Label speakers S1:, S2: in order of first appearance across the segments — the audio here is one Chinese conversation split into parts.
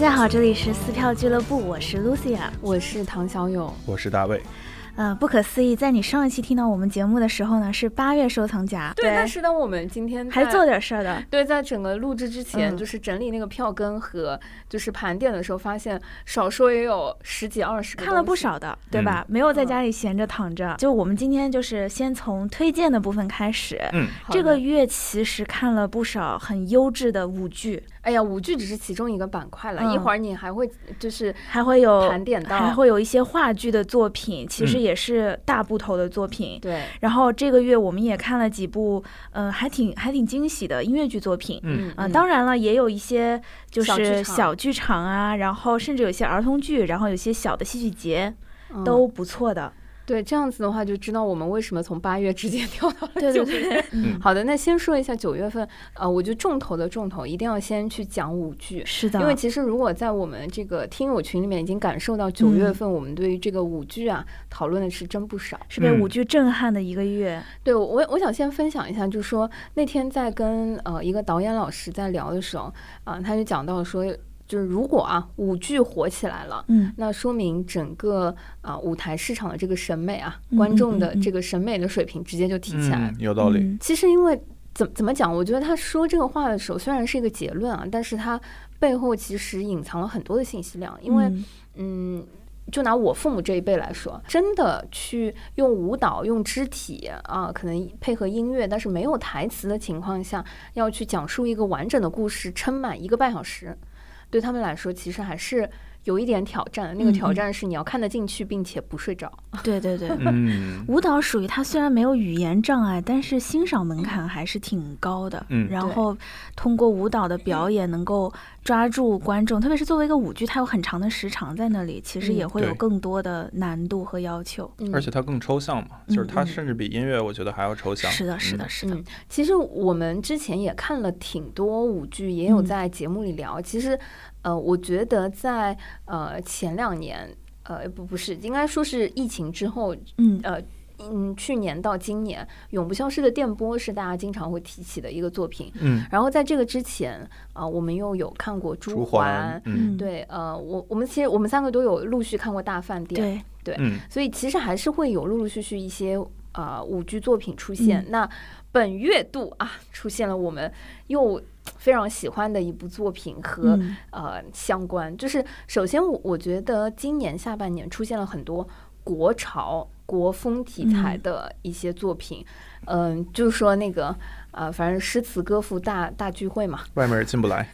S1: 家好，这里是撕票俱乐部，我是 Lucia。
S2: 我是唐小友，
S3: 我是大卫，
S1: 呃，不可思议，在你上一期听到我们节目的时候呢，是八月收藏夹，
S2: 对。但是呢，我们今 天
S1: 还是
S2: 在
S1: 做点事儿的，
S2: 对，在整个录制之前，
S1: 嗯
S2: 就是整理那个票根和就是盘点的时候，发现少说也有十几二十 个，
S1: 看了不。少
S2: 嗯
S1: 的，对吧？没有在家里闲着躺着。就我们今天就是先从推荐的部分开始。
S3: 嗯，
S2: 好的
S1: 这个，月其实看了不少很优质的舞剧，
S2: 哎呀，舞剧只是其中一个板块了，
S1: 嗯
S2: 一会儿你还会就是
S1: 还会有
S2: 盘点到，
S1: 还会有一些话剧的作品，其实
S3: 嗯
S1: 也是大部头的作品。
S2: 对，
S1: 然后这个月我们也看了几部，呃，还挺还挺惊喜的音乐剧作品。
S3: 嗯
S1: 啊、当然了，也有一些就
S2: 小剧
S1: 是
S2: 场
S1: 小剧场啊，然后甚至有一些儿童剧，然后有些小的戏剧节、
S2: 嗯
S1: 都不错 的。
S2: 对，这样子的话就知道我们为什么从八月直接 跳到了
S1: 对对
S2: 九
S1: 对
S2: 月。
S1: 嗯
S2: 好的，那先说一下九月份，呃，我就重头的重头，一定要先去讲舞剧。
S1: 是的，
S2: 因为其实如果在我们这个听友群里面已经感受到九月
S1: 嗯
S2: 份我们对于这个舞剧啊、讨论的是真不少。
S1: 是被舞
S3: 嗯
S1: 剧震撼的一个月。
S2: 对我我我想先分享一下，就是说那天在跟呃一个导演老师在聊的时候，啊、他就讲到说，就是如果啊舞剧火起来了。
S1: 嗯，
S2: 那说明整个啊、舞台市场的这个审美啊，
S1: 嗯
S2: 观众
S1: 嗯
S2: 的
S1: 嗯嗯
S2: 这个审美的水平直接就提起来了。
S3: 嗯，有道理，
S1: 嗯
S2: 其实因为怎怎么讲，我觉得他说这个话的时候，虽然是一个结论啊，但是他背后其实隐藏了很多的信息量。因为
S1: 嗯
S2: 嗯就拿我父母这一辈来说，真的去用舞蹈、用肢体啊，可能配合音乐，但是没有台词的情况下，要去讲述一个完整的故事，撑满一个半小时，对他们来说其实还是。有一点挑战的，那
S1: 嗯
S2: 个挑
S1: 嗯
S2: 战是你要看得进去，并且不睡着。
S1: 对对对。
S3: 嗯
S1: 舞蹈属于它虽然没有语言障碍，但是欣赏门槛还是挺高的。
S3: 嗯
S1: 然
S2: 对
S1: 后通过舞蹈的表演能够抓住观众，特别是作为一个舞剧，它有很长的时长在那里，其实
S2: 嗯
S1: 也会有
S3: 对
S1: 更多的难度和要求。
S2: 嗯
S3: 而且它更抽象嘛，就是
S2: 嗯
S3: 它
S2: 嗯
S3: 甚至比音乐我觉得还要抽象。
S1: 是的，是的，
S3: 嗯，
S1: 是的。
S2: 嗯其实我们之前也看了挺多舞剧，也有
S1: 嗯
S2: 在节目里聊。其实，呃，我觉得在呃前两年，呃不不是，应该说是疫情之后，
S1: 嗯
S2: 呃。嗯，去年到今年，《永不消失的电波》是大家经常会提起的一个作品。
S3: 嗯，
S2: 然后在这个之前啊、我们又有看过《
S3: 朱
S2: 朱
S3: 环，嗯
S1: 嗯
S2: 对，呃，我我们其实我们三个都有陆续看过《大饭店》，
S1: 对，
S3: 嗯，
S2: 所以其实还是会有陆陆续续一些呃舞剧作品出现。那本月度啊，出现了我们又非常喜欢的一部作品和、
S1: 嗯
S2: 呃相关，就是首先我我觉得今年下半年出现了很多国潮。国风题材的一些作品，嗯，就是说那个，呃，反正诗词歌赋大大聚会嘛，
S3: 外面也进不来。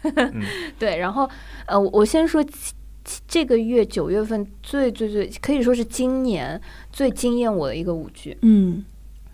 S2: 对，然后呃，我我先说其其这个月九月份最最最可以说是今年最惊艳我的一个舞剧，
S1: 嗯，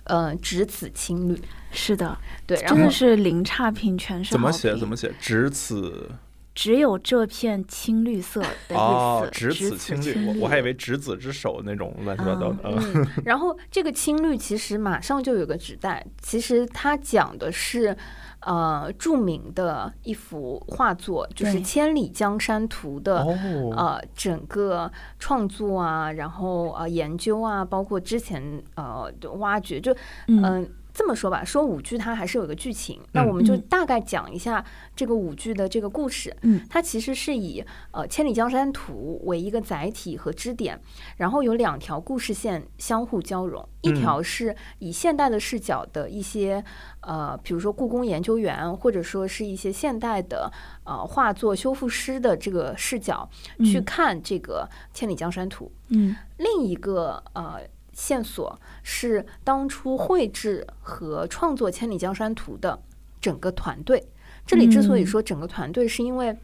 S2: 呃，《只此青绿》。
S1: 是的，
S2: 对，然
S1: 真
S2: 后
S1: 的是零差评，全是
S3: 怎么
S1: 好
S3: 写？
S1: 评
S3: 怎么写？只此
S1: 只有这片青绿色的意思？
S3: 哦，只
S1: 此
S3: 此青绿，我我还以为执子之手那种乱七八糟的。嗯
S2: 嗯， 然后这个青绿其实马上就有个指代，其实它讲的是，呃，著名的一幅画作，就是
S1: 对
S2: 《千里江山图》的
S3: 哦，
S2: 呃，整个创作啊，然后呃研究啊，包括之前呃就挖掘，就嗯、
S1: 嗯
S2: 这么说吧，说舞剧它还是有个剧情，那我们
S1: 嗯
S2: 就
S1: 嗯
S2: 大概讲一下这个舞剧的这个故事。
S1: 嗯，
S2: 它其实是以呃《千里江山图》为一个载体和支点，然后有两条故事线相互交融，一
S3: 嗯
S2: 条是以现代的视角的一些呃，比如说故宫研究员，或者说是一些现代的呃画作修复师的这个视角去
S1: 嗯
S2: 看这个《千里江山图》
S1: 嗯
S2: 另一个呃线索是当初绘制和创作《千里江山图》的整个团队。这里之所以
S1: 嗯
S2: 说整个团队，是因为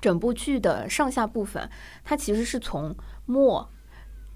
S2: 整部剧的上下部分，它其实是从墨、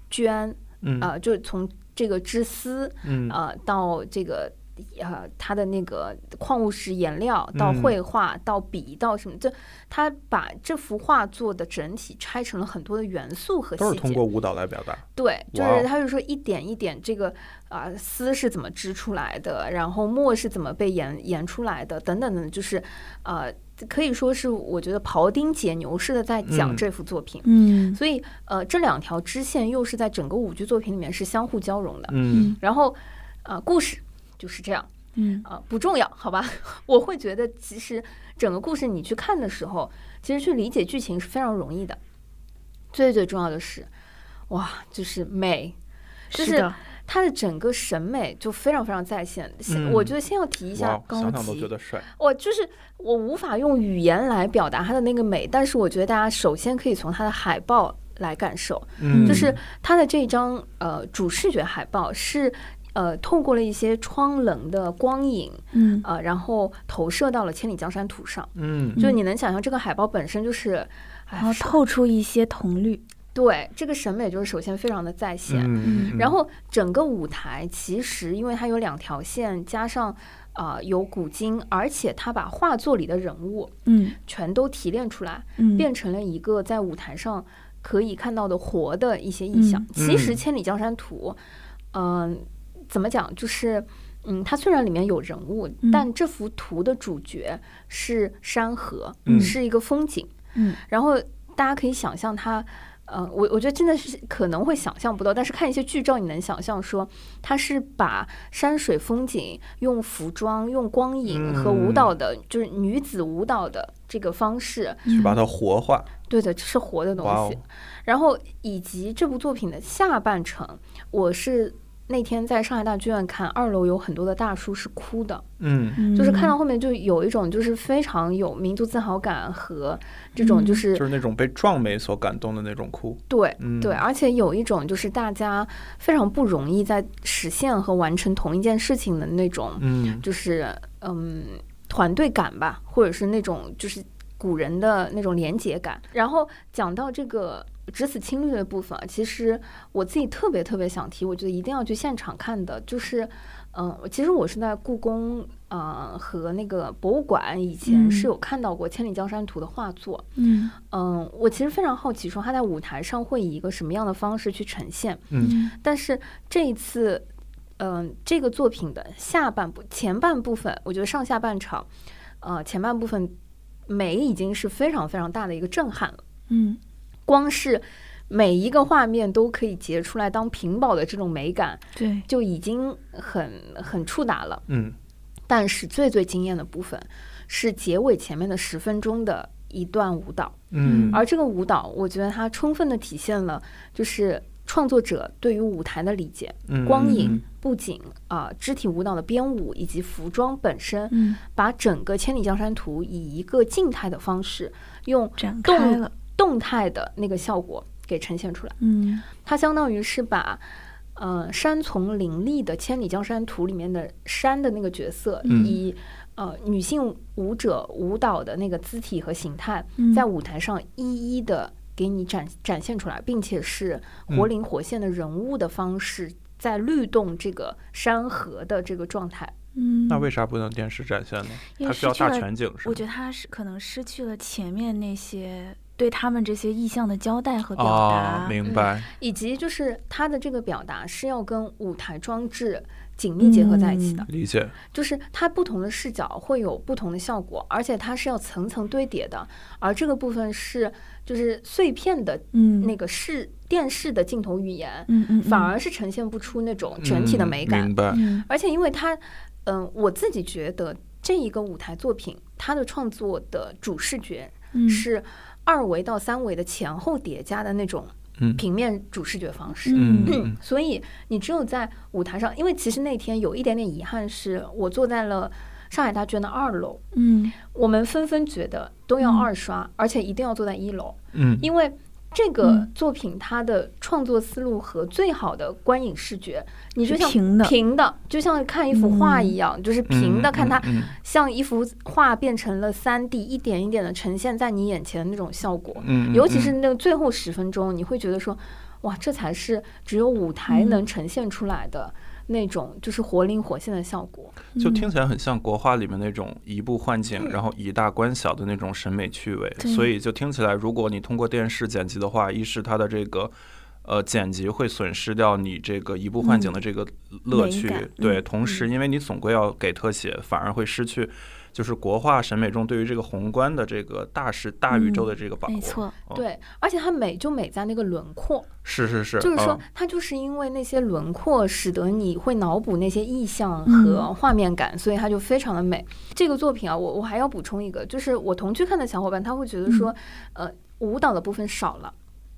S2: 娟
S3: 嗯
S2: 啊、呃，就是从这个织丝
S3: 嗯
S2: 啊、呃、到这个。呃，它的那个矿物石颜料到
S3: 嗯
S2: 绘画、到笔到什么，就它把这幅画作的整体拆成了很多的元素和细节。
S3: 都是通过舞蹈来表达。
S2: 对，就
S3: 哇哦
S2: 是他就说一点一点这个啊、丝是怎么织出来的，然后墨是怎么被研研出来的，等等等，就是呃，可以说是我觉得庖丁解牛似的在讲
S3: 嗯
S2: 这幅作品。
S1: 嗯
S2: 所以呃，这两条支线又是在整个舞剧作品里面是相互交融的。
S3: 嗯
S2: 然后呃，故事就是这样。
S1: 嗯
S2: 呃 啊、不重要，好吧？我会觉得其实整个故事你去看的时候，其实去理解剧情是非常容易的。最最重要的是，哇，就是美，就是
S1: 是的，
S2: 他的整个审美就非常非常在线。先
S3: 嗯
S2: 我觉得先要提一下
S3: 哇，
S2: 高
S3: 想想都觉
S2: 级，
S3: 得帅。
S2: 我就是我无法用语言来表达它的那个美，但是我觉得大家首先可以从它的海报来感受，
S1: 嗯
S2: 就是它的这张呃主视觉海报是呃透过了一些窗棱的光影，
S1: 嗯，
S2: 呃，然后投射到了千里江山图上。
S3: 嗯，
S2: 就你能想象，这个海报本身就是，哎
S1: 然后
S2: 说
S1: 透出一些铜绿，
S2: 对这个审美就是首先非常的在线，
S3: 嗯
S2: 然后整个舞台其实因为它有两条线，加上啊有古今，而且它把画作里的人物
S1: 嗯
S2: 全都提炼出来，
S1: 嗯，
S2: 变成了一个在舞台上可以看到的活的一些意象。
S1: 嗯
S2: 其实《
S3: 嗯
S2: 千里江山图》，嗯、怎么讲，就是。嗯，它虽然里面有人物，
S1: 嗯
S2: 但这幅图的主角是山河，
S3: 嗯
S2: 是一个风景。
S1: 嗯
S2: 然后大家可以想象它，呃，我我觉得真的是可能会想象不到，但是看一些剧照，你能想象说，它是把山水风景用服装、用光影和舞蹈的，就是女子舞蹈的这个方式，
S1: 嗯
S3: 去把它活化，
S2: 对的，这是活的东
S3: 哇哦
S2: 西。，然后以及这部作品的下半程，我是。那天在上海大剧院看，二楼有很多的大叔是哭的，
S3: 嗯，
S1: 嗯
S2: 就是看到后面就有一种就是非常有民族自豪感和这种
S1: 嗯
S2: 就是
S3: 就是那种被壮美所感动的那种哭，
S2: 对
S3: 嗯
S2: 对，啊而且有一种就是大家非常不容易在实现和完成同一件事情的那种，
S3: 嗯
S2: 就是嗯团队感吧，或者是那种就是古人的那种连结感。然后讲到这个只此青绿的部分啊，其实我自己特别特别想提，我觉得一定要去现场看的，就是嗯，其实我是在故宫。呃，和那个博物馆以前
S1: 嗯
S2: 是有看到过《千里江山图》的画作，
S1: 嗯
S2: 嗯，我其实非常好奇，说他在舞台上会以一个什么样的方式去呈现。
S3: 嗯
S1: 嗯
S2: 但是这一次，嗯、这个作品的下半部、前半部分，我觉得上下半场，呃，前半部分美已经是非常非常大的一个震撼了。
S1: 嗯
S2: 光是每一个画面都可以截出来当屏保的这种美感，
S1: 对，
S2: 就已经很很触达了。
S3: 嗯，
S2: 但是最最惊艳的部分是结尾前面的十分钟的一段舞蹈。
S3: 嗯
S2: 而这个舞蹈，我觉得它充分的体现了就是创作者对于舞台的理解，
S3: 嗯
S2: 光影、布景啊、肢体舞蹈的编舞以及服装本身，
S1: 嗯
S2: 把整个《千里江山图》以一个静态的方式，用
S1: 展
S2: 动
S1: 开了，
S2: 动态的那个效果给呈现出来。
S1: 嗯
S2: 它相当于是把。呃，山丛林立的《千里江山图》里面的山的那个角色，
S3: 嗯
S2: 以呃女性舞者舞蹈的那个肢体和形态，
S1: 嗯，
S2: 在舞台上一一的给你展展现出来，并且是活
S3: 嗯
S2: 灵活现的人物的方式，在律动这个山河的这个状态。
S1: 嗯，
S3: 那为啥不能电视展现呢？
S1: 因
S3: 它
S1: 为
S3: 需要
S1: 失去
S3: 大
S1: 了
S3: 全景是
S1: 我
S3: 吗？
S1: 觉得他是可能失去了前面那些对他们这些意象的交代和表
S3: 啊，
S1: 达。
S3: 明白，
S2: 以及就是他的这个表达是要跟舞台装置紧密结合在一起的，
S3: 理解，
S2: 就是它不同的视角会有不同的效果，而且它是要层层堆叠的，而这个部分是就是碎片的
S1: 嗯，
S2: 那个视电视的镜头语言，
S1: 嗯嗯，
S2: 反
S1: 嗯
S2: 而是呈现不出那种整体的
S3: 嗯
S2: 美感。
S3: 明白，
S1: 嗯
S2: 而且因为它，嗯、我自己觉得这一个舞台作品，它的创作的主视觉
S1: 嗯
S2: 是二维到三维的前后叠加的那种
S3: 嗯
S2: 平面主视觉方式。
S1: 嗯
S3: 嗯
S2: 所以你只有在舞台上，因为其实那天有一点点遗憾，是我坐在了上海大剧院的二楼，
S1: 嗯
S2: 我们纷纷觉得都要
S1: 嗯
S2: 二刷，而且一定要坐在一楼，
S3: 嗯
S2: 因为这个
S1: 嗯
S2: 作品它的创作思路和最好的观影视觉，你就是像
S1: 平的，
S2: 平的，就像看一幅画一样，就是平的看它，
S3: 嗯
S2: 像一幅画变成了三 D，一点一点的呈现在你眼前的那种效果。
S3: 嗯，嗯
S2: 尤其是那个最后十分钟，你会觉得说，哇，这才是只有舞台
S1: 嗯
S2: 能呈现出来的那种，就是活灵活现的效果。
S3: 就
S1: 嗯
S3: 听起来很像国画里面那种移步换景，然后以大观小的那种审美趣味，
S1: 对
S3: 所以就听起来，如果你通过电视剪辑的话，一是它的这个。呃，剪辑会损失掉你这个移步换景的这个乐
S1: 嗯美
S3: 趣，
S1: 感
S3: 对。
S1: 嗯
S3: 同时，因为你总归要给特写，反而会失去就是国画审美中对于这个宏观的这个大势大宇宙的这个把握。
S1: 没错，
S3: 嗯
S2: 对，而且它美就美在那个轮廓，
S3: 是是是，
S2: 就是说
S3: 嗯，
S2: 它就是因为那些轮廓，使得你会脑补那些意象
S1: 嗯
S2: 和画面感，所以它就非常的美。这个作品啊，我我还要补充一个，就是我同去看的小伙伴，他会觉得说，呃，舞蹈的部分少了。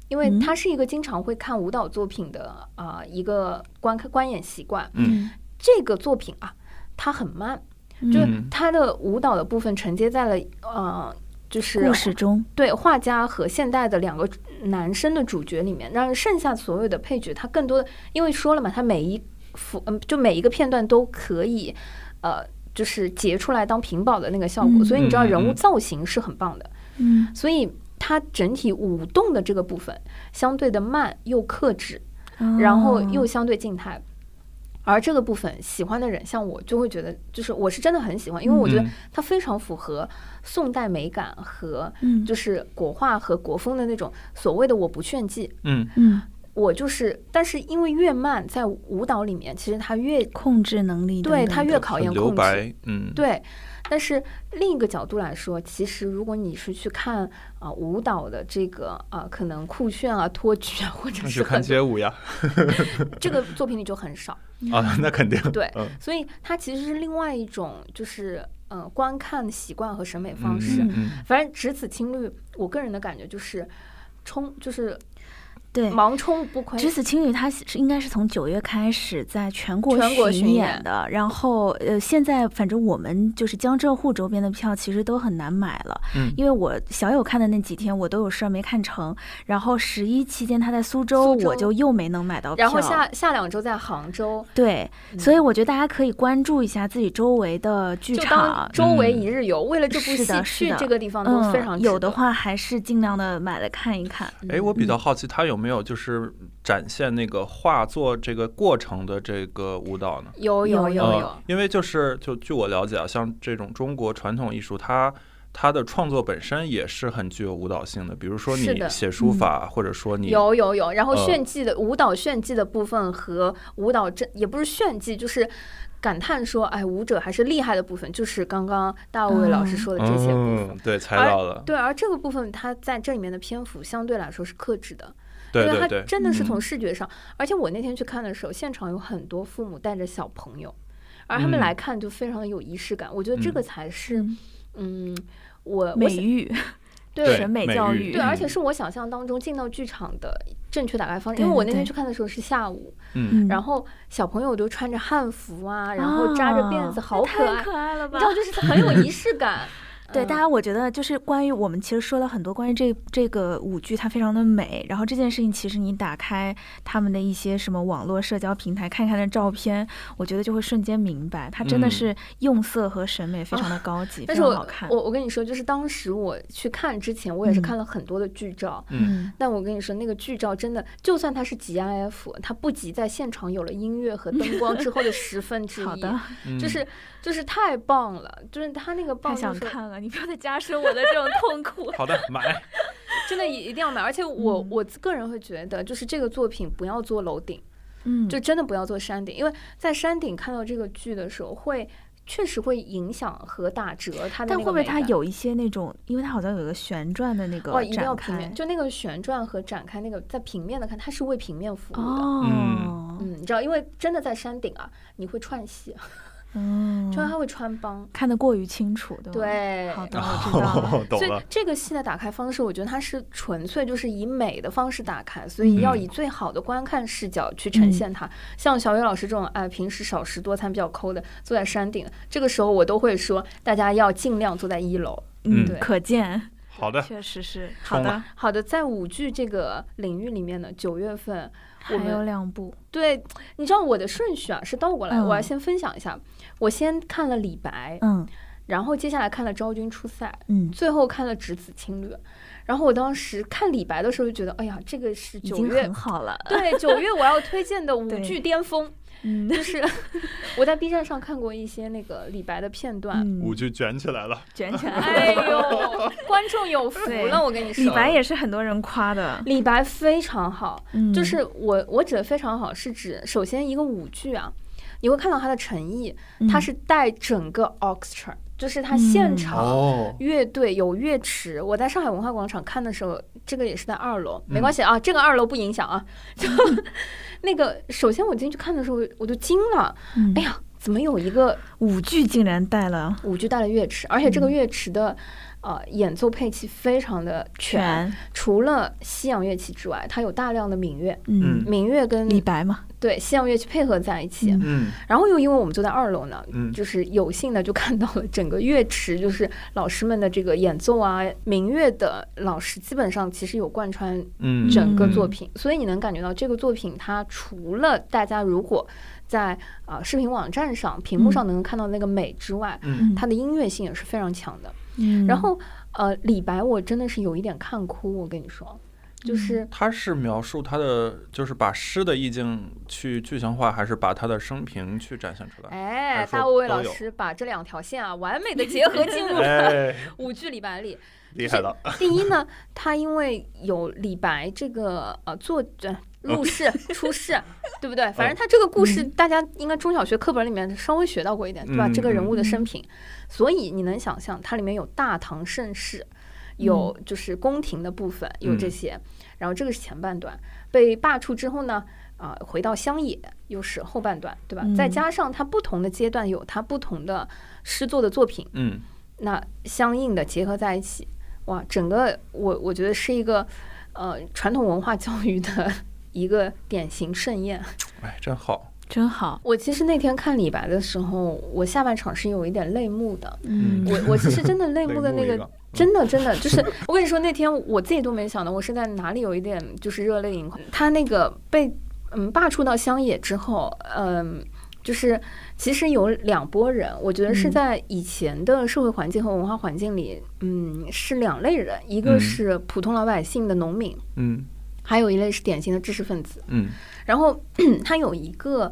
S2: 因为
S1: 嗯
S2: 他是一个经常会看舞蹈作品的啊、呃一个观看观演习惯。
S1: 嗯，
S2: 这个作品啊，它很慢，就是
S3: 嗯
S2: 它的舞蹈的部分承接在了呃，就是
S1: 故事中，
S2: 对画家和现代的两个男生的主角里面，让剩下所有的配角，他更多的，因为说了嘛，他每一幅，嗯，就每一个片段都可以，呃，就是截出来当屏保的那个效果，
S1: 嗯
S2: 所以你知道人
S3: 嗯嗯
S2: 物
S3: 嗯
S2: 造型是很棒的，
S1: 嗯
S2: 所以它整体舞动的这个部分相对的慢又克制，
S1: 哦
S2: 然后又相对静态。而这个部分喜欢的人，像我就会觉得，就是我是真的很喜欢，因为我觉得
S3: 嗯
S2: 它非常符合宋代美感和
S1: 嗯
S2: 就是国画和国风的那种所谓的我不炫技，
S3: 嗯
S1: 嗯，
S2: 我就是，但是因为越慢，在舞蹈里面，其实它越
S1: 控制能力等
S2: 对
S1: 等
S2: 它
S1: 的
S2: 越考
S3: 很
S2: 验
S3: 留
S2: 控制。
S3: 白，嗯，
S2: 对，但是另一个角度来说，其实如果你是去看啊、舞蹈的这个啊、可能酷炫啊、 托举啊，或者
S3: 那
S2: 是
S3: 去看
S2: 很
S3: 街舞呀，
S2: 这个作品里就很少，
S3: 啊，那肯定，
S2: 对
S3: 嗯
S2: 所以它其实是另外一种就是呃观看习惯和审美方
S3: 嗯
S2: 式。
S3: 嗯嗯
S2: 反正只此青绿，我个人的感觉就是冲，就是
S1: 对。
S2: 盲冲不亏。
S1: 只此青旅，它是应该是从九月开始在全国
S2: 全国巡
S1: 演
S2: 演
S1: 的，然后呃，现在反正我们就是江浙沪周边的票其实都很难买了，
S3: 嗯
S1: 因为我小友看的那几天我都有事儿没看成，然后十一期间他在苏州，
S2: 苏州
S1: 我就又没能买到票，
S2: 然后下下两周在杭州，
S1: 对，
S2: 嗯
S1: 所以我觉得大家可以关注一下自己周围的剧
S2: 就
S1: 场
S2: 当。周围
S3: 嗯
S2: 一日游，为了这部
S1: 是
S2: 戏
S1: 的是
S2: 去
S1: 的
S2: 这个地方都
S1: 嗯
S2: 非常，值
S1: 有
S2: 得
S1: 的话还是尽量的买来看一
S2: 嗯
S1: 看。
S3: 哎，我比较好奇，他有没有就是展现那个画作这个过程的这个舞蹈呢？
S2: 有有有
S3: 呃
S2: 有，
S3: 因为就是就据我了解啊，像这种中国传统艺术，它它的创作本身也是很具有舞蹈性的。比如说
S2: 是
S3: 你
S2: 的嗯
S3: 写书法，或者说你
S2: 有有有，然后
S3: 呃
S2: 炫技的、舞蹈炫技的部分和舞蹈真也不是炫技，就是感叹说，哎，舞者还是厉害的部分，就是刚刚大卫老师
S1: 嗯
S2: 说的这些部分。
S3: 嗯，对，猜
S2: 而
S3: 到了，
S2: 对，而这个部分它在这里面的篇幅相对来说是克制的，
S3: 对
S2: 因为
S3: 对
S2: 它
S3: 对，
S2: 真的是
S3: 嗯
S2: 从视觉上，而且我那天去看的时候，现场有很多父母带着小朋友，而他们
S3: 嗯
S2: 来看就非常的有仪式感，我觉得这
S3: 嗯
S2: 个才是，嗯，我我
S1: 美
S2: 想
S1: 育，
S2: 对
S1: 审美
S3: 美
S1: 教
S3: 育
S1: 育
S2: 对，而且
S3: 嗯
S2: 是我想象当中进到剧场的正确打开方式，
S1: 对
S2: 因为我那
S1: 对
S2: 天
S1: 对
S2: 去看的时候是下午，
S3: 嗯，
S2: 然后小朋友都穿着汉服啊，然后扎着辫子，
S1: 啊那
S2: 好可
S1: 太
S2: 爱，
S1: 可爱了
S2: 你
S1: 吧。
S2: 知？道，就是很有仪式感
S1: 对，
S2: 嗯
S1: 大家我觉得就是关于我们其实说了很多关于这这个舞剧它非常的美，然后这件事情其实你打开他们的一些什么网络社交平台看看的照片，我觉得就会瞬间明白，它真的
S3: 嗯
S1: 是用色和审美非常的高级，
S2: 但
S1: 非
S2: 是
S1: 常
S2: 我
S1: 好看。
S2: 我我跟你说，就是当时我去看之前，我也是
S1: 嗯
S2: 看了很多的剧照。
S1: 嗯，
S2: 但我跟你说，那个剧照真的，就算它是 GIF，它不及在现场有了音乐和灯光之后的十分之 一。
S1: 好的，
S3: 嗯。
S2: 就是就是太棒了，就是它那个棒
S1: 太
S2: 就是，
S1: 想看了，你不要再加深我的这种痛苦
S3: 好的， 买，
S2: 真的也一定要买。而且我、
S1: 嗯
S2: 我个人会觉得，就是这个作品不要做楼顶，
S1: 嗯，
S2: 就真的不要做山顶，因为在山顶看到这个剧的时候会。确实会影响和打折它
S1: 但
S2: 的那
S1: 会
S2: 个
S1: 不会
S2: 美
S1: 它
S2: 感
S1: 有一些那种，因为它好像有个旋转的那
S2: 哦，
S1: 个
S2: 一定要
S1: 展
S2: 平
S1: 开
S2: 面，就那个旋转和展开那个，在平面的看，它是为平面服务的。
S1: 哦，
S2: 嗯，你知道，因为真的在山顶啊，你会串戏，
S1: 嗯，
S2: 就它会穿帮。
S1: 看得过于清楚，对吧？
S2: 对，啊
S1: 好的，我知道了。
S2: 所
S3: 懂
S2: 以
S3: 了，
S2: 这个戏的打开方式，我觉得它是纯粹就是以美的方式打开，所以要
S3: 嗯
S2: 以最好的观看视角去
S1: 嗯
S2: 呈现它。像小雨老师这种哎，平时少食多餐比较抠的，坐在山顶，这个时候我都会说，大家要尽量坐在一楼。
S3: 嗯
S1: 嗯，可 见，
S3: 好的，
S1: 确实是
S3: 冲
S1: 好的。
S2: 好的，在舞剧这个领域里面呢，九月份我
S1: 还有
S2: 们
S1: 两部，
S2: 对，你知道我的顺序啊是倒过来，我要
S1: 嗯
S2: 先分享一下，我先看了李白，
S1: 嗯
S2: 然后接下来看了《昭君出塞》，
S1: 嗯，
S2: 最后看了《只此青绿》，然后我当时看李白的时候就觉得，哎呀，这个是
S1: 已
S2: 九
S1: 经
S2: 月
S1: 很好了。
S2: 对九月我要推荐的舞
S1: 对
S2: 剧巅峰，
S1: 嗯
S2: 就是 我在 B 站上看过一些那个李白的片段，
S1: 嗯，
S3: 剧卷起来了，
S1: 卷起 来。
S2: 哎呦，观众有福
S1: 对
S2: 了，我跟你说，
S1: 李白也是很多人夸的，
S2: 李白非常好，
S1: 嗯
S2: 就是我我指的非常好，是指首先一个舞剧啊，你会看到它的诚意，它是带整个 orchestra，就是他现
S1: 嗯
S2: 场
S4: 哦，
S2: 乐队有乐池，我在上海文化广场看的时候，这个也是在二楼，
S1: 嗯
S2: 没关系啊，这个二楼不影响啊。就那个，首先我进去看的时候，我就惊了，
S1: 嗯
S2: 哎呀，怎么有一个
S1: 舞剧嗯竟然带了
S2: 舞剧带了乐池，而且这
S1: 嗯
S2: 个乐池的。呃，演奏配器非常的全，
S1: 全，
S2: 除了西洋乐器之外，它有大量的民乐，
S1: 嗯，
S3: 嗯
S2: 民乐跟
S1: 李白嘛，
S2: 对西洋乐器配合在一起。
S1: 嗯
S3: 嗯
S2: 然后又因为我们坐在二楼呢，
S3: 嗯
S2: 就是有幸的就看到了整个乐池，就是老师们的这个演奏啊，民乐的老师基本上其实有贯穿
S3: 嗯，
S2: 整个
S1: 嗯
S2: 作品，所以你能感觉到这个作品它除了大家如果在啊、呃视频网站上屏幕上能够看到那个美之外，
S3: 嗯
S2: 它的音乐性也是非常强的。
S1: 嗯
S2: 然后呃，李白我真的是有一点看哭，我跟你说，就是
S3: 他是描述他的，就是把诗的意境去具象化，还是把他的生平去展现出来？
S2: 哎
S3: 还，说
S2: 大卫
S3: 都
S2: 老
S3: 有
S2: 师把这两条线啊完美的结合进 入了
S4: 哎，
S2: 舞剧李白里。
S4: 厉害了，
S2: 第一呢，他因为有李白这个呃作者
S3: 哦
S2: 入世出世，对不对？反正他这个故事，大家应该中小学课本里面稍微学到过一点，对吧？
S3: 嗯
S2: 这个人
S3: 嗯
S2: 物的生平，所以你能想象，它里面有大唐盛世，有就是宫廷的部分，有这
S3: 嗯
S2: 些。然后这个是前半段，被罢黜之后呢，啊、回到乡野又是后半段，对吧？
S1: 嗯
S2: 再加上他不同的阶段有他不同的诗作的作品，
S3: 嗯
S2: 那相应的结合在一起，哇，整个我我觉得是一个呃传统文化教育的一个典型盛宴。
S3: 哎，真好。
S1: 真好，
S2: 我其实那天看李白的时候，我下半场是有一点泪目的，
S1: 嗯
S2: 我我其实真的泪
S4: 泪
S2: 目的
S4: 目
S2: 那
S4: 一
S2: 个
S4: 个。
S2: 真的，真的，就是我跟你说，那天我自己都没想到，我是在哪里有一点就是热泪盈眶。他那个被嗯罢黜到乡野之后，嗯，就是其实有两拨人，我觉得是
S1: 嗯
S2: 在以前的社会环境和文化环境里，嗯，是两类人，一个
S3: 嗯
S2: 是普通老百姓的农民，
S3: 嗯
S2: 还有一类是典型的知识分子。
S3: 嗯
S2: 然后 他有一个，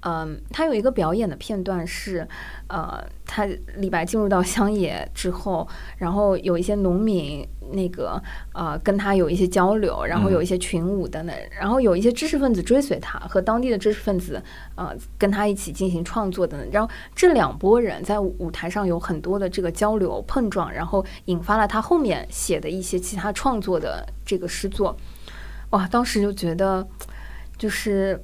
S2: 嗯，他有一个表演的片段是，呃，他李白进入到乡野之后，然后有一些农民那个呃跟他有一些交流，然后
S3: 嗯
S2: 有一些群舞等等，然后有一些知识分子追随他，和当地的知识分子呃跟他一起进行创作等等。然后这两拨人在舞台上有很多的这个交流碰撞，然后引发了他后面写的一些其他创作的这个诗作。哇，当时就觉得，就是，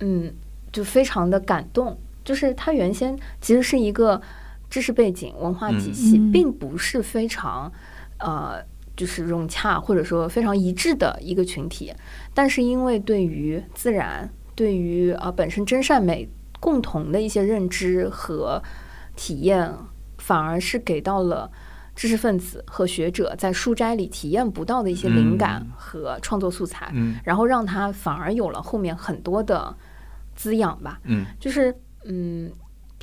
S2: 嗯，就非常的感动。就是他原先其实是一个知识背景、文化体系，
S1: 嗯嗯
S2: 并不是非常，呃，就是融洽或者说非常一致的一个群体。但是因为对于自然、对于呃本身真善美共同的一些认知和体验，反而是给到了知识分子和学者在书斋里体验不到的一些灵感
S3: 嗯
S2: 和创作素材，
S3: 嗯
S2: 然后让他反而有了后面很多的滋养吧。
S3: 嗯
S2: 就是嗯，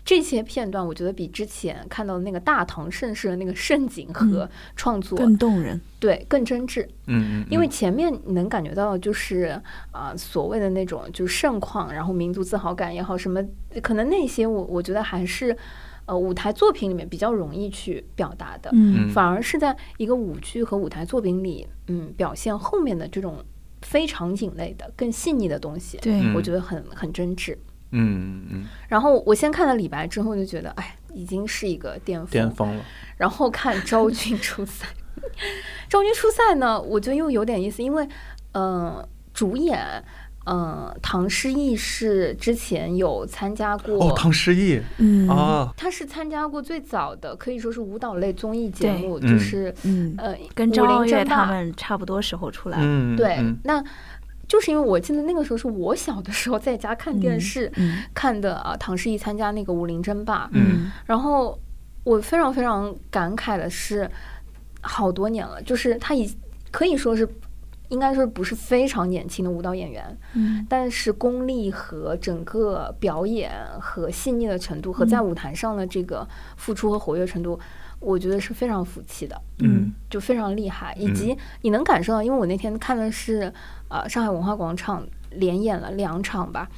S2: 这些片段我觉得比之前看到的那个大唐盛世的那个盛景和创作、
S1: 嗯更动人，
S2: 对更真挚，
S3: 嗯，
S2: 因为前面你能感觉到，就是啊、呃所谓的那种就是盛况，然后民族自豪感也好，什么可能那些我我觉得还是呃舞台作品里面比较容易去表达的，
S1: 嗯
S3: 嗯
S2: 反而是在一个舞剧和舞台作品里，嗯，表现后面的这种非场景类的更细腻的东西，
S1: 对，
S3: 嗯
S2: 我觉得很很真挚。
S3: 嗯嗯
S2: 然后我先看了李白之后，就觉得哎，已经是一个巅峰，
S3: 巅峰了。
S2: 然后看昭君出 塞。昭君出塞呢，我觉得又有点意思，因为，呃，主演，呃，唐诗逸是之前有参加过，
S4: 哦，唐诗逸
S1: 嗯
S3: 哦
S4: 啊，
S2: 他是参加过最早的，可以说是舞蹈类综艺节目，
S3: 对
S2: 就
S3: 嗯
S2: 是、
S1: 嗯，
S2: 呃，
S1: 跟
S2: 武
S1: 张傲
S2: 林
S1: 月
S2: 正
S1: 他
S2: 大，
S1: 们差不多时候出来，
S3: 嗯，
S2: 对，
S3: 嗯
S2: 那就是因为我记得那个时候是我小的时候在家看电视、
S1: 嗯
S2: 看的啊，唐诗逸参加那个武林争霸，
S3: 嗯
S2: 然后我非常非常感慨的是，好多年了，就是他已可以说是，应该说不是非常年轻的舞蹈演员，
S1: 嗯
S2: 但是功力和整个表演和细腻的程度和
S1: 嗯
S2: 在舞台上的这个付出和活跃程度，我觉得是非常服气的。
S3: 嗯
S2: 就非常厉害，以及你能感受到，因为我那天看的是呃上海文化广场连演了两场吧，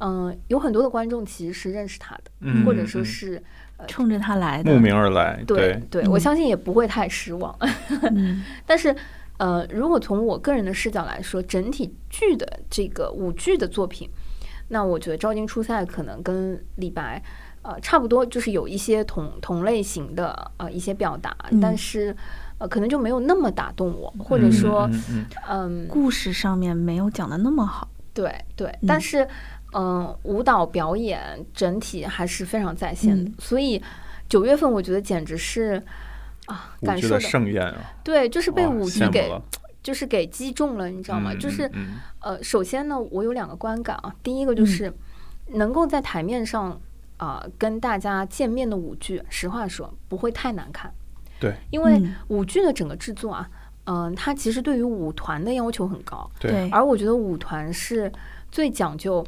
S2: 嗯、有很多的观众其实是认识他的，
S3: 嗯
S2: 或者说
S3: 嗯
S2: 是
S1: 冲着他来的
S3: 慕，名而来，
S2: 对
S3: 对，
S2: 对，我
S1: 嗯
S2: 相信也不会太失望。
S1: 嗯
S2: 但是，呃，如果从我个人的视角来说，整体剧的这个舞剧的作品，那我觉得《昭君出塞》可能跟李白，呃，差不多就是有一些同同类型的呃一些表达，
S1: 嗯
S2: 但是呃可能就没有那么打动我，或者说
S3: 嗯嗯
S2: 嗯
S1: 故事上面没有讲的那么好。
S2: 对对
S1: 嗯，
S2: 但是嗯、舞蹈表演整体还是非常在线的，
S1: 嗯
S2: 所以九月份我觉得简直是啊
S3: 嗯
S2: 感
S3: 舞剧
S2: 受
S3: 的
S2: 到
S3: 盛宴啊，
S2: 对，就是被
S3: 哇
S2: 舞
S3: 羡
S2: 剧
S3: 慕
S2: 给
S3: 了
S2: 就是给击中了，你知道吗？
S3: 嗯
S2: 就是
S3: 嗯
S2: 呃，首先呢，我有两个观感啊，第一个就是能够在台面上啊、跟大家见面的舞剧，实话说不会太难看，
S3: 对，
S2: 因为
S1: 嗯
S2: 舞剧的整个制作啊，嗯、它其实对于舞团的要求很高，
S1: 对，
S2: 而我觉得舞团是最讲究。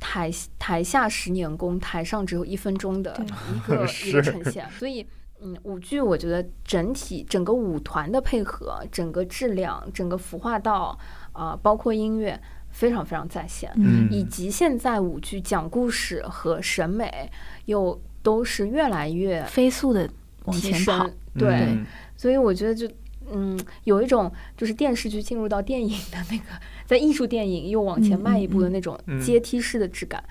S2: 台台下十年功，台上只有一分钟的
S1: 对
S2: 一个一个
S3: 是
S2: 呈现，所以嗯，舞剧我觉得整体整个舞团的配合、整个质量、整个服化道啊、包括音乐，非常非常在线，
S1: 嗯
S2: 以及现在舞剧讲故事和审美又都是越来越
S1: 飞速的往
S2: 提
S1: 前跑
S2: 升，，对，
S3: 嗯
S2: 所以我觉得就嗯，有一种就是电视剧进入到电影的那个，在艺术电影又往前迈一步的那种
S3: 嗯嗯嗯
S2: 阶梯式的质感。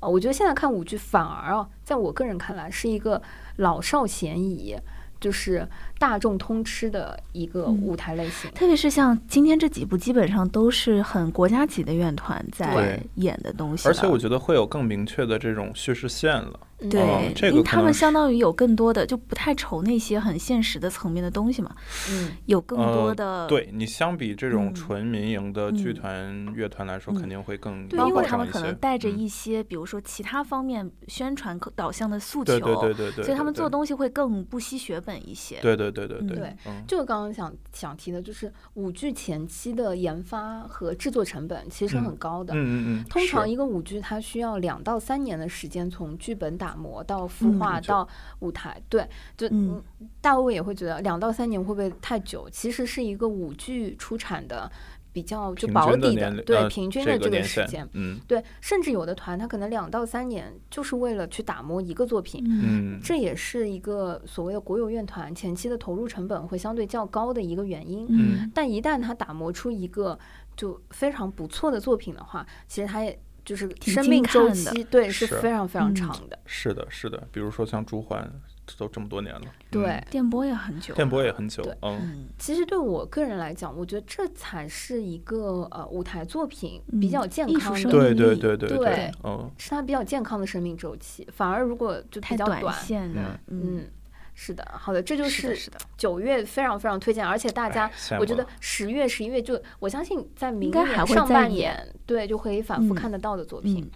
S2: 啊、我觉得现在看舞剧反而啊，在我个人看来是一个老少咸宜，就是大众通吃的一个
S1: 嗯
S2: 舞台类型。
S1: 特别是像今天这几部，基本上都是很国家级的院团在
S3: 对
S1: 演的东西
S3: 而
S1: 了，
S3: 且我觉得会有更明确的这种叙事线了。
S2: 嗯
S1: 对，
S3: 哦这
S1: 因
S3: 个
S1: 为
S3: 可
S1: 他
S3: 能
S1: 们
S3: 是
S1: 相当于有更多的，就不太愁那些很现实的层面的东西嘛，
S2: 嗯，
S1: 有更多
S3: 呃
S1: 的、
S3: 对你相比这种
S1: 嗯
S3: 纯民营的剧
S1: 嗯
S3: 团、乐团来说，
S1: 嗯
S3: 肯定会更
S1: 对，
S3: 高
S1: 因为
S3: 尚
S1: 他们
S3: 一
S1: 可能
S3: 些
S1: 带着
S3: 嗯
S1: 一些，比如说其他方面宣传可导向的诉求，
S3: 对对对对对，
S1: 所以他们
S3: 对
S1: 做东西会更不惜血本一些。
S3: 对对对对对
S2: 对，
S3: 嗯
S2: 就刚刚想想提的，就是舞剧前期的研发和制作成本其实
S3: 嗯
S2: 很高的。
S3: 嗯嗯嗯，
S2: 通常
S3: 是
S2: 一个舞剧它需要两到三年的时间，从剧本打磨到
S1: 嗯
S2: 孵化
S3: 很久
S2: 到舞台。对，就
S1: 嗯
S2: 大卫也会觉得两到三年会不会太久？其实是一个舞剧出产的比较就
S3: 平
S2: 保
S3: 均的
S2: 底
S3: 年龄
S2: 对
S3: 呃
S2: 平均
S3: 这
S2: 的
S3: 个
S2: 这个
S3: 年
S2: 时
S3: 限
S2: 间。，
S3: 嗯
S2: 对，甚至有的团它可能两到三年就是为了去打磨一个作品。
S1: 嗯
S3: 嗯，
S2: 这也是一个所谓的国有院团前期的投入成本会相对较高的一个原因。
S1: 嗯
S2: 但一旦他打磨出一个就非常不错的作品的话，其实他也就是
S1: 挺
S2: 生
S1: 精
S2: 命周
S1: 看的
S2: 期对是
S3: 是
S2: 非常非常
S1: 嗯
S2: 长的。
S3: 是的，是的，比如说像朱欢，这都这么多年了，
S2: 对
S3: 嗯，
S1: 电波也很久了，
S3: 电波也很久
S2: 对，
S3: 嗯，
S1: 嗯，
S2: 其实对我个人来讲，我觉得这才是一个呃舞台作品
S1: 嗯
S2: 比较健
S1: 艺术
S2: 康
S1: 生
S2: 的，
S1: 命
S3: 对对
S1: 力
S3: 对对
S2: 对
S3: 对， 嗯，
S2: 是它比较健康的生命周期。反而如果就
S1: 太
S2: 比较短，
S1: 线了，嗯，
S2: 嗯，是的，好的，这就是
S1: 的，
S2: 是
S1: 是的，
S2: 九月非常非常推荐，而且大家
S3: 哎羡
S2: 我觉
S3: 慕
S2: 得
S3: 了
S2: 十月、十一月就，我相信在明
S1: 应该还
S2: 年
S1: 会
S2: 上
S1: 再
S2: 半
S1: 演
S2: 年，对，就可以反
S1: 嗯
S2: 复看得到的作品
S1: 嗯。。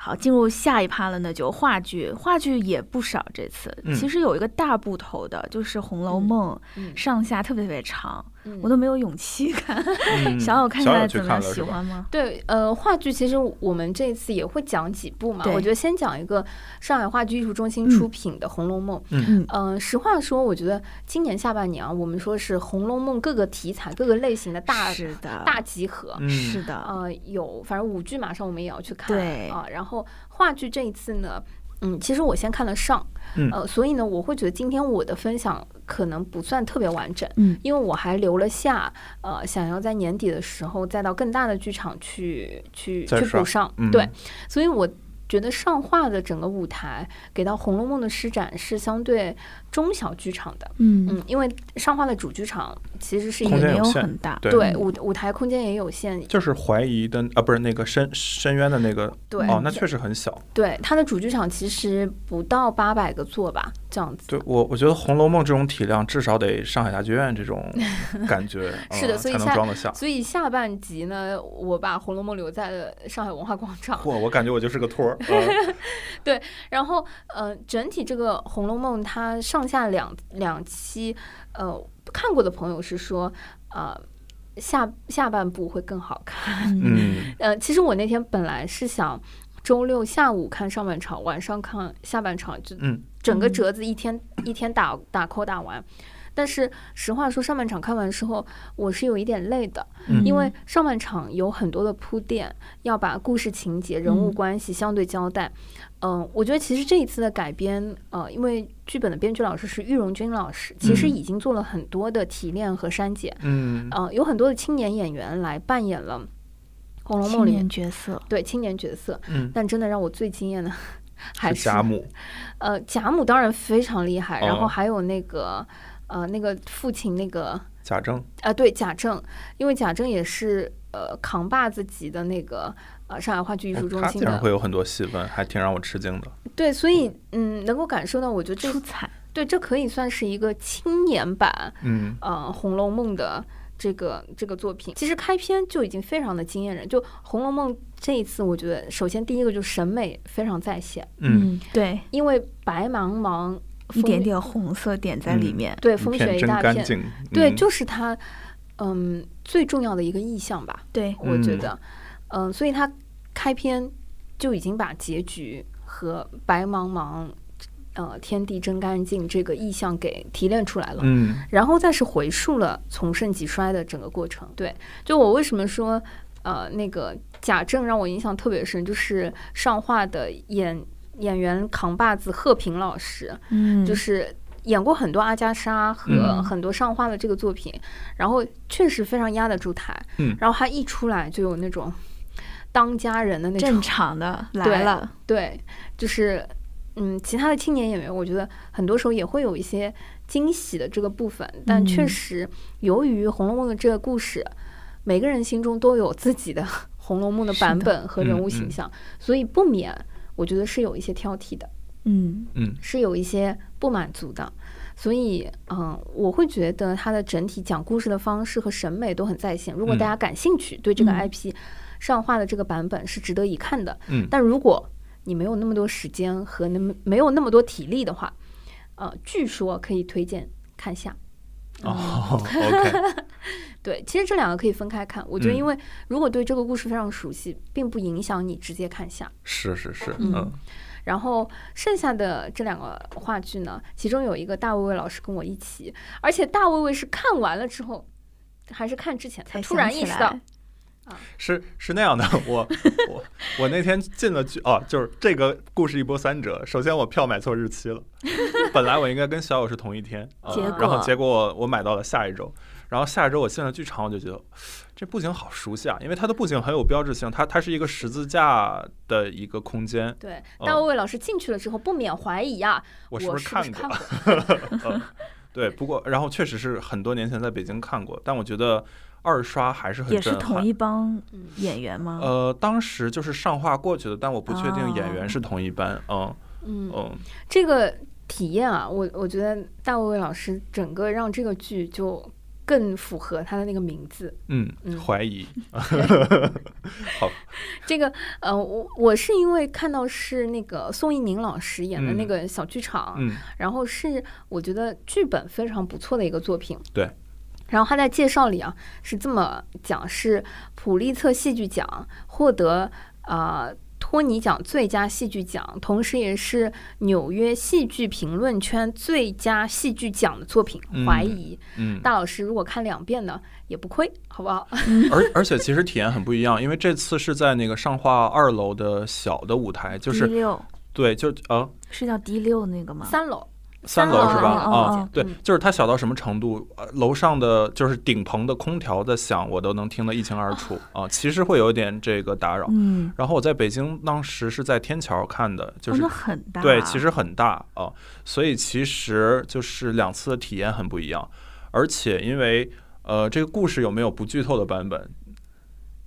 S1: 好，进入下一趴了呢，就话剧，话剧也不少。这次、
S3: 嗯
S1: 其实有一个大部头的，就是《红楼梦》
S2: 嗯，
S1: 上下特别特别长，
S2: 嗯
S1: 我都没有勇气看。
S3: 嗯
S1: 小友看下来
S3: 去
S1: 怎么样？
S3: 了是
S1: 喜
S3: 吧
S1: 欢吗？
S2: 对，呃，话剧其实我们这次也会讲几部嘛。
S1: 对
S2: 我觉得先讲一个上海话剧艺术中心出品的《红楼梦》。
S1: 嗯
S2: 嗯、实话说，我觉得今年下半年啊，我们说是《红楼梦》各个题材、各个类型的大
S1: 是的，
S2: 大集合。
S3: 嗯
S1: 是的，
S2: 呃，有，反正舞剧马上我们也要去看，
S1: 对
S2: 啊，然后话剧这一次呢，嗯，其实我先看了上，
S3: 嗯
S2: 呃，所以呢，我会觉得今天我的分享可能不算特别完整，
S1: 嗯
S2: 因为我还留了下，呃，想要在年底的时候再到更大的剧场去去
S3: 再
S2: 去
S3: 上
S2: 补上，
S3: 嗯
S2: 对，所以我。觉得上画的整个舞台给到《红楼梦》的施展是相对中小剧场的，
S1: 嗯，
S2: 嗯，因为上画的主剧场其实是一
S1: 也
S3: 空间
S2: 个
S1: 没
S3: 有
S1: 有
S3: 限
S1: 很大，
S3: 对
S2: 对舞舞台空间也有限，
S3: 就是怀疑的啊，不是那个深深渊的那个
S2: 对
S3: 哦，那确实很小。
S2: 对，它的主剧场其实不到八百个座吧，这样子。
S3: 对我，我觉得《红楼梦》这种体量，至少得上海大剧院这种感觉，
S2: 是的
S3: 嗯
S2: 所以
S3: 才能
S2: 下
S3: 装得下。
S2: 所以下半集呢，我把《红楼梦》留在了上海文化广场。
S3: 嚯，我感觉我就是个托 儿。嗯
S2: 然后，呃，整体这个《红楼梦》它上下两两期，呃，看过的朋友是说，呃，下下半部会更好看。
S3: 嗯，
S2: 呃，其实我那天本来是想周六下午看上半场，晚上看下半场，就
S3: 嗯
S2: 整个
S1: 嗯
S2: 折子一天、一天打打扣打完。但是实话说，上半场看完之后，我是有一点累的，
S3: 嗯
S2: 因为上半场有很多的铺垫，要把故事情节、人物
S1: 嗯
S2: 关系相对交代。嗯、我觉得其实这一次的改编，呃，因为剧本的编剧老师是玉荣军老师，其实
S3: 嗯
S2: 已经做了很多的提炼和删减。
S3: 嗯
S2: 呃，有很多的青年演员来扮演了《红楼梦》
S1: 青
S2: 里
S1: 年角色，
S2: 对青年角色，
S3: 嗯，
S2: 但真的让我最惊艳的还
S3: 是贾母，
S2: 呃，贾母当然非常厉害，然后
S3: 哦
S2: 还有那个呃那个父亲那个
S3: 贾政，
S2: 啊，对贾政，因为贾政也是呃扛把子级的那个呃上海话剧艺术
S3: 哦
S2: 中
S3: 他
S2: 心
S3: 竟然
S2: 的，
S3: 会有很多戏份，还挺让我吃惊的。
S2: 对，所以嗯能够感受到，我觉得这
S1: 出彩，
S2: 对这可以算是一个青年版
S3: 嗯，
S2: 呃《红楼梦》的这个这个作品。其实开篇就已经非常的惊艳人，就《红楼梦》这一次，我觉得首先第一个就审美非常在线，
S3: 嗯，，
S1: 对，
S2: 因为白茫茫
S1: 一
S2: 风
S1: 点
S2: 月
S1: 点红色点在里
S3: 嗯
S1: 面，
S2: 对风
S3: 一片
S2: 雪一
S3: 真
S2: 大
S3: 干
S2: 片，
S3: 净。
S2: 对，
S3: 嗯
S2: 就是它嗯最重要的一个意象吧。
S1: 对，
S2: 我觉
S3: 嗯
S2: 得，嗯、所以他开篇就已经把结局和白茫茫，呃，天地真干净这个意象给提炼出来了。
S3: 嗯
S2: 然后再是回溯了从盛及衰的整个过程。对，就我为什么说，呃，那个贾政让我印象特别深，就是上画的演演员扛把子贺平老师，
S1: 嗯，
S2: 就是演过很多阿加莎和
S1: 嗯
S2: 很多上画的这个作品，然后确实非常压得住台。
S3: 嗯
S2: 然后他一出来就有那种当家人的那
S1: 正
S2: 种，
S1: 常的
S2: 对
S1: 来了，
S2: 对，就是嗯，其他的青年演员，我觉得很多时候也会有一些惊喜的这个部分，但确
S1: 嗯
S2: 实由于《红楼梦》的这个故事，每个人心中都有自己的《红楼梦》的
S1: 是
S2: 版
S1: 的
S2: 本和人
S3: 嗯
S2: 物形
S3: 嗯
S2: 象，所以不免我觉得是有一些挑剔的。
S1: 嗯
S3: 嗯
S2: 是有一些不满足的，所以嗯，我会觉得它的整体讲故事的方式和审美都很在线。如果
S3: 嗯
S2: 大家感兴趣，对这个
S1: 嗯
S2: IP 上画的这个版本是值得一看的。
S3: 嗯，
S2: 但如果你没有那么多时间和那么没有那么多体力的话，呃，据说可以推荐看下。
S3: 哦
S2: 嗯
S3: ，OK，
S2: 对，其实这两个可以分开看。我觉得，
S3: 嗯
S2: 因为如果对这个故事非常熟悉，并不影响你直接看下。
S3: 是是是，
S2: 嗯
S3: 嗯
S2: 然后剩下的这两个话剧呢，其中有一个大卫卫老师跟我一起，而且大卫卫是看完了之后，还是看之前才
S1: 才
S2: 突然
S1: 想起
S2: 意识
S1: 来
S2: 到，
S3: 是是那样的， 我我我那天进了剧哦，就是这个故事一波三折。首先我票买错日期了， 本来我应该跟小友是同一天，呃
S1: 结
S3: 然后
S1: 果
S3: 结果我我买到了下一周，然后下一周我进了剧场，我就觉得这布景好熟悉啊，因为它的布景很有标志性，它它是一个十字架的一个空间，
S2: 对，
S3: 哦
S2: 大卫卫老师进去了之后不免怀疑啊，
S3: 我
S2: 我
S3: 是不
S2: 是
S3: 看
S2: 不
S3: 过？
S2: 是看过？
S3: 呃对，不过然后确实是很多年前在北京看过，但我觉得二刷还是很
S1: 也
S3: 震
S1: 是
S3: 撼。
S1: 同一帮
S2: 嗯
S1: 演员吗？
S3: 呃，当时就是上画过去的，但我不确定演
S1: 哦
S3: 员是同一班。嗯
S2: 嗯，
S3: 嗯
S2: 这个体验啊，我我觉得大卫卫老师整个让这个剧就更符合他的那个名字，嗯
S3: 嗯，怀疑。
S2: 这个呃，我我是因为看到是那个宋一宁老师演的那
S3: 嗯
S2: 个小剧场，
S3: 嗯
S2: 然后是我觉得剧本非常不错的一个作品。
S3: 对。
S2: 然后他在介绍里啊是这么讲：是普利策戏剧奖获得呃托尼奖最佳戏剧奖，同时也是纽约戏剧评论圈最佳戏剧奖的作品《
S3: 嗯
S2: 怀疑》
S3: 嗯，
S2: 大老师如果看两遍呢，也不亏，好不好？
S3: 而而且其实体验很不一样，因为这次是在那个上画二楼的小的舞台，就
S1: D
S3: 是
S1: 六
S3: 对，就呃
S1: 是叫 D 六那个吗？
S2: 三楼，
S3: 三
S2: 三楼
S3: 楼是吧？
S1: 哦哦
S3: 啊
S1: 哦，
S3: 对
S2: 嗯，
S3: 就是它小到什么程度，呃楼上的就是顶棚的空调在响，我都能听得一清二楚啊。其实会有点这个打扰。
S1: 嗯，
S3: 然后我在北京当时是在天桥看的，就
S1: 哦
S3: 是
S1: 那很大啊，
S3: 对，其实很大啊，所以其实就是两次的体验很不一样，而且因为呃，这个故事有没有不剧透的版本？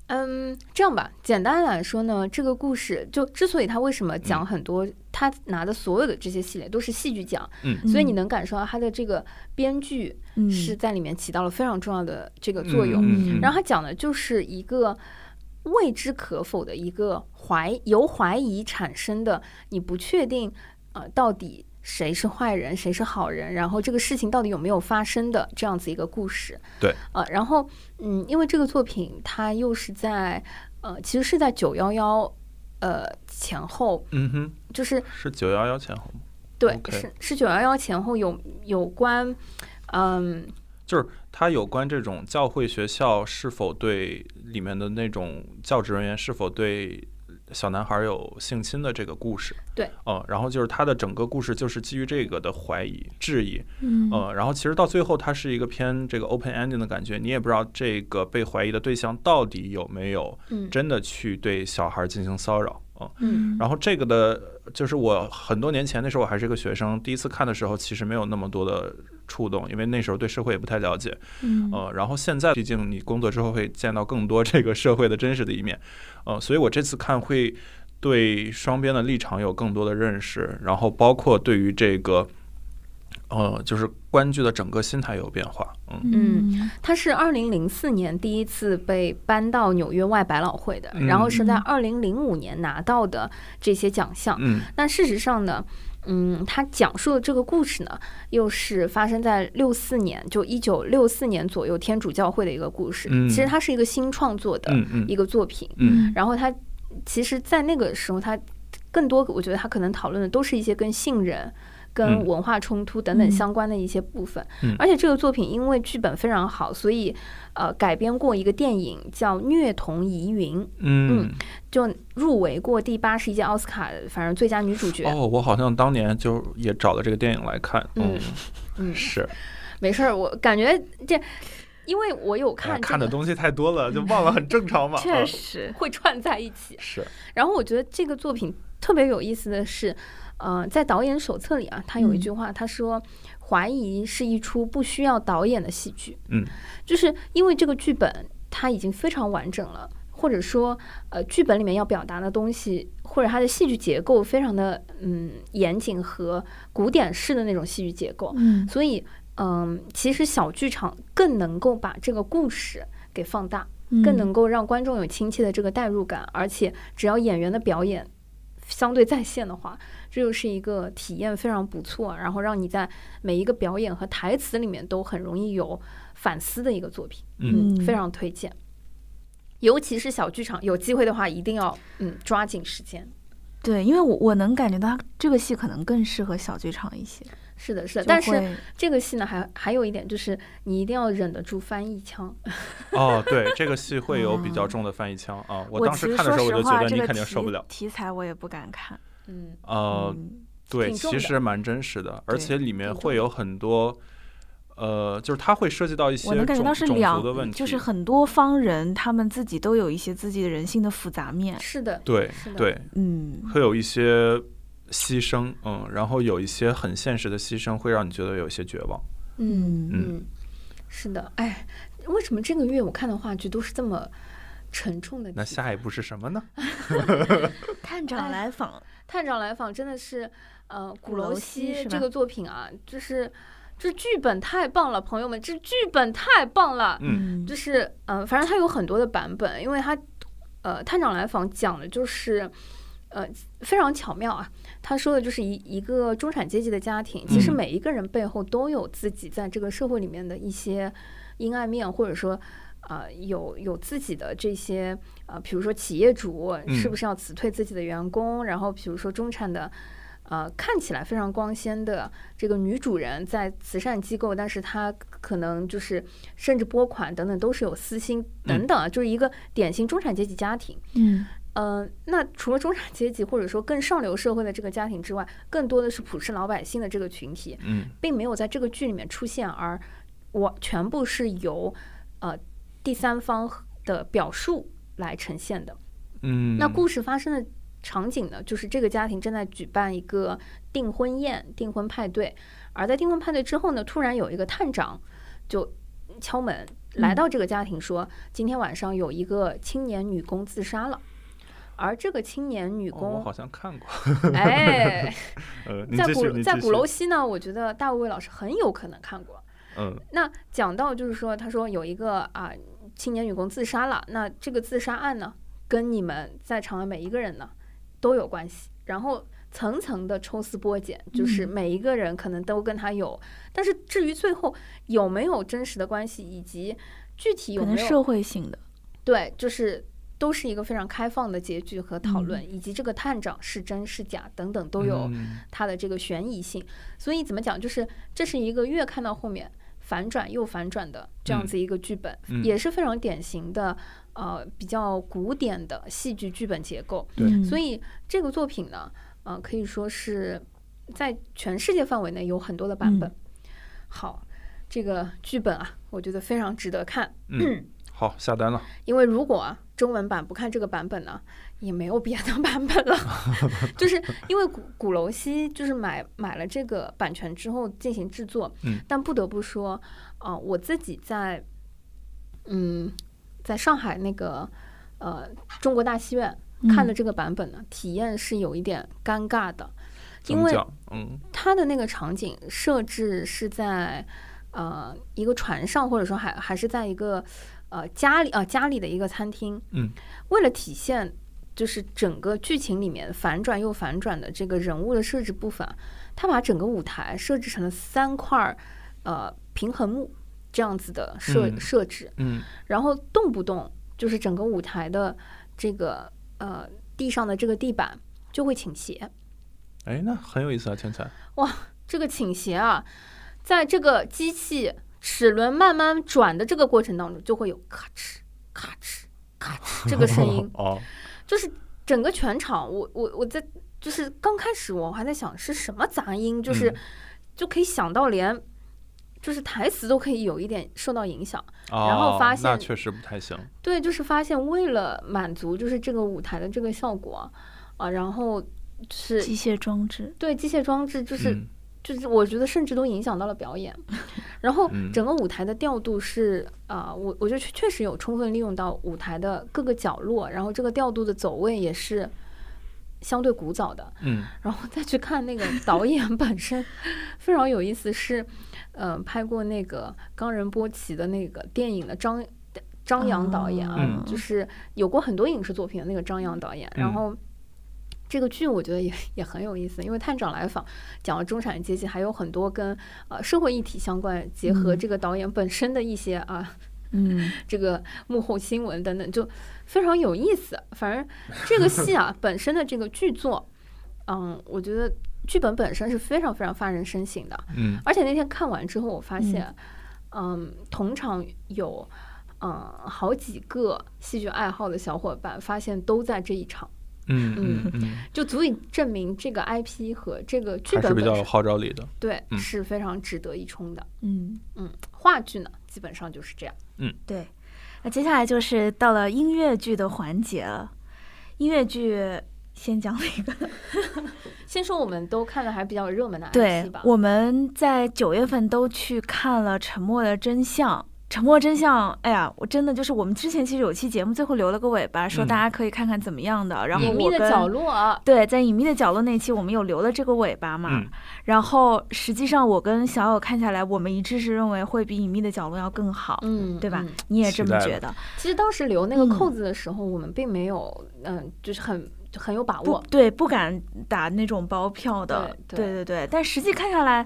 S2: 嗯，这样吧，简单来说呢，这个故事就之所以他为什么讲
S3: 嗯
S2: 很多，他拿的所有的这些系列都是戏剧奖，
S1: 嗯
S2: 所以你能感受到他的这个编剧
S1: 嗯
S2: 是在里面起到了非常重要的这个作用。
S1: 嗯
S2: 然后他讲的就是一个未知可否的一个怀由怀疑产生的，你不确定呃到底谁是坏人，谁是好人，然后这个事情到底有没有发生的这样子一个故事。
S3: 对，
S2: 呃，然后嗯，因为这个作品它又是在呃，其实是在九幺幺呃前后，
S3: 嗯哼，
S2: 就是
S3: 是九幺幺前后吗？
S2: 对
S3: OK
S2: 是是九幺幺前后有有关嗯。
S3: 就是它有关这种教会学校是否对里面的那种教职人员是否对小男孩有性侵的这个故事。
S2: 对，
S3: 嗯，然后就是他的整个故事就是基于这个的怀疑、质疑，
S1: 嗯
S3: 呃，然后其实到最后，它是一个偏这个 open ending 的感觉，你也不知道这个被怀疑的对象到底有没有
S2: 嗯
S3: 真的去对小孩进行骚扰。呃
S1: 嗯，
S3: 然后这个的，就是我很多年前那时候我还是一个学生，第一次看的时候其实没有那么多的触动，因为那时候对社会也不太了解。
S1: 嗯
S3: 呃，然后现在毕竟你工作之后会见到更多这个社会的真实的一面，呃，所以我这次看会对双边的立场有更多的认识，然后包括对于这个，呃，就是观剧的整个心态有变化，嗯。
S1: 嗯
S2: 它是二零零四年第一次被搬到纽约外百老汇的，
S3: 嗯
S2: 然后是在
S1: 嗯
S2: 二零零五年拿到的这些奖项。
S3: 嗯
S2: 那事实上呢，嗯，他讲述的这个故事呢，又是发生在六四年，就一九六四年左右天主教会的一个故事。
S3: 嗯
S2: 其实它是一个新创作的
S3: 嗯嗯
S2: 一个作品，
S3: 嗯
S2: 然后它其实，在那个时候，它更多我觉得它可能讨论的都是一些跟信任。跟
S3: 嗯
S2: 文化冲突等等
S1: 嗯
S2: 相关的一些部分，
S3: 嗯
S2: 而且这个作品因为剧本非常好，所以呃改编过一个电影叫《虐童疑云》，
S3: 嗯
S2: 就入围过第八十一届奥斯卡，反正最佳女主角。
S3: 哦，我好像当年就也找了这个电影来看，
S2: 嗯
S3: 嗯，
S2: 嗯，
S3: 是
S2: 没事儿，我感觉这，因为我有
S3: 哎呀
S2: 看、这
S3: 看的
S2: 个
S3: 东西太多了，就忘了，很正常嘛。
S1: 确
S3: 嗯
S1: 实，
S2: 会串在一起。
S3: 是，
S2: 然后我觉得这个作品特别有意思的是，呃，在导演手册里啊，他有一
S1: 嗯
S2: 句话，他说：“怀疑是一出不需要导演的戏剧。”
S3: 嗯，
S2: 就是因为这个剧本它已经非常完整了。或者说，呃，剧本里面要表达的东西，或者它的戏剧结构非常的嗯严谨和古典式的那种戏剧结构，
S1: 嗯
S2: 所以，嗯，其实小剧场更能够把这个故事给放大，
S1: 嗯
S2: 更能够让观众有亲切的这个代入感，而且只要演员的表演相对在线的话，这就是一个体验非常不错，然后让你在每一个表演和台词里面都很容易有反思的一个作品，
S3: 嗯
S1: 嗯
S2: 非常推荐。尤其是小剧场，有机会的话一定要嗯抓紧时间。
S1: 对，因为我我能感觉到它这个戏可能更适合小剧场一些，
S2: 是的，是的，
S1: 就
S2: 但是
S1: 会
S2: 这个戏呢，还还有一点就是，你一定要忍得住翻译腔。
S3: 哦，对，这个戏会有比较
S1: 哦
S3: 重的翻译腔啊。
S1: 我
S3: 我当时
S1: 其实
S3: 看的时候，我
S1: 说
S3: 就
S1: 实话
S3: 觉得
S1: 这
S3: 你
S1: 个
S3: 肯定受
S1: 题
S3: 不了。
S1: 题材我也不敢看，
S2: 嗯，
S3: 呃，
S1: 嗯
S3: 对，
S2: 挺重
S3: 其
S2: 的
S3: 实蛮真实的，而
S1: 对
S3: 且里面
S2: 挺重
S3: 会
S2: 的
S3: 有很多，呃，就是它会涉及到一些
S1: 我能感觉
S3: 种
S1: 到是
S3: 种族
S1: 两
S3: 的问，题，
S1: 就是很多方人他们自己都有一些自己的人性的复杂面，
S2: 是的，
S3: 对
S2: 是的
S3: 对，
S1: 嗯
S3: 会有一些牺牲，嗯，然后有一些很现实的牺牲，会让你觉得有一些绝望。
S1: 嗯
S2: 嗯嗯，是的，哎，为什么这个月我看的话剧都是这么沉重的？
S3: 那下一步是什么呢？
S1: 探长来访，
S2: 探长来访真的是，呃，
S1: 鼓
S2: 鼓楼
S1: 楼西
S2: 西
S1: 是
S2: 这
S1: 吧
S2: 个作品啊，就是这剧本太棒了，朋友们，这剧本太棒了。
S3: 嗯
S2: 就是嗯、呃反正它有很多的版本，因为它呃，探长来访讲的就是呃非常巧妙啊，他说的就是一一个中产阶级的家庭，其实
S3: 嗯
S2: 每一个人背后都有自己在这个社会里面的一些阴暗面，或者说。呃，有有自己的这些呃，比如说企业主
S3: 嗯
S2: 是不是要辞退自己的员工，然后比如说中产的呃，看起来非常光鲜的这个女主人在慈善机构，但是她可能就是甚至拨款等等都是有私心等等啊，就是一个典型中产阶级家庭。
S1: 嗯
S2: 呃，那除了中产阶级或者说更上流社会的这个家庭之外，更多的是普世老百姓的这个群体，
S3: 嗯
S2: 并没有在这个剧里面出现，而我全部是由呃第三方的表述来呈现的。
S3: 嗯，
S2: 那故事发生的场景呢，就是这个家庭正在举办一个订婚宴、订婚派对，而在订婚派对之后呢，突然有一个探长就敲门
S3: 嗯
S2: 来到这个家庭说，今天晚上有一个青年女工自杀了。而这个青年女
S3: 哦我
S2: 工，
S3: 好像看过，
S2: 哎，
S3: 呃，你
S2: 在
S3: 继续
S2: 鼓
S3: 你
S2: 在
S3: 继
S2: 鼓
S3: 续
S2: 楼西呢，我觉得大卫老师很有可能看过。
S3: 嗯
S2: 那讲到就是说，他说有一个啊青年女工自杀了，那这个自杀案呢，跟你们在场的每一个人呢都有关系，然后层层的抽丝剥茧，就是
S1: 嗯
S2: 每一个人可能都跟他有，但是至于最后有没有真实的关系，以及具体有
S1: 可能
S2: 没有
S1: 社会性的，
S2: 对，就是。都是一个非常开放的结局和
S1: 嗯
S2: 讨论，以及这个探长是真是假等等都有、
S3: 嗯
S2: 它的这个悬疑性。所以怎么讲，就是这是一个越看到后面反转又反转的这样
S3: 嗯
S2: 子一个剧本，
S3: 嗯
S2: 也是非常典型的呃比较古典的戏剧剧本结构。
S3: 对
S1: 嗯
S2: 所以这个作品呢，呃，可以说是在全世界范围内有很多的版本。好，这个剧本啊，我觉得非常值得看。
S3: 嗯，好，下单了。
S2: 因为如果中文版不看这个版本呢，也没有别的版本了。 就是因为鼓鼓楼西就是买买了这个版权之后进行制作，
S3: 嗯
S2: 但不得不说，啊、我自己在，嗯，在上海那个呃中国大戏院
S1: 嗯
S2: 看
S3: 嗯
S2: 的这个版本呢，体验是有一点尴尬的，
S3: 怎
S2: 因
S3: 么
S2: 为
S3: 讲？嗯
S2: 它的那个场景设置是在呃一个船上，或者说还还是在一个呃家里啊、家里的一个餐厅。
S3: 嗯，
S2: 为了体现就是整个剧情里面反转又反转的这个人物的设置部分，他把整个舞台设置成了三块儿呃平衡木这样子的设、
S3: 嗯
S2: 设置，
S3: 嗯
S2: 然后动不动就是整个舞台的这个呃地上的这个地板就会倾斜。
S3: 哎，那很有意思啊，天才。，
S2: 这个倾斜啊，在这个机器齿轮慢慢转的这个过程当中，就会有咔哧、咔哧、咔哧这个声音
S3: 哦，
S2: 就是整个全场，我我我在就是刚开始我还在想是什么杂音，就是、
S3: 嗯
S2: 就可以想到连就是台词都可以有一点受到影响。
S3: 哦
S2: 然后发
S3: 那
S2: 现
S3: 确实不太行。
S2: 对，就是发现为了满足就是这个舞台的这个效果啊，然后是
S1: 机械装置，
S2: 对机械装置就是
S3: 嗯
S2: 就是我觉得甚至都影响到了表演，然后
S3: 嗯
S2: 整个舞台的调度是啊、呃我我觉得确确实有充分利用到舞台的各个角落，然后这个调度的走位也是相对古早的，
S3: 嗯
S2: 然后再去看那个导演本身非常有意思是，呃，拍过那个冈仁波齐的那个电影的张张扬导演啊，
S3: 嗯
S2: 就是有过很多影视作品的那个张扬导演，
S3: 嗯
S2: 然后。这个剧我觉得也也很有意思，因为探长来访讲了中产阶级，还有很多跟呃社会议题相关，结合
S1: 嗯
S2: 这个导演本身的一些啊、
S1: 嗯，
S2: 这个幕后新闻等等，就非常有意思。反正这个戏 啊本身的这个剧作，嗯，我觉得剧本本身是非常非常发人深省的。
S3: 嗯
S2: 而且那天看完之后，我发现，嗯同场有嗯好几个戏剧爱好的小伙伴，发现都在这一场，
S3: 嗯嗯
S2: 嗯
S3: 嗯，
S2: 就足以证明这个 IP 和这个剧
S3: 还是
S2: 本
S3: 比较
S2: 本
S3: 有
S2: 身
S3: 号召力的。
S2: 对、
S3: 嗯
S2: 是非常值得一冲的。
S1: 嗯，
S2: 嗯，话剧呢，基本上就是这样。
S1: 对。那接下来就是到了音乐剧的环节了，音乐剧先讲哪个？
S2: 先说我们都看的还比较热门的 IP
S1: 对
S2: 吧，，
S1: 我们在九月份都去看了《沉默的真相》。《沉默真相》，哎呀，我真的就是我们之前其实有期节目最后留了个尾巴，说
S3: 嗯
S1: 大家可以看看怎么样的。然后
S2: 隐秘
S1: 我
S2: 的
S1: 跟
S2: 角落啊，
S1: 对，在隐秘的角落那期我们有留了这个尾巴嘛。
S3: 嗯
S1: 然后实际上我跟小友看下来，我们一致是认为会比隐秘的角落要更好，
S2: 嗯，
S1: 对吧
S2: 嗯？
S1: 你也这
S3: 期
S1: 么
S3: 待
S1: 觉
S3: 了
S1: 得？
S2: 其实当时留那个
S1: 嗯
S2: 扣子的时候，我们并没有，嗯，就是很就很有把
S1: 不
S2: 握。
S1: 对，不敢打那种包票的。
S2: 对
S1: 对
S2: 对
S1: 对对，但实际看下来，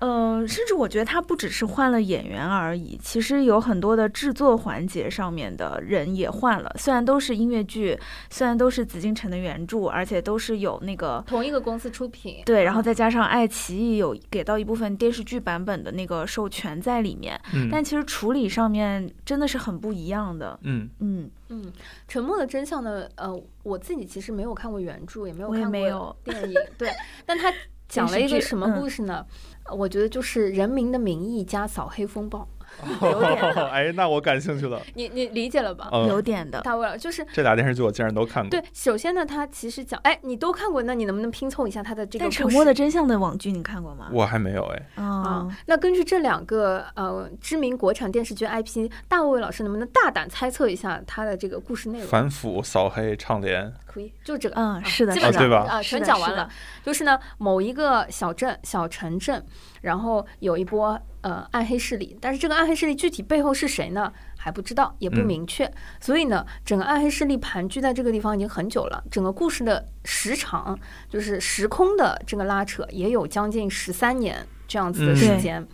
S1: 呃，甚至我觉得他不只是换了演员而已，其实有很多的制作环节上面的人也换了。虽然都是音乐剧，虽然都是紫禁城的原著，而且都是有那个
S2: 同一个公司出品，
S1: 对，然后
S2: 嗯
S1: 再加上爱奇艺有给到一部分电视剧版本的那个授权在里面，
S3: 嗯
S1: 但其实处理上面真的是很不一样的。
S3: 嗯
S1: 嗯，
S2: 嗯，《沉默的真相》呢，呃，我自己其实没有看过原著，也没有
S1: 我也
S2: 看
S1: 没
S2: 过
S1: 有。
S2: 电影，对， 但他讲了一个什么
S1: 嗯
S2: 故事呢？呃我觉得就是《人民的名义》加《扫黑风暴》，
S1: 有点
S3: 哎，那我感兴趣 了。
S2: 你你理解了吧？
S1: 有
S3: 嗯，
S1: 点的，
S2: 大卫尔就是
S3: 这俩电视剧我竟然都看过。
S2: 对，首先呢，他其实讲，哎，你都看过，那你能不能拼凑一下他的这个
S1: 但《
S2: 故事？
S1: 沉默的真相》的网剧你看过吗？
S3: 我还没有哎。
S1: 啊
S2: 啊，那根据这两个呃知名国产电视剧 IP，大卫老师能不能大胆猜测一下他的这个故事内容？
S3: 反腐、扫黑、倡廉，
S2: 可以，就这个。
S1: 嗯，是的，
S2: 基
S1: 是
S2: 本
S3: 啊
S1: 的，
S2: 上
S3: 对吧
S2: 啊，
S1: 是
S2: 全
S1: 的
S2: 讲完
S1: 是的
S2: 了。就是呢，某一个小镇、小城镇，然后有一波呃暗黑势力，但是这个暗黑势力具体背后是谁呢？还不知道，也不
S3: 嗯
S2: 明确。所以呢，整个暗黑势力盘踞在这个地方已经很久了。整个故事的时长，就是时空的这个拉扯，也有将近十三年这样子的
S3: 嗯
S2: 时
S1: 对
S2: 间。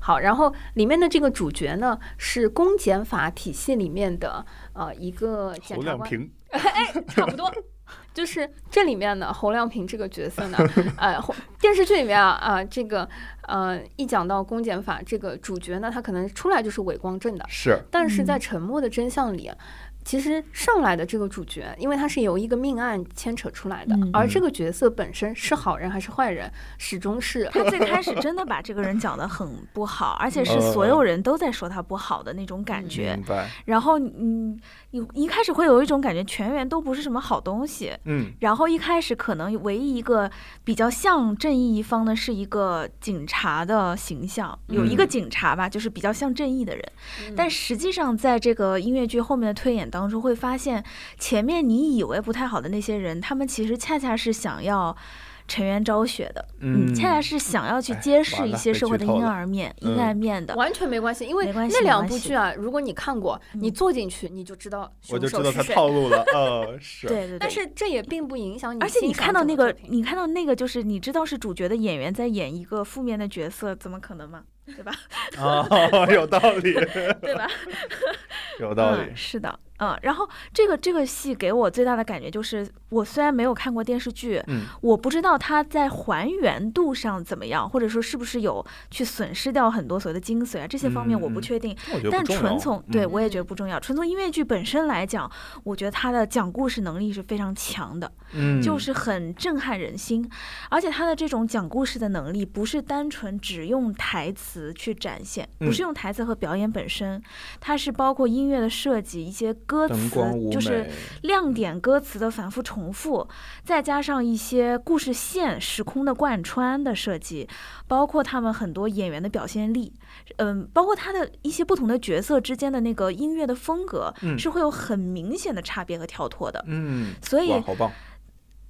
S2: 好，然后里面的这个主角呢，是公检法体系里面的呃一个检察官，
S3: 平。
S2: 差不多，就是这里面呢，侯亮平这个角色呢， 呃，侯电视剧里面啊，啊、这个呃，一讲到公检法这个主角呢，他可能出来就是伪光正的，
S3: 是
S2: 但是在
S1: 嗯
S2: 《沉默的真相》里，其实上来的这个主角，因为他是由一个命案牵扯出来的，
S1: 嗯
S2: 而这个角色本身是好人还是坏人，始终是
S1: 他最开始真的把这个人讲得很不好，而且是
S3: 嗯
S1: 所有人都在说他不好的那种感觉
S3: 明。白，
S1: 然后你你一开始会有一种感觉，全员都不是什么好东西。
S3: 嗯，
S1: 然后一开始可能唯一一个比较像正义一方的是一个警察的形象，有一个
S3: 嗯
S1: 警察吧，就是比较像正义的人。但
S2: 是
S1: 实际上，在这个音乐剧后面的推演当中，会发现前面你以为不太好的那些人，他们其实恰恰是想要沉冤昭雪的，
S3: 嗯
S1: 恰恰是想要去
S3: 哎
S1: 揭示
S3: 完
S1: 一
S3: 了
S1: 些
S3: 被
S1: 社会
S3: 剧
S1: 的
S3: 透
S1: 阴
S3: 了
S1: 暗面、
S3: 嗯
S1: 阴暗面的。
S2: 完全没关系，因为
S1: 没关系
S2: 那两
S1: 没关
S2: 部
S1: 系
S2: 剧啊，如果你看过，你
S1: 嗯
S2: 坐进去你就知道
S3: 我
S2: 凶
S3: 就知
S2: 手
S3: 道
S2: 是
S3: 他
S2: 谁。
S3: 套路了，呃，是，
S1: 对对对，
S2: 但是这也并不影响你
S1: 而且
S2: 欣
S1: 你
S2: 赏
S1: 看到
S2: 这
S1: 那
S2: 作
S1: 个，
S2: 品
S1: 你看到那个，就是你知道是主角的演员在演一个负面的角色，怎么可能嘛？对吧？
S3: 啊，有道 理，
S1: 对吧？
S3: 有道理
S1: 嗯，，是的，嗯。然后这个这个戏给我最大的感觉就是，我虽然没有看过电视剧，
S3: 嗯，
S1: 我不知道它在还原度上怎么样，或者说是不是有去损失掉很多所谓的精髓啊，这些方面
S3: 嗯
S1: 我不确定。
S3: 我觉得
S1: 但
S3: 不重
S1: 纯
S3: 要
S1: 从
S3: 嗯
S1: 对我也觉得不重要，纯从音乐剧本身来讲，我觉得它的讲故事能力是非常强的。
S3: 嗯，
S1: 就是很震撼人心，而且他的这种讲故事的能力，不是单纯只用台词去展现，不是
S3: 嗯
S1: 用台词和表演本身，它是包括音乐的设计、一些歌
S3: 灯
S1: 词
S3: 光舞，
S1: 就是
S3: 美，
S1: 亮点歌词的反复重复，再加上一些故事线、时空的贯穿的设计，包括他们很多演员的表现力，嗯，包括他的一些不同的角色之间的那个音乐的风格，
S3: 嗯
S1: 是会有很明显的差别和跳脱的。
S3: 嗯，
S1: 所以
S3: 哇，好棒，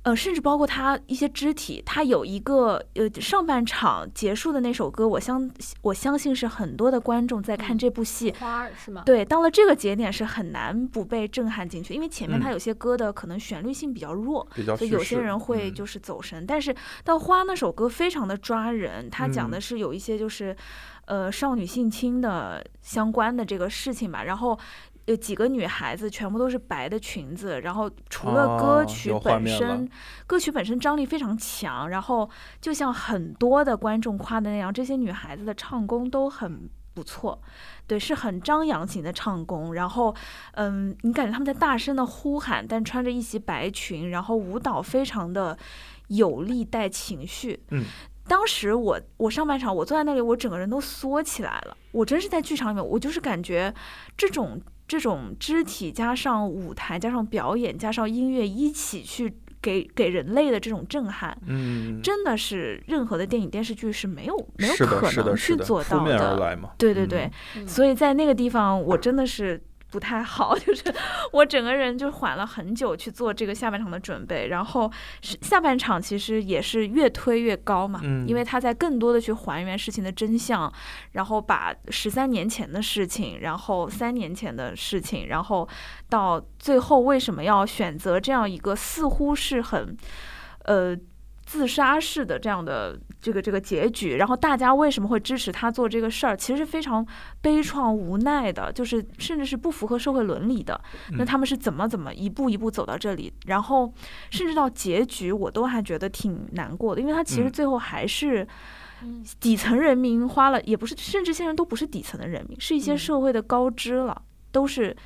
S1: 呃，甚至包括他一些肢体，他有一个呃上半场结束的那首歌，我相我相信是很多的观众在看
S2: 嗯
S1: 这部戏。
S2: 花儿是吗？
S1: 对，到了这个节点是很难不被震撼进去，因为前面它
S3: 嗯
S1: 有些歌的可能旋律性比较弱，
S3: 比较
S1: 所以
S3: 叙
S1: 有些
S3: 事
S1: 人会
S3: 嗯
S1: 就是走神。但是到花那首歌非常的抓人，它讲的
S3: 嗯
S1: 是有一些就是，呃，少女性侵的相关的这个事情吧。然后有几个女孩子全部都是白的裙子，然后除了歌
S3: 哦
S1: 曲
S3: 有画
S1: 本
S3: 面了
S1: 身，歌曲本身张力非常强。然后就像很多的观众夸的那样，这些女孩子的唱功都很。不错，对，是很张扬型的唱功，然后嗯，你感觉他们在大声的呼喊，但穿着一袭白裙，然后舞蹈非常的有力带情绪。
S3: 嗯，
S1: 当时我我上半场我坐在那里，我整个人都缩起来了。我真是在剧场里面，我就是感觉这种这种肢体加上舞台加上表演加上音乐一起去给给人类的这种震撼。
S3: 嗯，
S1: 真的是任何的电影电视剧是没有没有
S3: 是的
S1: 可
S3: 是的
S1: 能
S3: 是
S1: 去
S3: 的
S1: 做
S3: 扑
S1: 到
S3: 面而来嘛，
S1: 对对对，
S3: 嗯，
S2: 嗯
S1: 所以在那个地方，我真的是不太好， 就是我整个人就缓了很久去做这个下半场的准备，然后是下半场其实也是越推越高嘛，
S3: 嗯
S1: 因为他在更多的去还原事情的真相，然后把十三年前的事情，然后三年前的事情，然后到最后为什么要选择这样一个似乎是很，呃。自杀式的这样的这个这个结局，然后大家为什么会支持他做这个事儿，其实非常悲怆无奈的，就是甚至是不符合社会伦理的。那
S3: 嗯
S1: 他们是怎么怎么一步一步走到这里，然后甚至到结局，我都还觉得挺难过的，因为他其实
S3: 嗯
S1: 最后还是
S2: 嗯
S1: 底层人民花了，也不是，甚至现在都不是底层的人民，是一些
S2: 嗯
S1: 社会的高知了，都是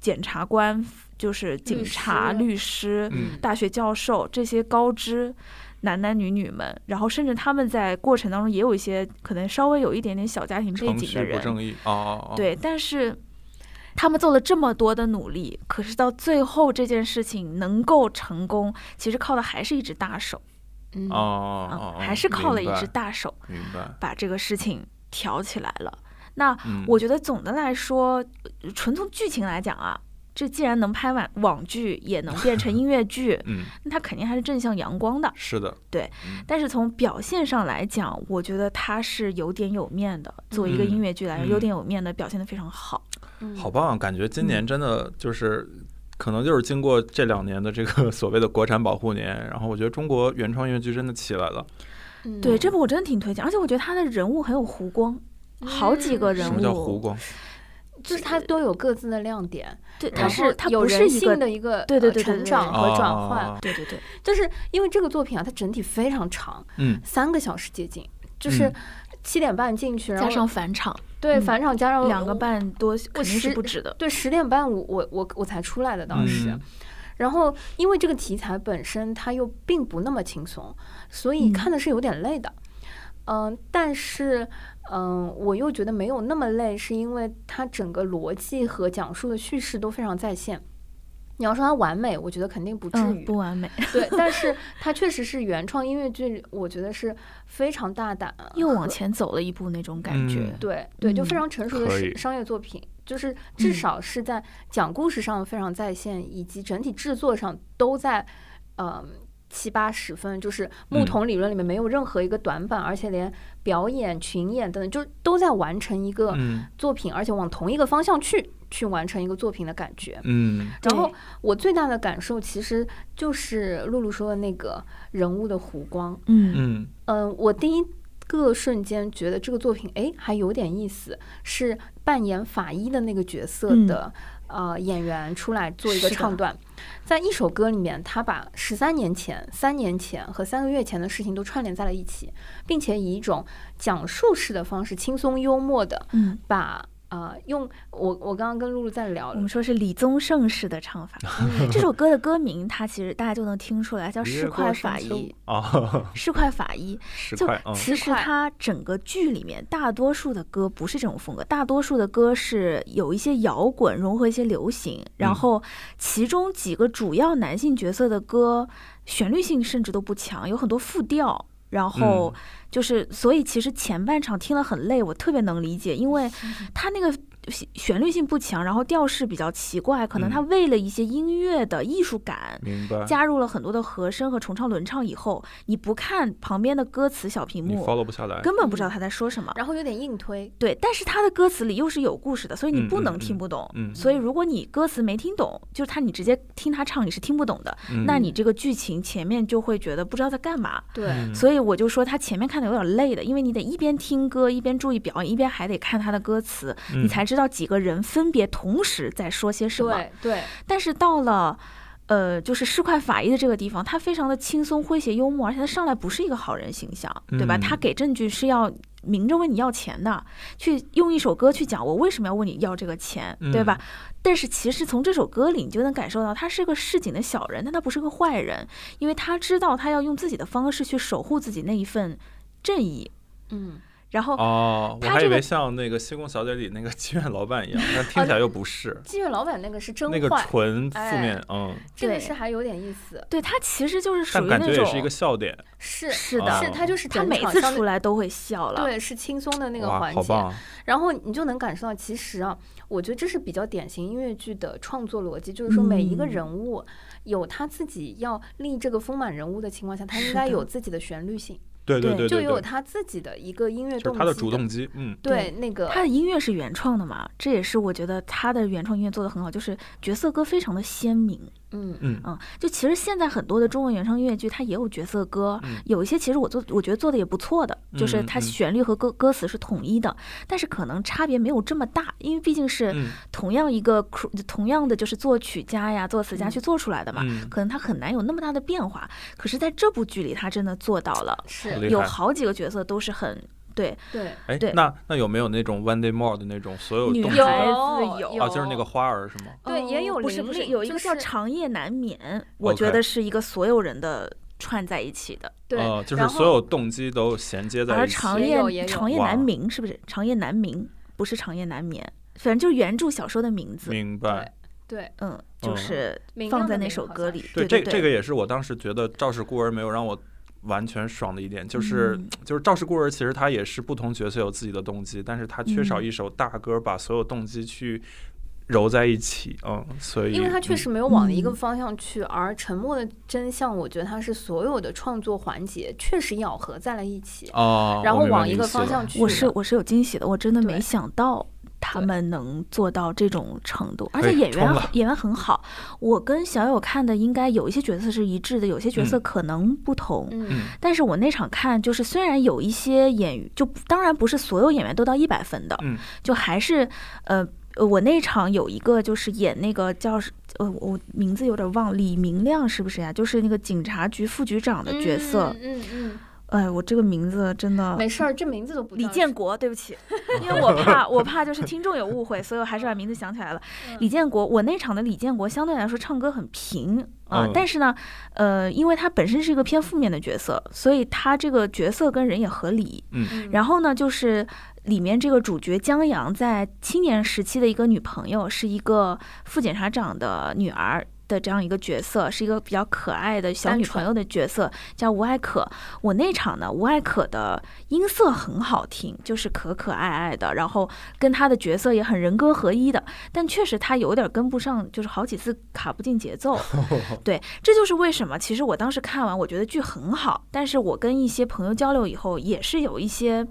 S1: 检察官，就是警察、
S2: 师
S1: 律师、
S3: 嗯
S1: 大学教授这些高知男男女女们，然后甚至他们在过程当中也有一些可能稍微有一点点小家庭背
S3: 程
S1: 景的
S3: 序不
S1: 人，
S3: 正义，哦哦哦，
S1: 对，但是他们做了这么多的努力，可是到最后这件事情能够成功，其实靠的还是一只大手
S2: 嗯
S3: 哦，哦
S1: 啊、
S3: 哦，哦
S1: 还是靠了一
S3: 明白
S1: 只大手
S3: 明白，
S1: 把这个事情挑起来了。那
S3: 嗯，，
S1: 我觉得总的来说，呃纯从剧情来讲啊。这既然能拍网网剧，也能变成音乐剧
S3: 嗯，
S1: 那它肯定还是正向阳光的。
S3: 是的，
S1: 但是从表现上来讲，我觉得它是有点有面的。作为一个
S3: 嗯
S1: 音乐剧来说，
S3: 嗯
S1: 有点有面的表现的非常好。
S2: 嗯
S3: 好棒，啊感觉
S1: 嗯
S3: 今年真的就是。可能就是经过这两年的这个 所谓的国产保护年，然后我觉得中国原创音乐剧真的起来了。
S2: 嗯
S1: 对，这部我真的挺推荐，而且我觉得他的人物很有弧光，好几个
S2: 嗯
S1: 人
S3: 什
S1: 物。
S3: 么叫湖光？
S2: 就是它都有各自的亮点，
S3: 嗯
S1: 对，它
S2: 然后
S1: 是它
S2: 有
S1: 不是
S2: 人
S1: 一
S2: 性
S1: 个，
S2: 的一个
S1: 对对对对
S2: 呃
S1: 对
S2: 成长和转换
S3: 啊，
S1: 对对对，
S2: 就是因为这个作品啊，它整体非常长，
S3: 嗯，
S2: 三个小时接近，就是
S3: 嗯
S2: 七点半进去，然
S4: 加
S2: 后
S4: 上返场，
S2: 对
S1: 嗯
S2: 返场加上
S1: 两个
S2: 我
S1: 半多肯定是
S2: 十
S1: 不止的，
S2: 对，十点半我我我我才出来的当时。
S3: 嗯
S2: 然后，因为这个题材本身它又并不那么轻松，所以
S1: 嗯
S2: 看的是有点累的。嗯、但是，嗯、我又觉得没有那么累，是因为它整个逻辑和讲述的叙事都非常在线。你要说它完美，我觉得肯定不至
S1: 嗯，
S2: 于，
S1: 不完美，
S2: 对，但是它确实是原创音乐剧，我觉得是非常大胆，
S1: 又 往
S2: 和
S1: 前走了一步那种感觉
S3: 嗯，
S2: 对对，就非
S1: 嗯
S2: 常成熟的
S3: 可
S2: 商
S3: 以
S2: 商业作品，就是至
S1: 嗯
S2: 少是在讲故事上非常在线，以及整体制作上都在，呃。七八十分，就是木
S3: 嗯
S2: 桶理论里面没有任何一个短板，而且连表演、群演等等，就是都在完成一个
S3: 嗯
S2: 作品，而且往同一个方向去去完成一个作品的感觉。
S3: 嗯
S2: 然后
S1: 对
S2: 我最大的感受其实就是露露说的那个人物的弧光，
S1: 嗯
S3: 嗯
S2: 嗯，我第一个瞬间觉得这个作品哎还有点意思，是扮演法医的那个角色
S1: 嗯
S2: 的、呃演员出来做一个
S1: 是的
S2: 唱段，在一首歌里面，他把十三年前、三年前和三个月前的事情都串联在了一起，并且以一种讲述式的方式，轻松幽默的
S1: 嗯，
S2: 把。呃，用我我刚刚跟露露在聊
S1: 我，们说是李宗盛式的唱 法。这首歌的歌名，它其实大家就能听出来，叫《
S3: 别
S1: 是
S3: 过
S1: 块
S3: 山
S1: 法
S3: 丘
S1: 医》。
S3: 啊，
S1: 是块法医，
S3: 十
S1: 就
S3: 块，嗯
S1: 其
S2: 是
S1: 实
S2: 块
S1: 它整个剧里面大多数的歌不是这种风格，大多数的歌是有一些摇滚融合一些流行，
S3: 嗯
S1: 然后其中几个主要男性角色的歌旋律性甚至都不强，有很多副调。然后
S3: 嗯
S1: 就是，所以其实前半场听了很累，我特别能理解，因为它那个旋旋律性不强，然后调式比较奇怪，可能
S3: 嗯
S1: 它为了一些音乐的艺术感，
S3: 明白。
S1: 加入了很多的和声和重唱轮唱以后，你不看旁边的歌词小屏
S3: 你
S1: 幕，
S3: follow 嗯不下来，
S1: 根本不知道他在说什么。
S2: 然后有点硬推，
S1: 对，但是他的歌词里又是有故事的，所以你
S3: 嗯
S1: 不
S3: 嗯
S1: 能
S3: 嗯
S1: 听不懂。
S3: 嗯
S1: 所以如果你歌词没听懂，就是他你直接听他唱你是听不懂的，
S3: 嗯
S1: 那你这个剧情前面就会觉得不知道在干嘛。
S2: 对，
S3: 嗯
S1: 所以我就说他前面看的有点累的，因为你得一边听歌一边注意表演，一边还得看他的歌词，
S3: 嗯
S1: 你才知道几个人分别同时在说些什么。
S2: 对对，
S1: 但是到了。呃，就是市侩法医的这个地方，他非常的轻松诙谐幽默，而且他上来不是一个好人形象，对吧？
S3: 嗯
S1: 他给证据是要明着问你要钱的，去用一首歌去讲我为什么要问你要这个钱，
S3: 嗯
S1: 对吧？但是其实从这首歌里，你就能感受到他是个市井的小人，但他不是个坏人，因为他知道他要用自己的方式去守护自己那一份正义，
S2: 嗯。
S1: 然后
S3: 哦，我
S1: 他
S3: 还
S1: 这
S3: 以
S1: 个
S3: 为像那个《西宫小姐》里那个妓院老板一样，但听起来又不是，
S2: 妓院老板那个是真
S3: 那个
S2: 坏，
S3: 纯负
S2: 哎
S3: 面，嗯，
S2: 这个
S1: 对
S2: 是还有点意思，
S1: 对他其实就是属
S3: 但
S1: 于
S3: 感觉
S1: 那
S3: 也是一
S1: 种
S3: 个，笑点，
S2: 是
S1: 是
S3: 啊
S1: 的，
S2: 是，他就是
S1: 他
S2: 整
S1: 每
S2: 场
S1: 次
S2: 上
S1: 出来都会笑了，
S2: 对是轻松的那个
S3: 哇，
S2: 环
S3: 好
S2: 节，
S3: 棒，
S2: 然后你就能感受到，其实啊，我觉得这是比较典型音乐剧的创作逻辑，就是说每一个
S1: 嗯
S2: 人物有他自己要立这个丰满人物的情况下，他应
S1: 是
S2: 该
S1: 的
S2: 有自己的旋律性，
S3: 对对
S1: 对
S3: 对
S2: 就
S3: 对
S2: 有
S3: 对，
S2: 他自己的一个音乐
S3: 就
S2: 动机，
S3: 是他的主动机，嗯，
S2: 对那个
S1: 他的音乐是原创的嘛，这也是我觉得他的原创音乐做的很好，就是角色歌非常的鲜明。
S2: 嗯
S3: 嗯
S1: 嗯，就其实现在很多的中文原创音乐剧，它也有角色歌，
S3: 嗯
S1: 有一些其实我做我觉得做的也不错的，就是
S3: 嗯
S1: 它
S3: 嗯
S1: 旋律和歌歌词是统一的，但是可能差别没有这么大，因为毕竟是
S3: 嗯
S1: 同样一个 crew- 同样的就是作曲家呀、作词家
S2: 嗯
S1: 去做出来的嘛，
S3: 嗯，
S1: 可能它很难有那么大的变化。可是在这部剧里，他真的做到了，
S3: 好
S2: 是，
S3: 厉
S1: 有
S3: 害
S1: 好几个角色都是很对
S2: 对，
S3: 哎
S1: 对，
S3: 那那有没有那种 one day more 的那种所有
S1: 女
S3: 动机
S1: 孩
S3: 的？
S1: 子
S2: 有哦
S3: 啊，就是那个花儿是吗？
S2: 对也
S1: 哦
S2: 有
S1: 不是
S2: 玲
S1: 不是
S2: 玲
S1: 有一
S2: 就
S1: 个叫
S2: 是
S1: 长夜难眠，我
S3: OK
S1: 觉得是一个所有人的串在一起的，
S2: 对
S3: 呃，就是
S2: 然后
S3: 所有动机都衔接在
S1: 而
S3: 一起。
S1: 长
S2: 也有也
S1: 夜
S2: 有
S1: 长夜
S3: 哇
S1: 难明是不是长夜难明？不是长夜难眠，反正就是原著小说的名字，
S3: 明白，
S2: 对
S1: 嗯，就
S3: 嗯
S1: 是
S2: 明亮
S1: 放在
S2: 的
S1: 那
S2: 明
S1: 首
S2: 好
S1: 歌
S2: 像
S1: 里
S2: 是。
S1: 对
S3: 这
S1: 对
S3: 这个也是我当时觉得《赵氏孤儿》没有让我完全爽的一点，就是、
S1: 嗯
S3: 就是《赵氏孤儿》其实它也是不同角色有自己的动机，但是它缺少
S1: 嗯
S3: 一首大歌把所有动机去揉在一起，嗯，所以
S2: 因为它确实没有往一个
S1: 嗯
S2: 方向去，而《沉默的真相》，我觉得它是所有的创作环节确实咬合在了一起，
S3: 哦，
S2: 然后
S3: 我明白
S2: 往
S3: 你
S2: 一
S3: 意
S2: 个
S3: 思
S2: 方
S3: 了
S2: 向去的。
S1: 我是我是有惊喜的，我真的
S2: 对
S1: 没想到他
S2: 对
S1: 们能做到这种程度，而
S3: 可
S1: 且
S3: 以
S1: 演
S3: 冲
S1: 员
S3: 哎了
S1: 演员很好。我跟小友看的应该有一些角色是一致的，有些角色
S3: 嗯
S1: 可能不同。
S2: 嗯，
S1: 但是我那场看，就是虽然有一些演，就不当然不是所有演员都到一百分的，
S3: 嗯
S1: 就还是呃呃，我那场有一个就是演那个叫是呃，我名字有点忘，李明亮是不是呀？就是那个警察局副局长的角色。
S2: 嗯嗯
S1: 哎，我这个名字真的
S2: 嗯，没事儿，这名字都不
S1: 李
S2: 知道
S1: 建
S2: 是
S1: 国，对不 起，因为我怕我怕就是听众有误会，所以我还是把名字想起来了。李建国，我那场的李建国相对来说唱歌很平啊、
S3: 嗯
S1: 但是呢，呃，因为他本身是一个偏负面的角色，所以他这个角色跟人也合理。
S2: 嗯
S1: 然后呢，就是里面这个主角江阳在青年时期的一个女朋友是一个副检察长的女儿。的这样一个角色是一个比较可爱的小
S2: 单
S1: 女
S2: 纯
S1: 朋友的角色，叫吴艾可。我那场呢，吴艾可的音色很好听，就是可可爱爱的，然后跟她的角色也很人歌合一的，但确实她有点跟不上，就是好几次卡不进节 奏。对，这就是为什么其实我当时看完，我觉得剧很好，但是我跟一些朋友交流以后，也是有一些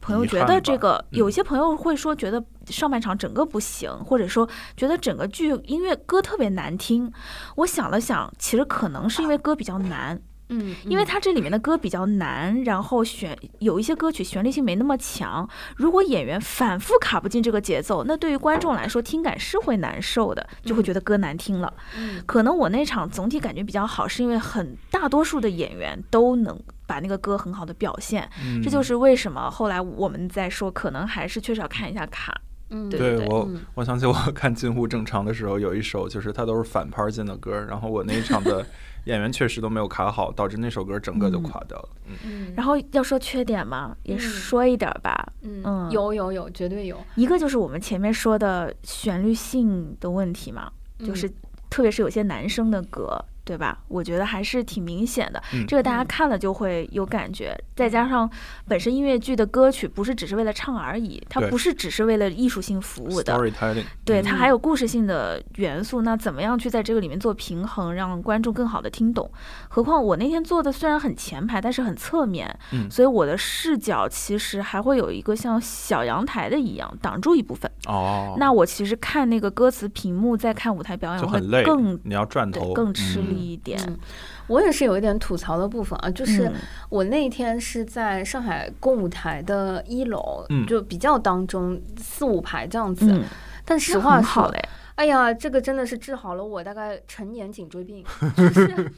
S1: 朋友
S3: 遗
S1: 觉
S3: 憾
S1: 得
S3: 吧
S1: 这个，
S3: 嗯
S1: 有一些朋友会说觉得上半场整个不行，或者说觉得整个剧音乐歌特别难听。我想了想，其实可能是因为歌比较难，
S2: 嗯，
S1: 因为它这里面的歌比较难，然后旋有一些歌曲旋律性没那么强。如果演员反复卡不进这个节奏，那对于观众来说听感是会难受的，就会觉得歌难听了。
S2: 嗯
S1: 可能我那场总体感觉比较好，是因为很大多数的演员都能把那个歌很好的表现，
S3: 嗯
S1: 这就是为什么后来我们在说，可能还是确实要看一下卡。
S2: 嗯
S1: 对
S3: 对
S1: 对
S3: 我
S2: 嗯，
S3: 我想起我 看《近乎正常》的时候，有一首就是它都是反拍进的歌，然后我那一场的演员确实都没有卡好，导致那首歌整个就垮掉了。嗯，
S2: 嗯
S1: 然后要说缺点嘛，也
S2: 嗯
S1: 说一点儿吧。
S2: 嗯
S1: 嗯
S2: 有有有，绝对有，
S1: 一个就是我们前面说的旋律性的问题嘛，
S2: 嗯
S3: 嗯
S1: 就是特别是有些男生的歌。对吧？我觉得还是挺明显的，
S3: 嗯
S1: 这个大家看了就会有感觉。再加上本身音乐剧的歌曲不是只是为了唱而已，它
S3: 对
S1: 不是只是为了艺术性服务的，
S3: storytelling，
S1: 对，
S3: 嗯
S1: 它还有故事性的元素，那怎么样去在这个里面做平衡，让观众更好的听懂？何况我那天坐的虽然很前排，但是很侧面，
S3: 嗯
S1: 所以我的视角其实还会有一个像小阳台的一样挡住一部分。
S3: 哦，
S1: 那我其实看那个歌词屏幕，再看舞台表嗯
S3: 就
S1: 演会
S3: 很累，
S1: 更
S3: 你要转头
S1: 对更吃
S3: 嗯
S1: 力一点。
S2: 嗯我也是有一点吐槽的部分啊，就是
S1: 嗯
S2: 我那天是在上海共舞台的一楼，
S3: 嗯
S2: 就比较当中四五排这样子。
S1: 嗯，
S2: 但实
S1: 实
S2: 话
S1: 话
S2: 说，
S1: 好嘞，
S2: 哎呀，这个真的是治好了我大概成年颈椎病。 就是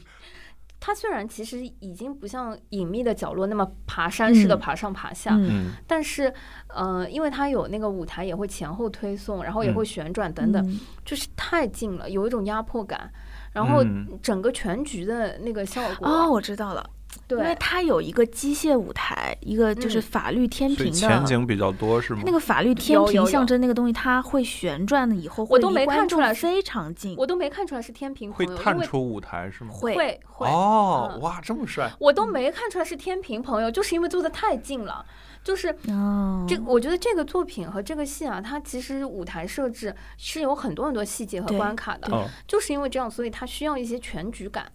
S2: 它虽然其实已经不像隐秘的角落那么爬山似的
S1: 嗯
S2: 爬上爬下，
S1: 嗯
S3: 嗯
S2: 但是呃，因为它有那个舞台也会前后推送，然后也
S3: 嗯
S2: 会旋转等等，
S1: 嗯
S2: 就是太近了，有一种压迫感。然后
S3: 嗯
S2: 整个全局的那个效果，
S1: 哦，我知道了，因为
S2: 对，
S1: 它有一个机械舞台，一个就是
S2: 嗯
S1: 法律天
S3: 所
S1: 平
S3: 以
S1: 的。
S3: 前景比较多是吗？
S1: 那个法律天
S2: 有有
S1: 平
S2: 有
S1: 象征那个东西，它会旋转了以后，
S2: 我都没
S1: 会离观
S2: 看出来
S1: 众
S2: 是
S1: 非常近。
S2: 我都没看出来是天平朋
S3: 会
S2: 友，因
S3: 探
S2: 为
S3: 出舞台是吗？
S1: 会
S2: 会会，
S3: 哦
S2: 嗯，
S3: 哇，这么帅！
S2: 我都没看出来是天平朋友，就是因为坐的太近了。就是
S1: 哦，
S3: 嗯
S2: 这，我觉得这个作品和这个戏啊，它其实舞台设置是有很多很多细节和
S1: 对
S2: 关卡的，
S3: 嗯，
S2: 就是因为这样，所以它需要一些全局感。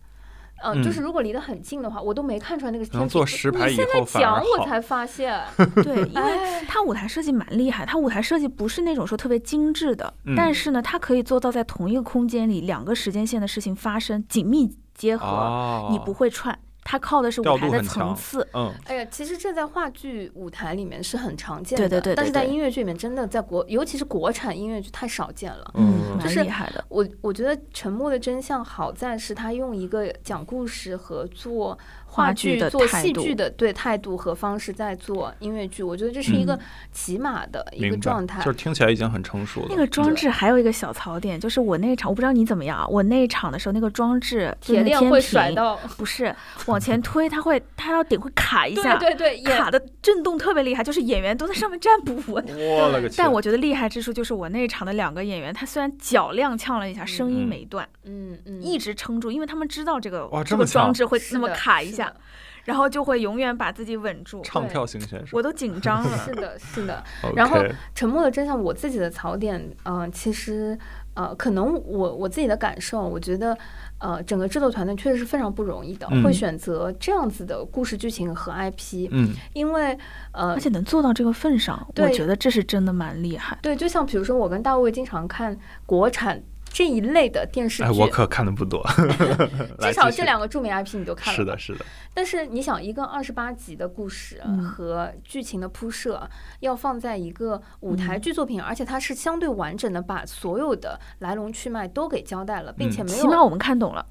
S2: 呃，
S3: 嗯
S2: 就是如果离得很近的话，我都没看出来那个是
S3: 可
S2: 天
S3: 能
S2: 平。
S3: 坐十排
S2: 你
S3: 以
S2: 现在
S3: 后反而
S2: 讲我
S3: 好
S2: 才 发现，
S1: 对，因为
S2: 哎，
S1: 它舞台设计蛮厉害，它舞台设计不是那种说特别精致的，
S3: 嗯
S1: 但是呢，它可以做到在同一个空间里两个时间线的事情发生紧密结合，
S3: 哦，
S1: 你不会串。它靠的是舞
S3: 调
S1: 台
S3: 度
S1: 的
S3: 很
S1: 层
S3: 强
S1: 次，
S3: 嗯
S2: 哎呀，其实这在话剧舞台里面是很常见的，
S1: 对对对对
S2: 但是在
S1: 对
S2: 音乐剧里面，真的在国，尤其是国产音乐剧太少见了。
S1: 嗯，
S3: 嗯
S2: 就
S1: 蛮
S2: 是
S1: 厉害的。
S2: 我我觉得《沉默的真相》好在是他用一个讲故事和做话
S1: 话剧
S2: 剧、
S1: 的
S2: 做
S1: 态
S2: 戏
S1: 度
S2: 剧的对态度和方式在做音乐剧，我觉得这是一个起码的一个
S3: 嗯明白
S2: 状，态。
S3: 就是听起来已经很成熟了。
S1: 那个装置还有一个小槽点，就是我那一场，我不知道你怎么样啊，我那一场的时候，那个装置就
S2: 铁
S1: 那
S2: 链
S1: 天
S2: 会
S1: 平
S2: 甩到，
S1: 不是往前推，它会，它要顶会卡一下，
S2: 对对对，也
S1: 卡的震动特别厉害，就是演员都在上面站不稳。
S3: 我了个去！
S1: 但我觉得厉害之处就是我那一场的两个演员，他虽然脚踉跄了一下，声音
S3: 嗯
S1: 没断，
S2: 嗯嗯，
S1: 一直撑住，因为他们知道这个
S3: 哇
S1: 这
S3: 这
S1: 个
S3: 么
S1: 装
S3: 强
S1: 置会
S2: 是
S1: 那么
S2: 的
S1: 卡一
S2: 是
S1: 下
S2: 的，
S1: 然后就会永远把自己稳住。
S3: 唱跳型选手
S1: 我，都紧张了
S2: 是，的，是的。
S3: OK
S2: 然后沉默的真相，我自己的槽点，呃，其实，呃，可能我我自己的感受，我觉得，呃，整个制作团队确实是非常不容易的，
S3: 嗯
S2: 会选择这样子的故事剧情和 IP，、
S3: 嗯，
S2: 因为，呃
S1: 而，且能做到这个份上，我
S2: 对
S1: 觉得这是真的蛮厉害。
S2: 对，就像比如说我跟大卫经常看国产这一类的电视
S3: 哎，
S2: 剧，
S3: 我可看的不多，
S2: 至
S3: 来
S2: 少
S3: 继
S2: 这
S3: 续
S2: 两个著名 IP 你都看了。
S3: 是的，。是的，
S2: 但是你想，一个二十八集的故事
S1: 嗯
S2: 和剧情的铺设，要放在一个舞台
S1: 嗯
S2: 剧作品，而且它是相对完整的，把所有的来龙去脉都给交代了，并
S3: 嗯
S2: 且没
S1: 起
S2: 有、
S1: 码我们看懂了，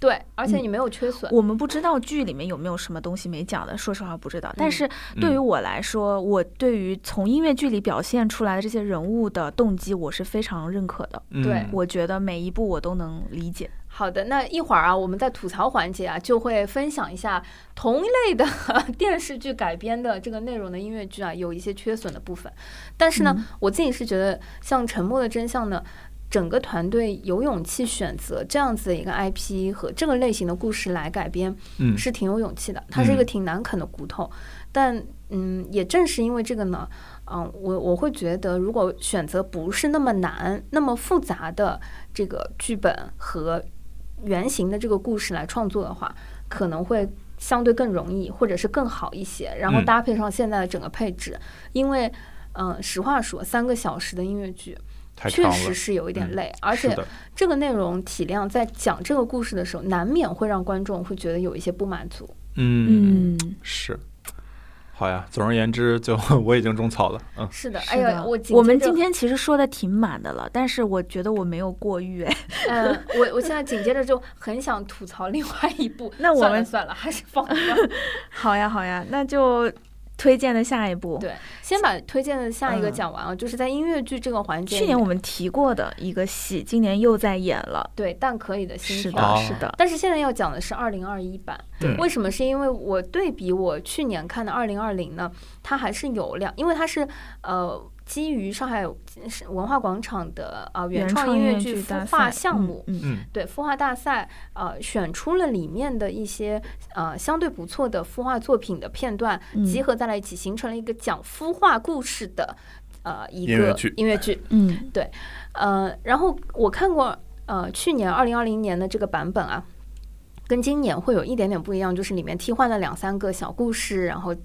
S2: 对，而且
S1: 嗯
S2: 你没有缺损。
S1: 我们不知道剧里面有没有什么东西没讲的，说实话不知道。但
S2: 嗯
S1: 是对于我来说，我对于从音乐剧里表现出来的这些人物的动机，我是非常认可的。
S3: 嗯
S2: 对
S1: 我觉得每一步我都能理解。
S2: 好的，那一会儿啊，我们在吐槽环节啊，就会分享一下同一类的 电视剧改编的这个内容的音乐剧啊，有一些缺损的部分。但是呢，
S1: 嗯
S2: 我自己是觉得像《沉默的真相》呢。整个团队有勇气选择这样子的一个 IP 和这个类型的故事来改编，
S3: 嗯
S2: 是挺有勇气的。它是一个
S3: 嗯
S2: 挺难啃的骨头，但嗯，也正是因为这个呢，嗯、我我会觉得，如果选择不是那么难、那么复杂的这个剧本和原型的这个故事来创作的话，可能会相对更容易，或者是更好一些。然后
S3: 嗯
S2: 搭配上现在的整个配置，因为嗯、呃实话说，三个小时的音乐剧
S3: 太长
S2: 确
S3: 了，
S2: 实是有一点
S3: 嗯
S2: 累，而
S3: 是
S2: 且
S3: 的，
S2: 这个内容体量在讲这个故事的时候，难免会让观众会觉得有一些不满足。
S3: 嗯，是。好呀，总而言之，就 我已经种草了，嗯，
S2: 是的，哎
S1: 是的
S2: 呀，我紧
S1: 我们
S2: 接着
S1: 今天其实说的挺满的了，但是我觉得我没有过誉。 哎，
S2: 嗯，我我现在紧接着就很想吐槽另外一 部，
S1: 那我
S2: 算了
S1: 们
S2: 算了，还是放 了。
S1: 好呀，好呀，那就推荐的下一步。
S2: 对，先把推荐的下一个
S1: 嗯
S2: 讲完啊，就是在音乐剧这个环节里
S1: 去
S2: 面，
S1: 年我们提过的一个戏，今年又在演了。
S2: 对但可以的
S1: 是
S2: 心
S1: 的，
S2: 跳。
S3: 哦
S1: 是的，
S2: 但是现在要讲的是二零二一版，
S3: 对
S2: 为什么？是因为我对比我去年看的二零二零呢，它还是有两，因为它是呃基于上海文化广场的啊、呃原创音乐剧孵
S1: 大赛
S2: 化项目，
S1: 嗯，嗯
S3: 嗯
S2: 对孵化大赛，呃，选出了里面的一些呃相对不错的孵化作品的片段，
S1: 嗯
S2: 集合在了一起，形成了一个讲孵化故事的呃一个
S3: 音乐剧
S2: 音乐剧。
S1: 嗯
S2: 呃，然后我看过呃去年二零二零年的这个版本啊，跟今年会有一点点不一样，就是里面替换了两三个小故事，然后。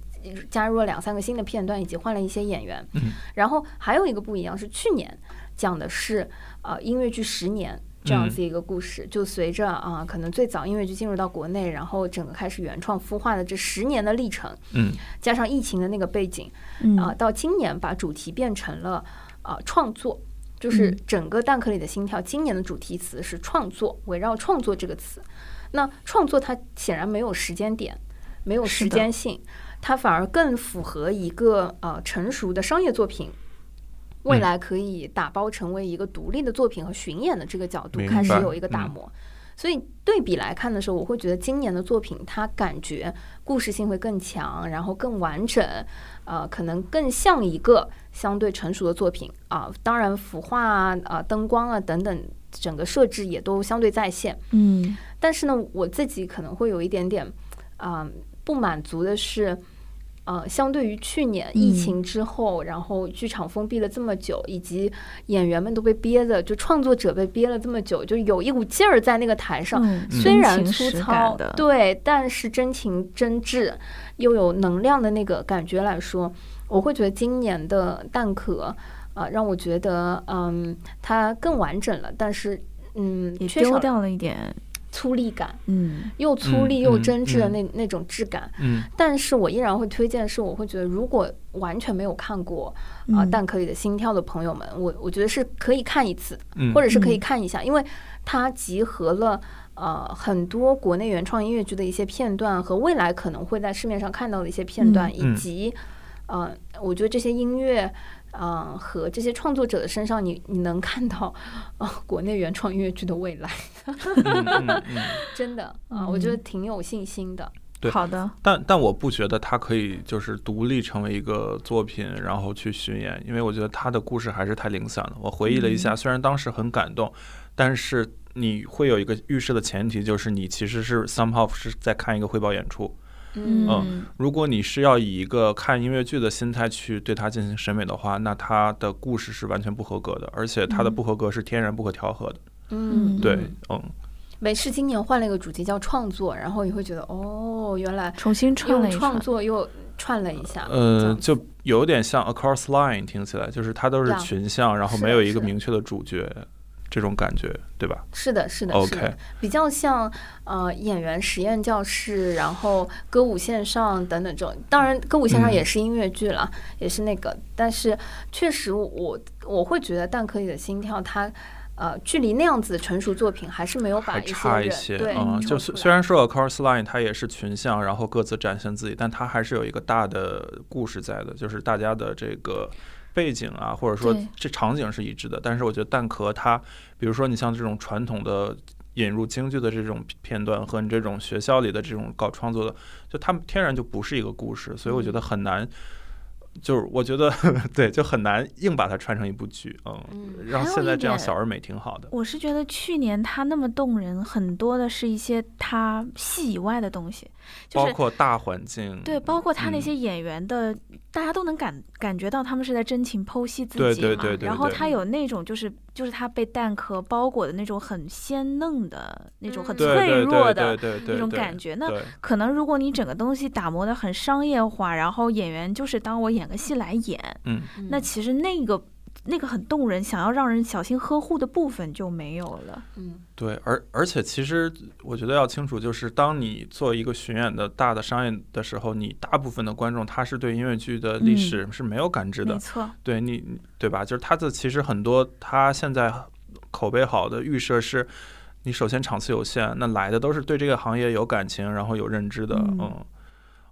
S2: 加入了两三个新的片段，以及换了一些演员。
S3: 嗯
S2: 然后还有一个不一样是去年讲的是呃音乐剧十年这样
S3: 嗯
S2: 子一个故事，就随着啊、可能最早音乐剧进入到国内，然后整个开始原创孵化的这十年的历程，
S3: 嗯
S2: 加上疫情的那个背景，啊、
S1: 嗯
S2: 到今年把主题变成了啊、创作，就是
S1: 嗯
S2: 整个蛋壳里的心跳，今年的主题词是创作，围绕创作这个词。那创作它显然没有时间点，没有
S1: 是的
S2: 时间性，它反而更符合一个呃成熟的商业作品。未
S3: 嗯
S2: 来可以打包成为一个独立的作品和巡演的这个角度
S3: 明
S2: 开始
S3: 白
S2: 有一个打
S3: 嗯
S2: 磨，所以对比来看的时候，我会觉得今年的作品它感觉故事性会更强，然后更完整，呃，可能更像一个相对成熟的作品啊、当然，服化啊、啊灯光啊等等，整个设置也都相对在线。
S1: 嗯
S2: 但是呢，我自己可能会有一点点啊、不满足的是。呃，相对于去年疫
S1: 嗯
S2: 情之后，然后剧场封闭了这么久，以及演员们都被憋的，就创作者被憋了这么久，就有一股劲儿在那个台上，
S1: 嗯，
S2: 虽然
S1: 真情
S2: 粗
S1: 实
S2: 糙
S1: 感的，，
S2: 对，但是真情真挚又有能量的那个感觉来说，我会觉得今年的蛋壳啊、呃让我觉得嗯，它更完整了，但是嗯，
S1: 也
S2: 缺少
S1: 丢
S2: 了
S1: 掉了一点，
S2: 粗粝感，
S1: 嗯
S2: 又粗粝又
S3: 嗯
S2: 真挚的
S3: 嗯
S2: 那、那种质感。
S3: 嗯
S2: 但是我依然会推荐，是我会觉得如果完全没有看过啊、呃
S1: 嗯
S2: 蛋壳里的心跳的朋友们，我我觉得是可以看一次的
S3: 嗯，
S2: 或者是可以
S1: 嗯
S2: 看一下，因为它集合了呃很多国内原创音乐剧的一些片段和未来可能会在市面上看到的一些片段，
S1: 嗯
S2: 以及呃，我觉得这些音乐。嗯、和这些创作者的身上你，你能看到啊、国内原创音乐剧的未来，
S3: 嗯嗯嗯
S2: 真的啊、我觉得挺有信心的。
S3: 对
S1: 好的，
S3: 但但我不觉得它可以就是独立成为一个作品，然后去巡演，因为我觉得它的故事还是太零散了。我回忆了一下，虽然当时很感动，但是你会有一个预设的前提，就是你其实是 somehow 是在看一个汇报演出。
S1: 嗯
S3: 如果你是要以一个看音乐剧的心态去对它进行审美的话，那它的故事是完全不合格的，而且它的
S1: 嗯
S3: 不合格是天然不可调和的。
S2: 嗯，
S3: 对
S2: 嗯，
S3: 嗯，
S2: 美式今年换了一个主题叫创作，然后你会觉得哦，原来
S1: 重新串了
S2: 用
S1: 一
S2: 创
S1: 串，
S2: 作又串了一下。这
S3: 呃，
S2: 样
S3: 就有点像 Across Line，听起来就是它都
S2: 对
S3: 是
S2: 啊
S3: 群像，然后
S2: 是
S3: 没
S2: 的
S3: 有一
S2: 是
S3: 个
S2: 的
S3: 明确的主角。这种感觉，对吧？
S2: 是的，是的是的
S3: OK
S2: 比较像呃演员实验教室，然后歌舞线上等等这种。当然，歌舞线上
S3: 嗯
S2: 也是音乐剧了，也是那个，但是确实我我会觉得《蛋壳里的心跳》它。呃，距离那样子的成熟作品还是没有把
S3: 还
S2: 一些
S3: 差一
S2: 人
S3: 些，
S2: 对
S3: 嗯，
S2: 抽出
S3: 就虽
S2: 来
S3: 虽然说 a c o r s Line 它也是群像，然后各自展现自己，但它还是有一个大的故事在的，就是大家的这个背景啊，或者说
S1: 对
S3: 这场景是一致的。但是我觉得蛋壳它，比如说你像这种传统的引入京剧的这种片段和你这种学校里的这种搞创作的，就他们天然就不是一个故事，所以我觉
S1: 嗯
S3: 得很难。就是我觉得 对，就很难硬把它串成一部剧，嗯，
S2: 嗯
S3: 让
S1: 还有
S3: 现在
S1: 一
S3: 这样
S1: 点
S3: 小而美挺好的。
S1: 我是觉得去年他那么动人，很多的是一些他戏以外的东西，就
S3: 包
S1: 是
S3: 括大环境，
S1: 对，包括他那
S3: 嗯
S1: 些演员的，大家都能感感觉到他们是在真情剖析自己嘛。
S3: 对对对对
S1: 然后
S3: 对
S1: 他有那种就是就是他被蛋壳包裹的那种很鲜嫩的那种很
S2: 嗯
S3: 对
S1: 脆
S3: 对
S1: 弱
S3: 对
S1: 的
S3: 对对对
S1: 那种感觉。那
S3: 对
S1: 可能如果你整个东西打磨的很商业化，然后演员就是当我演个戏来演，
S3: 嗯，
S1: 那其实那个那个很动人，想要让人小心呵护的部分就没有了。
S2: 嗯
S3: 对，而而且其实我觉得要清楚，就是当你做一个巡演的大的商业的时候，你大部分的观众他是对音乐剧的历
S1: 嗯
S3: 史是没有感知的，
S1: 没错，
S3: 对你你对吧？就是他的其实很多他现在口碑好的预设是。你首先场次有限，那来的都是对这个行业有感情，然后有认知的，
S1: 嗯
S3: 嗯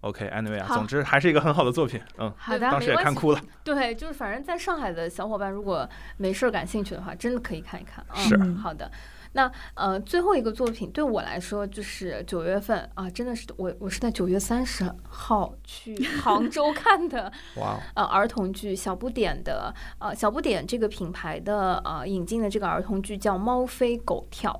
S3: o k a n y w a y 啊，
S2: 好
S3: 总之还是一个很好的作品，嗯，
S2: 好的
S3: 当时也看哭了，
S2: 对，就是反正在上海的小伙伴，如果没事儿感兴趣的话，真的可以看一看啊。
S3: 是
S1: 嗯
S2: 好的。那呃，最后一个作品对我来说就是九月份啊，真的是我我是在九月三十号去杭州看的
S3: 哇 哦，
S2: 呃儿童剧小不点的呃小不点这个品牌的呃引进的这个儿童剧叫《猫飞狗跳》。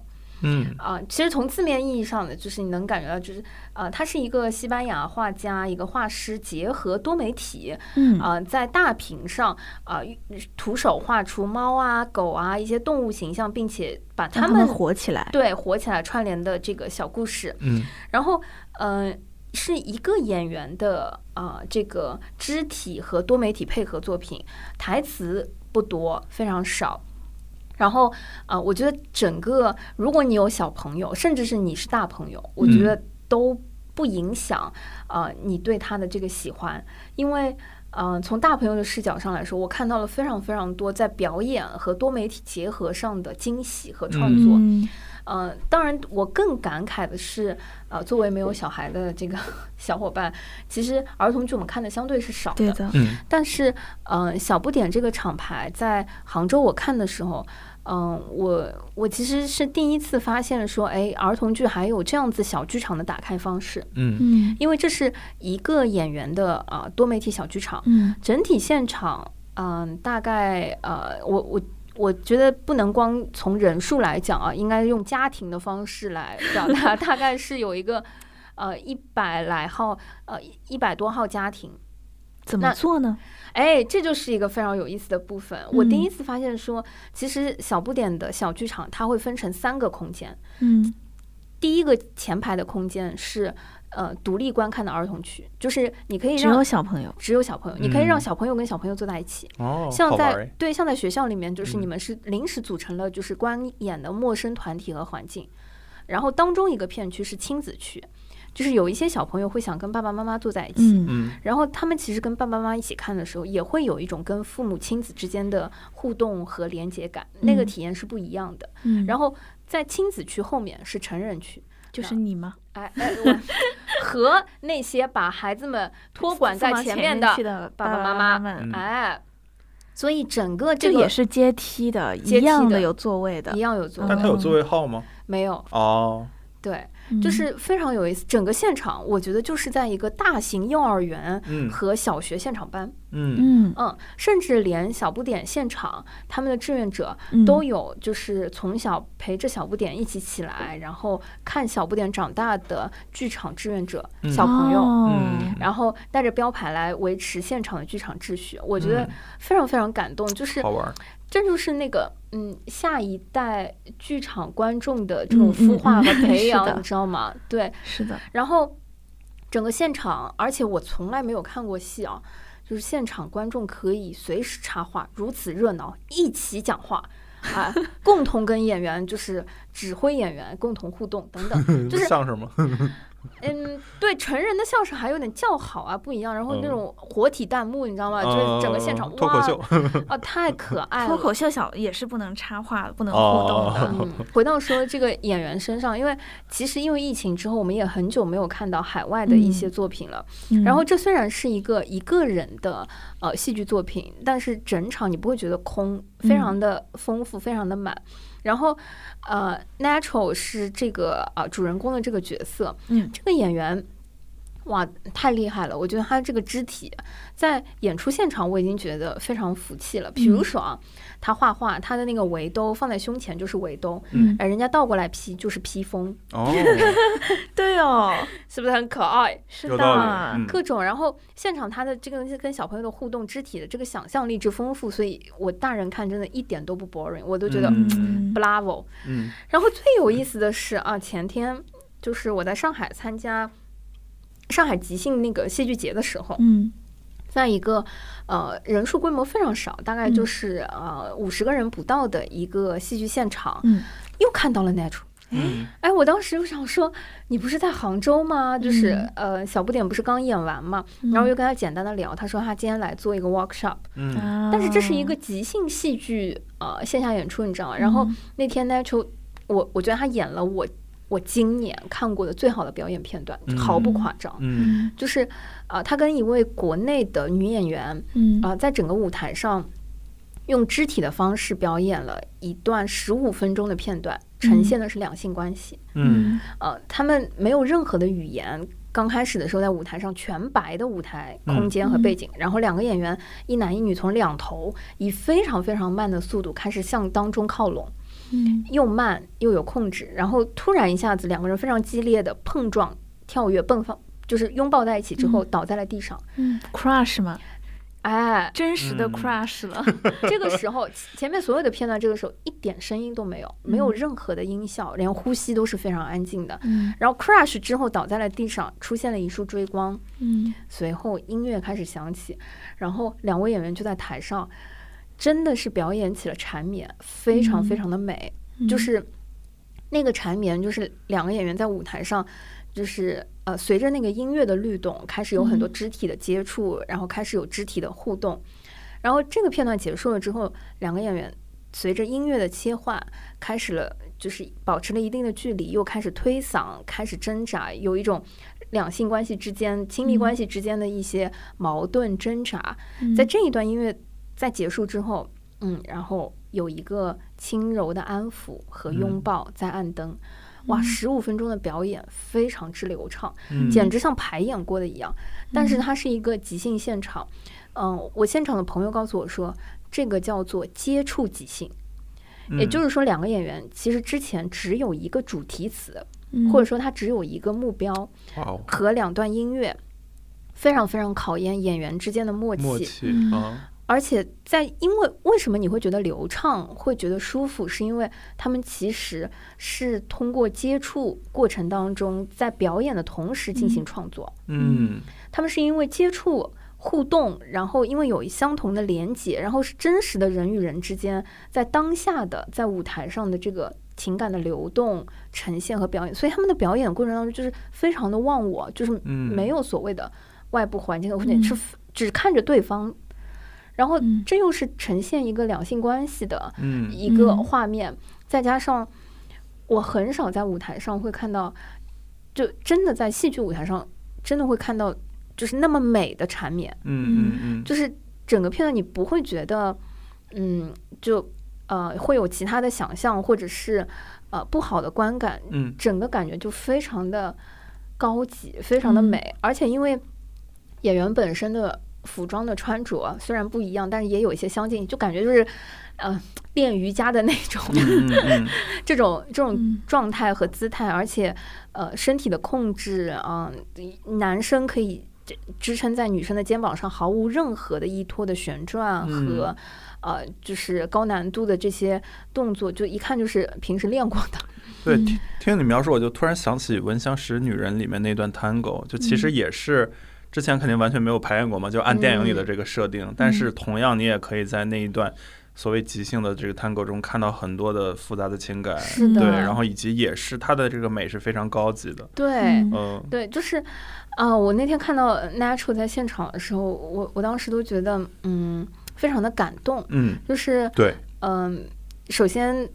S3: 嗯
S2: 啊，其实从字面意义上的，就是你能感觉到，就是呃，他是一个西班牙画家，一个画师，结合多媒体，
S1: 嗯
S2: 呃，在大屏上啊、呃徒手画出猫啊、狗啊一些动物形象，并且把
S1: 让
S2: 它
S1: 他
S2: 们
S1: 们火起来。
S2: 对火起来串联的这个小故事。
S3: 嗯，
S2: 然后，呃，是一个演员的啊、呃这个肢体和多媒体配合作品，台词不多，非常少。然后，啊，我觉得整个，如果你有小朋友，甚至是你是大朋友，我觉得都不影响啊你对他的这个喜欢，因为，嗯，从大朋友的视角上来说，我看到了非常非常多在表演和多媒体结合上的惊喜和创
S3: 嗯
S2: 作。
S1: 嗯，
S2: 呃，当然，我更感慨的是，呃，作为没有小孩的这个 小伙伴，其实儿童剧我们看的相对是少
S1: 对
S2: 的，
S1: 的，
S3: 嗯，
S2: 但是，呃，小不点这个厂牌在杭州我看的时候，嗯、我我其实是第一次发现说，哎，儿童剧还有这样子小剧场的打开方式，
S3: 嗯
S1: 嗯
S2: 因为这是一个演员的啊、呃多媒体小剧场，
S1: 嗯
S2: 整体现场，嗯、大概呃，我我我觉得不能光从人数来讲啊，应该用家庭的方式来表达， 大概是有一个呃一百来号呃一百多号家庭。
S1: 怎么
S2: 那
S1: 做呢？
S2: 哎，这就是一个非常有意思的部分。我第
S1: 嗯
S2: 一次发现说，其实小不点的小剧场它会分成三个空间，
S1: 嗯
S2: 第一个前排的空间是。呃，独立观看的儿童区，就是你可以
S1: 只
S2: 让
S1: 有小朋友。
S2: 只有小朋友，你可以让
S3: 嗯
S2: 小朋友跟小朋友坐在一起，
S3: 哦，
S2: 像
S3: 好玩
S2: 在
S3: 儿哎
S2: 对像在学校里面，就是你
S3: 嗯
S2: 们是临时组成了就是观演的陌生团体和环境，然后当中一个片区是亲子区，就是有一些小朋友会想跟爸爸妈妈坐在一起，
S1: 嗯
S3: 嗯
S2: 然后他们其实跟爸爸妈妈一起看的时候，也会有一种跟父母亲子之间的互动和连接感，那个
S1: 嗯
S2: 体验是不一样的。
S1: 嗯，
S2: 然
S1: 后
S2: 后在亲子区后面是成人区，
S1: 就是你吗？
S2: 哎哎，我和那些把孩子们托管在
S1: 送到前
S2: 面的
S1: 去，的
S2: 爸爸
S1: 爸妈
S2: 妈
S1: 妈
S3: 嗯
S2: 哎。所以整个
S1: 这
S2: 这
S1: 也
S2: 个
S1: 是阶梯的，一
S2: 阶梯
S1: 样
S2: 的
S1: 有座位的
S2: 一。样有座
S1: 嗯
S2: 位
S3: 但，它有座位号吗？
S2: 没有，
S3: 哦，
S2: 对，
S1: 嗯
S2: 就是非常有意思。整个现场，我觉得就是在一个大型幼儿园
S3: 嗯
S2: 和小学现场班，
S3: 嗯
S1: 嗯
S2: 嗯，甚至连小不点现场他们的志愿者
S1: 嗯
S2: 都有，就是从小陪着小不点一起起来，然后看小不点长大的剧场志愿者
S3: 嗯
S2: 小朋友。
S1: 哦
S3: 嗯，
S2: 然后带着标牌来维持现场的剧场秩序，我
S3: 我
S2: 觉得非常非常感动，就是
S3: 好玩儿，
S2: 这就是那个嗯，下一代剧场观众的这种
S1: 嗯
S2: 孵
S1: 嗯
S2: 化和
S1: 嗯
S2: 培
S1: 是
S2: 养，
S1: 的
S2: 你知道吗？对，
S1: 是的，
S2: 然后整个现场，而且我从来没有看过戏啊，就是现场观众可以随时插话，如此热闹，一起讲话，啊，共同跟演员就是指挥演员共同互动等 等， 就是
S3: 相声吗？
S2: 嗯，对成人的相声还有点叫好啊，不一样。然后那
S3: 嗯
S2: 种活体弹幕，你知道吗？呃就是整个现场
S3: 嗯
S2: 哇，
S3: 脱口秀，
S2: 啊，太 可爱
S1: 脱
S2: 了。
S1: 口秀小也是不能插话、不能互动的。
S2: 嗯，回到说这个演员身上，因为其实因为疫情之后，我们也很久没有看到海外的一些
S1: 嗯
S2: 作品了。
S1: 嗯
S2: 然后这虽然是一个一个人的呃戏剧作品，但是整场你不会觉得空，非
S1: 嗯
S2: 常的丰富，非常的满。然后呃，Natural 是这个啊、呃主人公的这个角色，
S1: 嗯
S2: 这个演员。哇，太厉害了！我觉得他这个肢体在演出现场，我已经觉得非常服气了。
S1: 嗯
S2: 比如说啊，他画画，他的那个围兜放在胸前就是围兜，
S1: 嗯，
S2: 哎，人家倒过来披就是披风，
S3: 哦，
S1: 对哦，
S2: 是不是很可爱？
S1: 是
S3: 有
S1: 的，
S3: 道理，嗯
S2: 各种，然后现场他的这个跟小朋友的互动、肢体的这个想象力之丰富，所以我大人看真的一点都不 boring，我都觉得
S3: 嗯
S2: bravo。
S3: 嗯
S2: 然后最有意思的是啊，前天就是我在上海参加上海即兴那个戏剧节的时候，
S1: 嗯
S2: 在一个呃人数规模非常少，大概
S1: 嗯
S2: 就是呃五十个人不到的一个戏剧现场，
S1: 嗯
S2: 又看到了 natural。
S3: 嗯
S2: 哎，我当时就想说，你不是在杭州吗？就是、
S1: 嗯
S2: 呃，小不点不是刚演完嘛，
S1: 嗯
S2: 然后又跟他简单的聊，他说他今天来做一个 workshop，、
S3: 嗯
S1: 啊，
S2: 但是这是一个即兴戏剧呃线下演出，你知道吗？然后
S1: 嗯
S2: 那天 Natural，我我觉得他演了我我今年看过的最好的表演片段，
S3: 嗯
S2: 毫不夸张。
S3: 嗯
S1: 嗯
S2: 就是呃，他跟一位国内的女演员
S1: 嗯
S2: 啊、呃在整个舞台上用肢体的方式表演了一段十五分钟的片段，
S1: 嗯
S2: 呈现的是两性关系。
S3: 嗯
S2: 呃，他们没有任何的语言。刚开始的时候，在舞台上全白的舞台
S3: 嗯
S2: 空间和背景，然后两个演员一男一女从两头以非常非常慢的速度开始向当中靠拢，
S1: 嗯
S2: 又慢又有控制，然后突然一下子两个人非常激烈的碰撞、跳跃、迸放， 就是拥抱在一起之后倒在了地上。
S1: 嗯，crush 嘛，
S2: 哎，
S1: 真实的
S3: 嗯
S1: crush 了，
S2: 这个时候前面所有的片段，这个时候一点声音都没有，没有任何的音效，连呼吸都是非常安静的。
S1: 嗯
S2: 然后 crash 之后倒在了地上，出现了一束追光。
S1: 嗯
S2: 随后音乐开始响起，然后两位演员就在台上，真的是表演起了缠绵，非常
S1: 嗯
S2: 非常的美，
S1: 嗯
S2: 就是那个缠绵，就是两个演员在舞台上，就是呃随着那个音乐的律动，开始有很多
S1: 嗯
S2: 肢体的接触，然后开始有肢体的互动，然后这个片段结束了之后，两个演员随着音乐的切换，开始了就是保持了一定的距离，又开始推搡，开始挣扎，有一种两性关系之间、亲密关系之间的一些矛盾挣扎。
S1: 嗯
S2: 在这一段音乐在结束之后，嗯，然后有一个轻柔的安抚和拥
S3: 嗯
S2: 抱在暗灯。哇，
S1: 嗯
S2: 十五分钟的表演非常之流畅，
S3: 嗯，
S2: 简直像排演过的一样。但是它是一个即兴现场，嗯、我现场的朋友告诉我说，这个叫做接触即兴，
S3: 嗯
S2: 也就是是说，两个演员其实之前只有一个主题词，
S1: 嗯
S2: 或者说他只有一个目标
S3: 哇哦，
S2: 和两段音乐。非常非常考验演员之间的默契，
S3: 默契
S1: 嗯
S3: 啊，
S2: 而且在因为为什么你会觉得流畅，会觉得舒服，是因为他们其实是通过接触过程当中，在表演的同时进行
S1: 嗯
S2: 创作。
S3: 嗯
S2: 他们是因为接触互动，然后因为有相同的连接，然后是真实的人与人之间在当下的在舞台上的这个情感的流动、呈现和表演，所以他们的表演过程当中就是非常的忘我，就是
S3: 嗯
S2: 没有所谓的外部环境的，或者
S1: 嗯
S2: 是只看着对方，然后
S1: 嗯
S2: 这又是呈现一个两性关系的
S3: 嗯
S2: 一个
S1: 嗯
S2: 画面，再加上我很少在舞台上会看到，就真的在戏剧舞台上真的会看到，就是那么美的缠绵，
S3: 嗯嗯嗯，
S2: 就是整个片段你不会觉得，嗯，就呃会有其他的想象或者是呃不好的观感，
S3: 嗯
S2: 整个感觉就非常的高级，非常的
S1: 嗯
S2: 美，而且因为演员本身的服装的穿着啊虽然不一样，但是也有一些相近，就感觉就是，呃，练瑜伽的那种
S3: 嗯嗯
S2: 这种这种
S1: 嗯
S2: 状态和姿态，而且呃身体的控制啊、男生可以支支撑在女生的肩膀上，毫无任何的依托的旋转
S3: 嗯
S2: 和、呃就是高难度的这些动作，就一看就是平时练过的。
S3: 对，
S1: 嗯
S3: 听听你描述，我就突然想起《闻香识女人》里面那段 tango，就其实
S1: 嗯
S3: 也是之前肯定完全没有排演过嘛，就按电影里的
S2: 嗯
S3: 这个设定，但是同样你也可以在那一段所谓即兴的这个探戈中看到很多的复杂的情感，
S2: 是的，
S3: 对，然后以及也是它的这个美是非常高级的，
S2: 对。
S1: 嗯
S3: 嗯
S2: 对，就是，啊、我那天看到 Natural 在现场的时候，我我当时都觉得，嗯，非常的感动。
S3: 嗯，
S2: 就是，
S3: 对，
S2: 嗯、首先，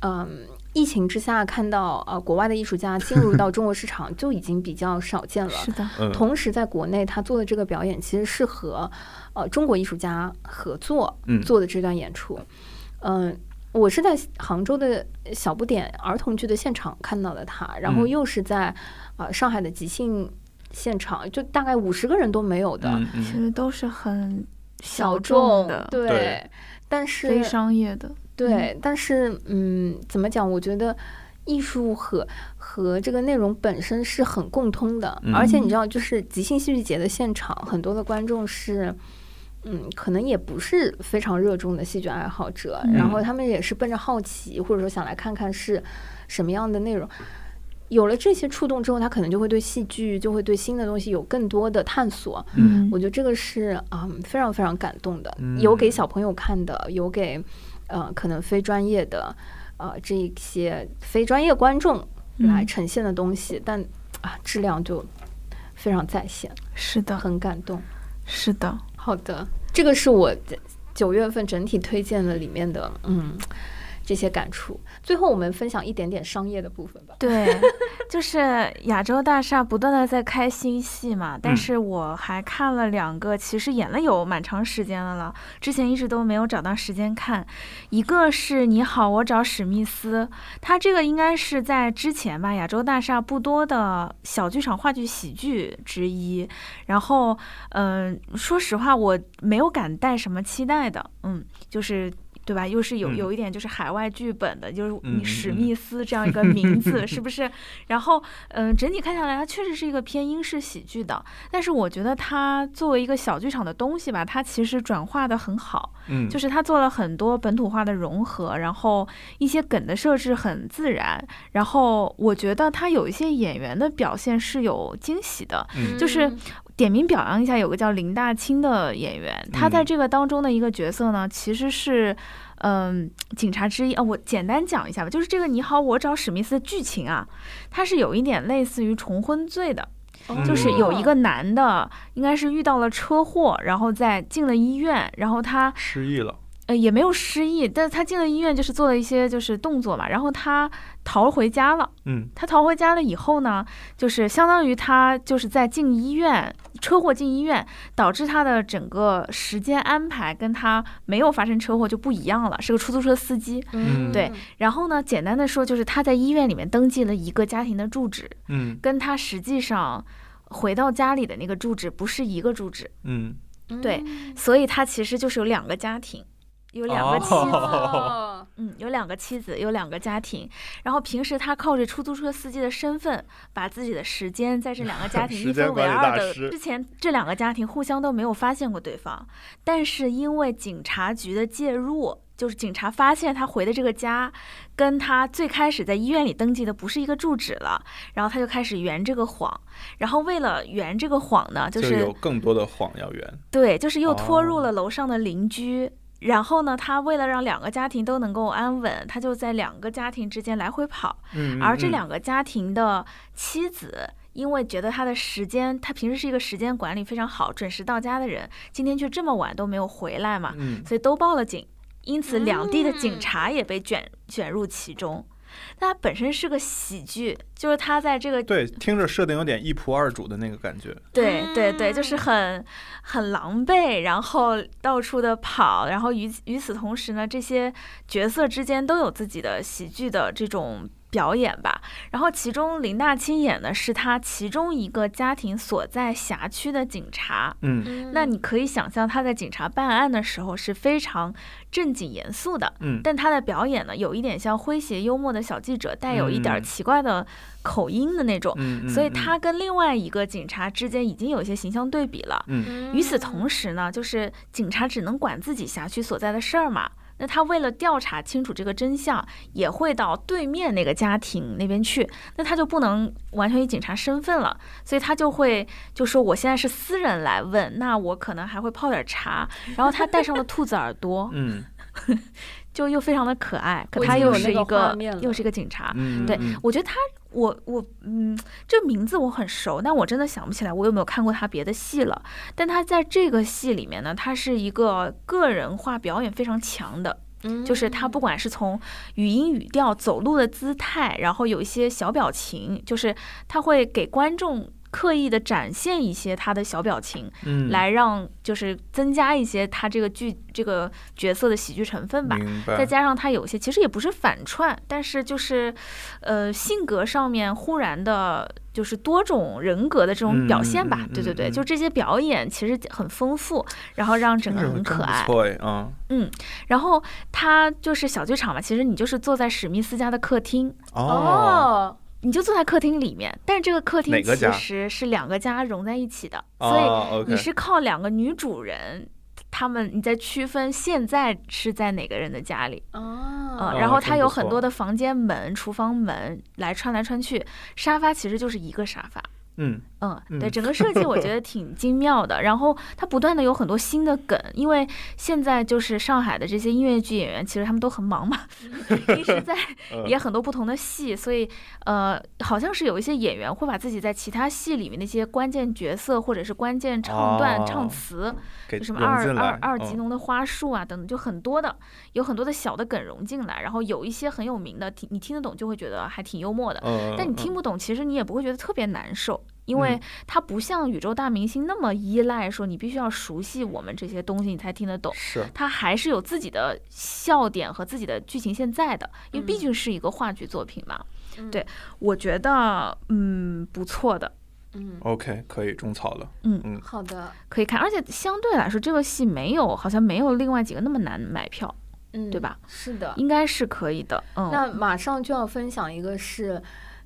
S2: 嗯、疫情之下看到啊、呃国外的艺术家进入 到中国市场就已经比较少见了。
S1: 是的，
S3: 嗯，
S2: 同时，在国内他做的这个表演其实是和呃中国艺术家合作
S3: 嗯
S2: 做的这段演出。嗯、我是在杭州的小不点儿童剧的现场看到的他，然后
S3: 嗯
S2: 又是在呃上海的即兴现场，就大概五十个人都没有的、
S3: 嗯
S1: 其
S3: 嗯，
S1: 实都是很
S2: 小
S1: 众
S2: 众
S1: 的，
S2: 对。
S3: 对
S2: 但是
S1: 非商业的，
S2: 对，但是嗯，怎么讲？我觉得艺术和和这个内容本身是很共通的，而且你知道，就是即兴戏剧节的现场，很多的观众是。嗯，可能也不是非常热衷的戏剧爱好者，然后
S3: 嗯
S2: 他们也是奔着好奇，或者说想来看看是什么样的内容。有了这些触动之后，他可能就会对戏剧，就会对新的东西有更多的探索。
S3: 嗯
S2: 我觉得这个是啊、嗯非常非常感动的，
S3: 嗯
S2: 有给小朋友看的，有给呃可能非专业的呃这一些非专业观众来
S1: 嗯
S2: 呈现的东西，但啊质量就非常在线，
S1: 是的，
S2: 很感动。
S1: 是的，
S2: 好的，这个是我九月份整体推荐的里面的嗯这些感触。最后我们分享一点点商业的部分吧。
S1: 对，就是亚洲大厦不断的在开新戏嘛，但
S3: 嗯
S1: 是我还看了两个，其实演了有蛮长时间了了，之前一直都没有找到时间看。一个是《你好，我找史密斯》，它这个应该是在之前吧，亚洲大厦不多的小剧场话剧喜剧之一。然后，嗯、说实话，我没有敢带什么期待的，嗯，就是。对吧？又是有
S3: 嗯
S1: 有一点就是海外剧本的，就是你
S3: 嗯
S1: 史
S3: 嗯
S1: 密斯这样一个名字， 是不是？然后，嗯、整体看下来，它确实是一个偏英式喜剧的，但是我觉得它作为一个小剧场的东西吧，它其实转化的很好。
S3: 嗯，
S1: 就是是他做了很多本土化的融合，然后一些梗的设置很自然，然后我觉得他有一些演员的表现是有惊喜的。
S3: 嗯
S1: 就是
S2: 嗯
S1: 点名表扬一下，有个叫林大清的演员，他在这个当中的一个角色呢，其实是。嗯，警察之一啊、我简单讲一下吧，就是这个《你好，我找史密斯》的剧情啊，它是有一点类似于重婚罪的，
S2: 嗯
S1: 就是有一个男的，应该是遇到了车祸，然后在进了医院，然后他
S3: 失忆了，
S1: 呃，也没有失忆，但是他进了医院，就是做了一些就是动作嘛，然后他逃回家了。
S3: 嗯
S1: 他逃回家了以后呢，就是相当于他就是在进医院，车祸进医院，导致他的整个时间安排跟他没有发生车祸就不一样了，是个出租车司机。
S3: 嗯
S1: 对，然后呢，简单的说就是他在医院里面登记了一个家庭的住址，
S3: 嗯
S1: 跟他实际上回到家里的那个住址不是一个住址，
S3: 嗯，
S1: 对所以他其实就是有两个家庭，有两个妻子。
S2: 哦
S1: 嗯，有两个妻子，有两个家庭，然后平时他靠着出租车司机的身份，把自己的时间在这两个家庭
S3: 时
S1: 一
S3: 间
S1: 分为
S3: 管理
S1: 二
S3: 大
S1: 的。
S3: 师
S1: 之前这两个家庭互相都没有发现过对方，但是因为警察局的介入，就是警察发现他回的这个家，跟他最开始在医院里登记的不是一个住址了，然后他就开始圆这个谎，然后为了圆这个谎呢，
S3: 就有更多的谎要圆，
S1: 对，就是又拖入
S3: 哦
S1: 了楼上的邻居。然后呢，他为了让两个家庭都能够安稳，他就在两个家庭之间来回跑。
S3: 嗯，
S1: 而这两个家庭的妻子，因为觉得他的时间，他平时是一个时间管理非常好、准时到家的人，今天却这么晚都没有回来嘛，
S3: 嗯，
S1: 所以都报了警。因此，两地的警
S2: 嗯
S1: 察也被卷卷入其中。但它本身是个喜剧，就是他在这个
S3: 对，听着设定有点一仆二主的那个感觉，
S1: 对对对，就是
S2: 嗯
S1: 很很狼狈，然后到处的跑，然后与与此同时呢，这些角色之间都有自己的喜剧的这种表演吧。然后其中林大清演的是他其中一个家庭所在辖区的警察，
S3: 嗯
S1: 那你可以想象他在警察办案的时候是非常正经严肃的，
S3: 嗯，
S1: 但他的表演呢有一点像诙谐幽默的小记者，带有一点儿
S3: 嗯
S1: 奇怪的口音的那种。
S3: 嗯，
S1: 所以
S3: 嗯
S1: 他跟另外一个警察之间已经有一些形象对比了。
S3: 嗯，
S1: 与此同时呢，就是警察只能管自己辖区所在的事儿嘛。那他为了调查清楚这个真相，也会到对面那个家庭那边去。那他就不能完全以警察身份了，所以他就会就说我现在是私人来问，那我可能还会泡点茶。然后他戴上了兔子耳朵
S3: 嗯，
S1: 就又非常的可爱，可
S2: 我已
S1: 他
S2: 经
S1: 又
S2: 有
S1: 是
S2: 那个
S1: 一
S2: 画
S1: 个
S2: 面了
S1: 又是一个警察。
S3: 嗯，
S1: 啊对
S3: 嗯
S1: 我觉得他，我我嗯，这名字我很熟，但我真的想不起来我有没有看过他别的戏了。但他在这个戏里面呢，他是一个个人化表演非常强的，
S2: 嗯
S1: 就是他不管是从语音语调、走路的姿态，然后有一些小表情，就是他会给观众刻意的展现一些他的小表情，
S3: 嗯，
S1: 来让就是增加一些他这个剧这个角色的喜剧成分吧。
S3: 明白，
S1: 再加上他有一些其实也不是反串，但是就是，呃，性格上面忽然的，就是多种人格的这种表现吧。
S3: 嗯嗯嗯
S1: 对对
S3: 嗯
S1: 对，
S3: 嗯
S1: 就这些表演其实很丰富，然后让
S3: 哎
S1: 整个很可爱。
S3: 对，嗯，
S1: 然后他就是小剧场嘛，其实你就是坐在史密斯家的客厅，
S3: 哦，
S2: 哦，
S1: 你就坐在客厅里面，但这个客厅
S3: 哪个
S1: 其
S3: 家
S1: 实是两个家融在一起的，所以
S3: 哦，OK，
S1: 你是靠两个女主人。他们你在区分现在是在哪个人的家里，
S2: 啊
S1: 呃，
S3: 哦
S1: 然后
S3: 真
S1: 它
S3: 不
S1: 有很
S3: 错
S1: 多的房间门、厨房门来穿来穿去，沙发其实就是一个沙发，
S3: 嗯，
S1: 嗯，对，
S3: 嗯
S1: 整个设计我觉 得挺精妙的。然后它不断的有很多新的梗，因为现在就是上海的这些音乐剧演员，其实他们都很忙嘛，一直在
S3: 嗯
S1: 演很多不同的戏，所以呃，好像是有一些演员会把自己在其他戏里面那些关键角色或者是关键唱段、唱
S3: 哦
S1: 词，
S3: 给
S1: 就什么
S3: 融
S1: 二
S3: 进
S1: 二
S3: 来
S1: 二
S3: 嗯
S1: 级农的花束啊等等，就很多的，有很多的小的梗融进来，然后有一些很有名的，听你听得懂就会觉得还挺幽默的，
S3: 嗯，
S1: 但你听
S3: 嗯，
S1: 不懂，其实你也不会觉得特别难受，因为
S3: 嗯
S1: 它不像宇宙大明星那么依赖说你必须要熟悉我们这些东西你才听得懂。
S3: 是，
S1: 它还是有自己的笑点和自己的剧情现在的，因为毕
S2: 嗯
S1: 竟是一个话剧作品嘛。
S2: 嗯
S1: 对，我觉得嗯不错的，
S2: 嗯，
S3: OK，可以种草了。
S1: 嗯
S3: 嗯，
S2: 好的，
S1: 可以看。而且相对来说，这个戏没有好像没有另外几个那么难买票，
S2: 嗯，
S1: 对吧？
S2: 是的，
S1: 应该是可以的。嗯，
S2: 那马上就要分享一个是。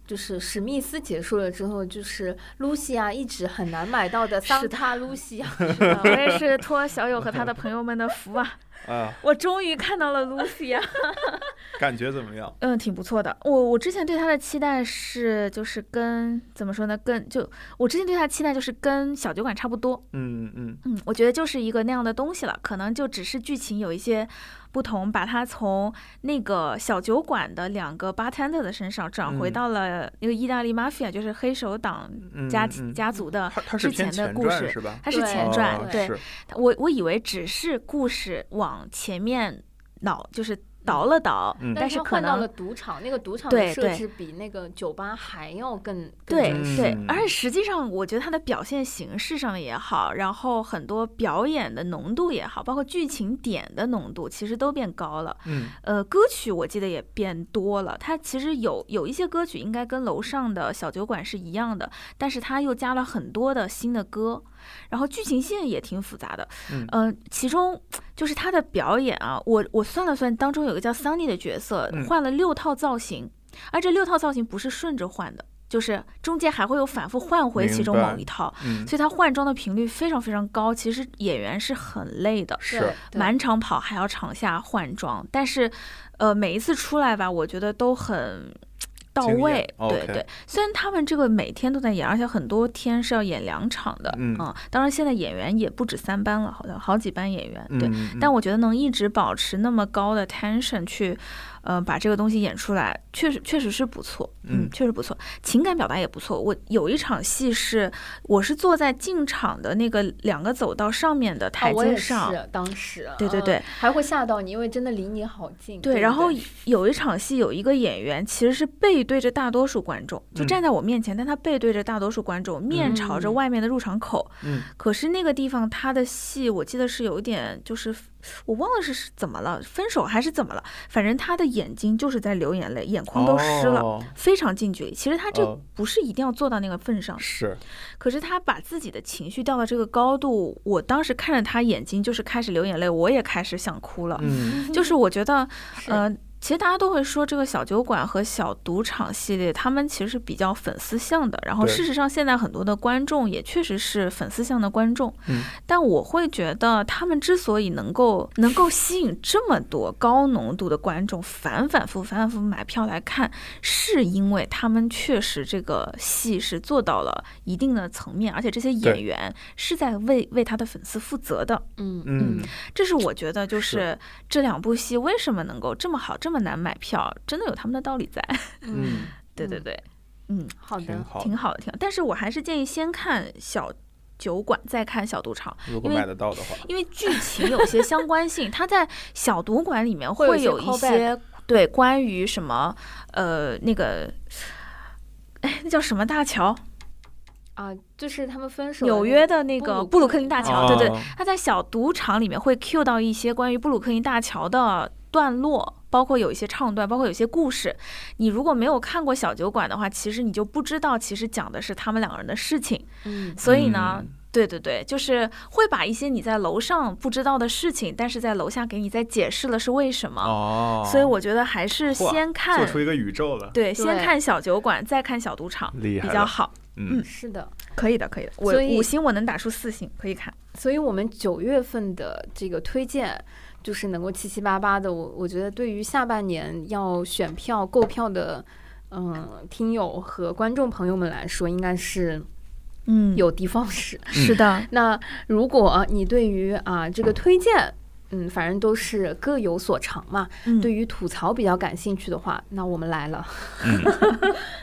S2: 就是史密斯结束了之后，就是露西亚一直很难买到的桑塔露西 亚，是吧
S1: 我也是托小友和他的朋友们的福啊，
S3: 啊，
S1: 我终于看到了 Lucy 啊。
S3: 感觉怎么样？
S1: 嗯，挺不错的。我我之前对他的期待是，就是跟怎么说呢，跟就我之前对他的期待就是跟小酒馆差不多。
S3: 嗯嗯
S1: 嗯，我觉得就是一个那样的东西了，可能就只是剧情有一些不同，把它从那个小酒馆的两个 bartender 的身上转回
S3: 嗯
S1: 到了那个意大利 mafia，、就是黑手党
S3: 嗯，
S1: 家、
S3: 嗯，
S1: 家族的
S3: 它它是
S1: 之
S3: 偏
S1: 前的
S3: 前
S1: 故
S3: 传
S1: 事，
S3: 是吧？
S1: 它是
S2: 对
S1: 前
S3: 哦
S1: 传，
S2: 哦
S1: 对
S3: 是
S1: 我我以为只是故事往前面倒，就是倒了倒，
S3: 嗯
S1: 但
S2: 但
S1: 是
S2: 是
S1: 可
S2: 换到了
S1: 能。
S2: 赌场，那个赌场的
S1: 对
S2: 设
S1: 对
S2: 置比那个酒吧还要更更
S1: 对
S2: 真实
S1: 对
S3: 嗯，
S1: 而且实际上，我觉得它的表现形式上面也好，然后很多表演的浓度也好，包括剧情点的浓度，其实都变高了。
S3: 嗯
S1: 呃，歌曲我记得也变多了，它其实有有一些歌曲应该跟楼上的小酒馆是一样的，但是它又加了很多的新的歌，然后剧情线也挺复杂的。
S3: 嗯
S1: 呃，其中就是他的表演啊，我我算了算，当中有个叫 Sunny 的角色
S3: 嗯
S1: 换了六套造型，而这六套造型不是顺着换的，就是中间还会有反复换回其中
S3: 明白
S1: 某一套，
S3: 嗯，
S1: 所以他换装的频率非常非常高，其实演员是很累的。
S3: 是
S2: 对啊
S1: 满场跑还要场下换装，但是，呃，每一次出来吧，我觉得都很到
S3: 惊艳
S1: 位。对
S3: 哦 OK
S1: 对，虽然他们这个每天都在演，而且很多天是要演两场的，
S3: 嗯
S1: 当然现在演员也不止三班了，好像好几班演员，对。
S3: 嗯，嗯
S1: 但我觉得能一直保持那么高的 tension 去，呃，把这个东西演出来，确实确实是不错，
S3: 嗯
S1: 确实不错，情感表达也不错。我有一场戏是，我是坐在进场的那个两个走道上面的
S2: 啊
S1: 台
S2: 我也
S1: 阶上，
S2: 是当时，
S1: 对对
S2: 嗯
S1: 对，
S2: 还会吓到你，因为真的离你好近。
S1: 哦对，
S2: 不
S1: 然后有一场戏，有一个演员其实是背对着大多数观众，就
S3: 嗯
S1: 站在我面前，但他背对着大多数观众，面朝着
S2: 嗯
S1: 外面的入场口。
S3: 嗯
S1: 可是那个地方他的戏，我记得是有一点，就是我忘了是是怎么了，分手还是怎么了，反正他的眼睛就是在流眼泪，眼眶都湿了。
S3: 哦
S1: 非常近距离，其实他这
S3: 哦
S1: 不是一定要做到那个份上，
S3: 是
S1: 可是他把自己的情绪调到这个高度，我当时看着他眼睛就是开始流眼泪，我也开始想哭了。
S3: 嗯
S1: 就是我觉得，
S2: 是
S1: 呃，其实大家都会说这个小酒馆和小赌场系列，他们其实是比较粉丝向的。然后
S3: 对
S1: 事实上，现在很多的观众也确实是粉丝向的观众。
S3: 嗯，
S1: 但我会觉得他们之所以能够能够吸引这么多高浓度的观众反反复反反复复买票来看，是因为他们确实这个戏是做到了一定的层面，而且这些
S3: 对
S1: 演员是在为为他的粉丝负责的。
S2: 嗯
S3: 嗯
S1: 这是我觉得，就是是这两部戏为什么能够这么好、这么难买票，真的有他们的道理在。
S2: 嗯，
S1: 对对对，嗯，
S2: 好
S3: 挺
S2: 的，
S3: 好的
S1: 挺。好的，挺好。但是我还是建议先看小酒馆，再看小赌场，
S3: 如果
S1: 因为
S3: 买得到的话，
S1: 因为剧情有些相关性。它在小赌馆里面
S2: 会有
S1: 会
S2: 一
S1: 有
S2: 些
S1: 一些对关于什么呃那个。哎，那叫什么大桥？
S2: 啊，就是他们分手的
S1: 纽
S2: 那
S1: 约
S2: 个
S1: 的那
S2: 布
S1: 个
S2: 鲁
S1: 布鲁
S2: 克
S1: 克林
S2: 林
S1: 大
S2: 大
S1: 桥，对对，
S3: 啊
S1: 他在小赌场里面会 cue 到一些关于布鲁克林大桥的段落，包括有一些唱段，包括有一些故事。你如果没有看过小酒馆的话，其实你就不知道，其实讲的是他们两个人的事情。
S2: 嗯
S1: 所以呢，
S3: 嗯
S1: 对对对，就是会把一些你在楼上不知道的事情，但是在楼下给你再解释了是为什么。
S3: 哦，
S1: 啊所以我觉得还是
S3: 嚯
S1: 先
S4: 做
S1: 看
S4: 出一个宇宙了。
S1: 对，先
S2: 对
S1: 看小酒馆，再看小赌场，
S3: 厉害
S1: 比
S3: 了
S1: 较好。
S3: 嗯
S2: 是的，
S1: 可以的，可以的，我
S2: 所以
S1: 五星我能打出四星，可以看。
S2: 所以我们九月份的这个推荐就是能够七七八八的，我我觉得对于下半年要选票购票的，嗯，听友和观众朋友们来说，应该是
S1: 嗯
S2: 有的放矢。
S1: 是的，
S2: 那如果你对于啊这个推荐，嗯，反正都是各有所长嘛。
S1: 嗯
S2: 对于吐槽比较感兴趣的话，那我们来了。
S3: 嗯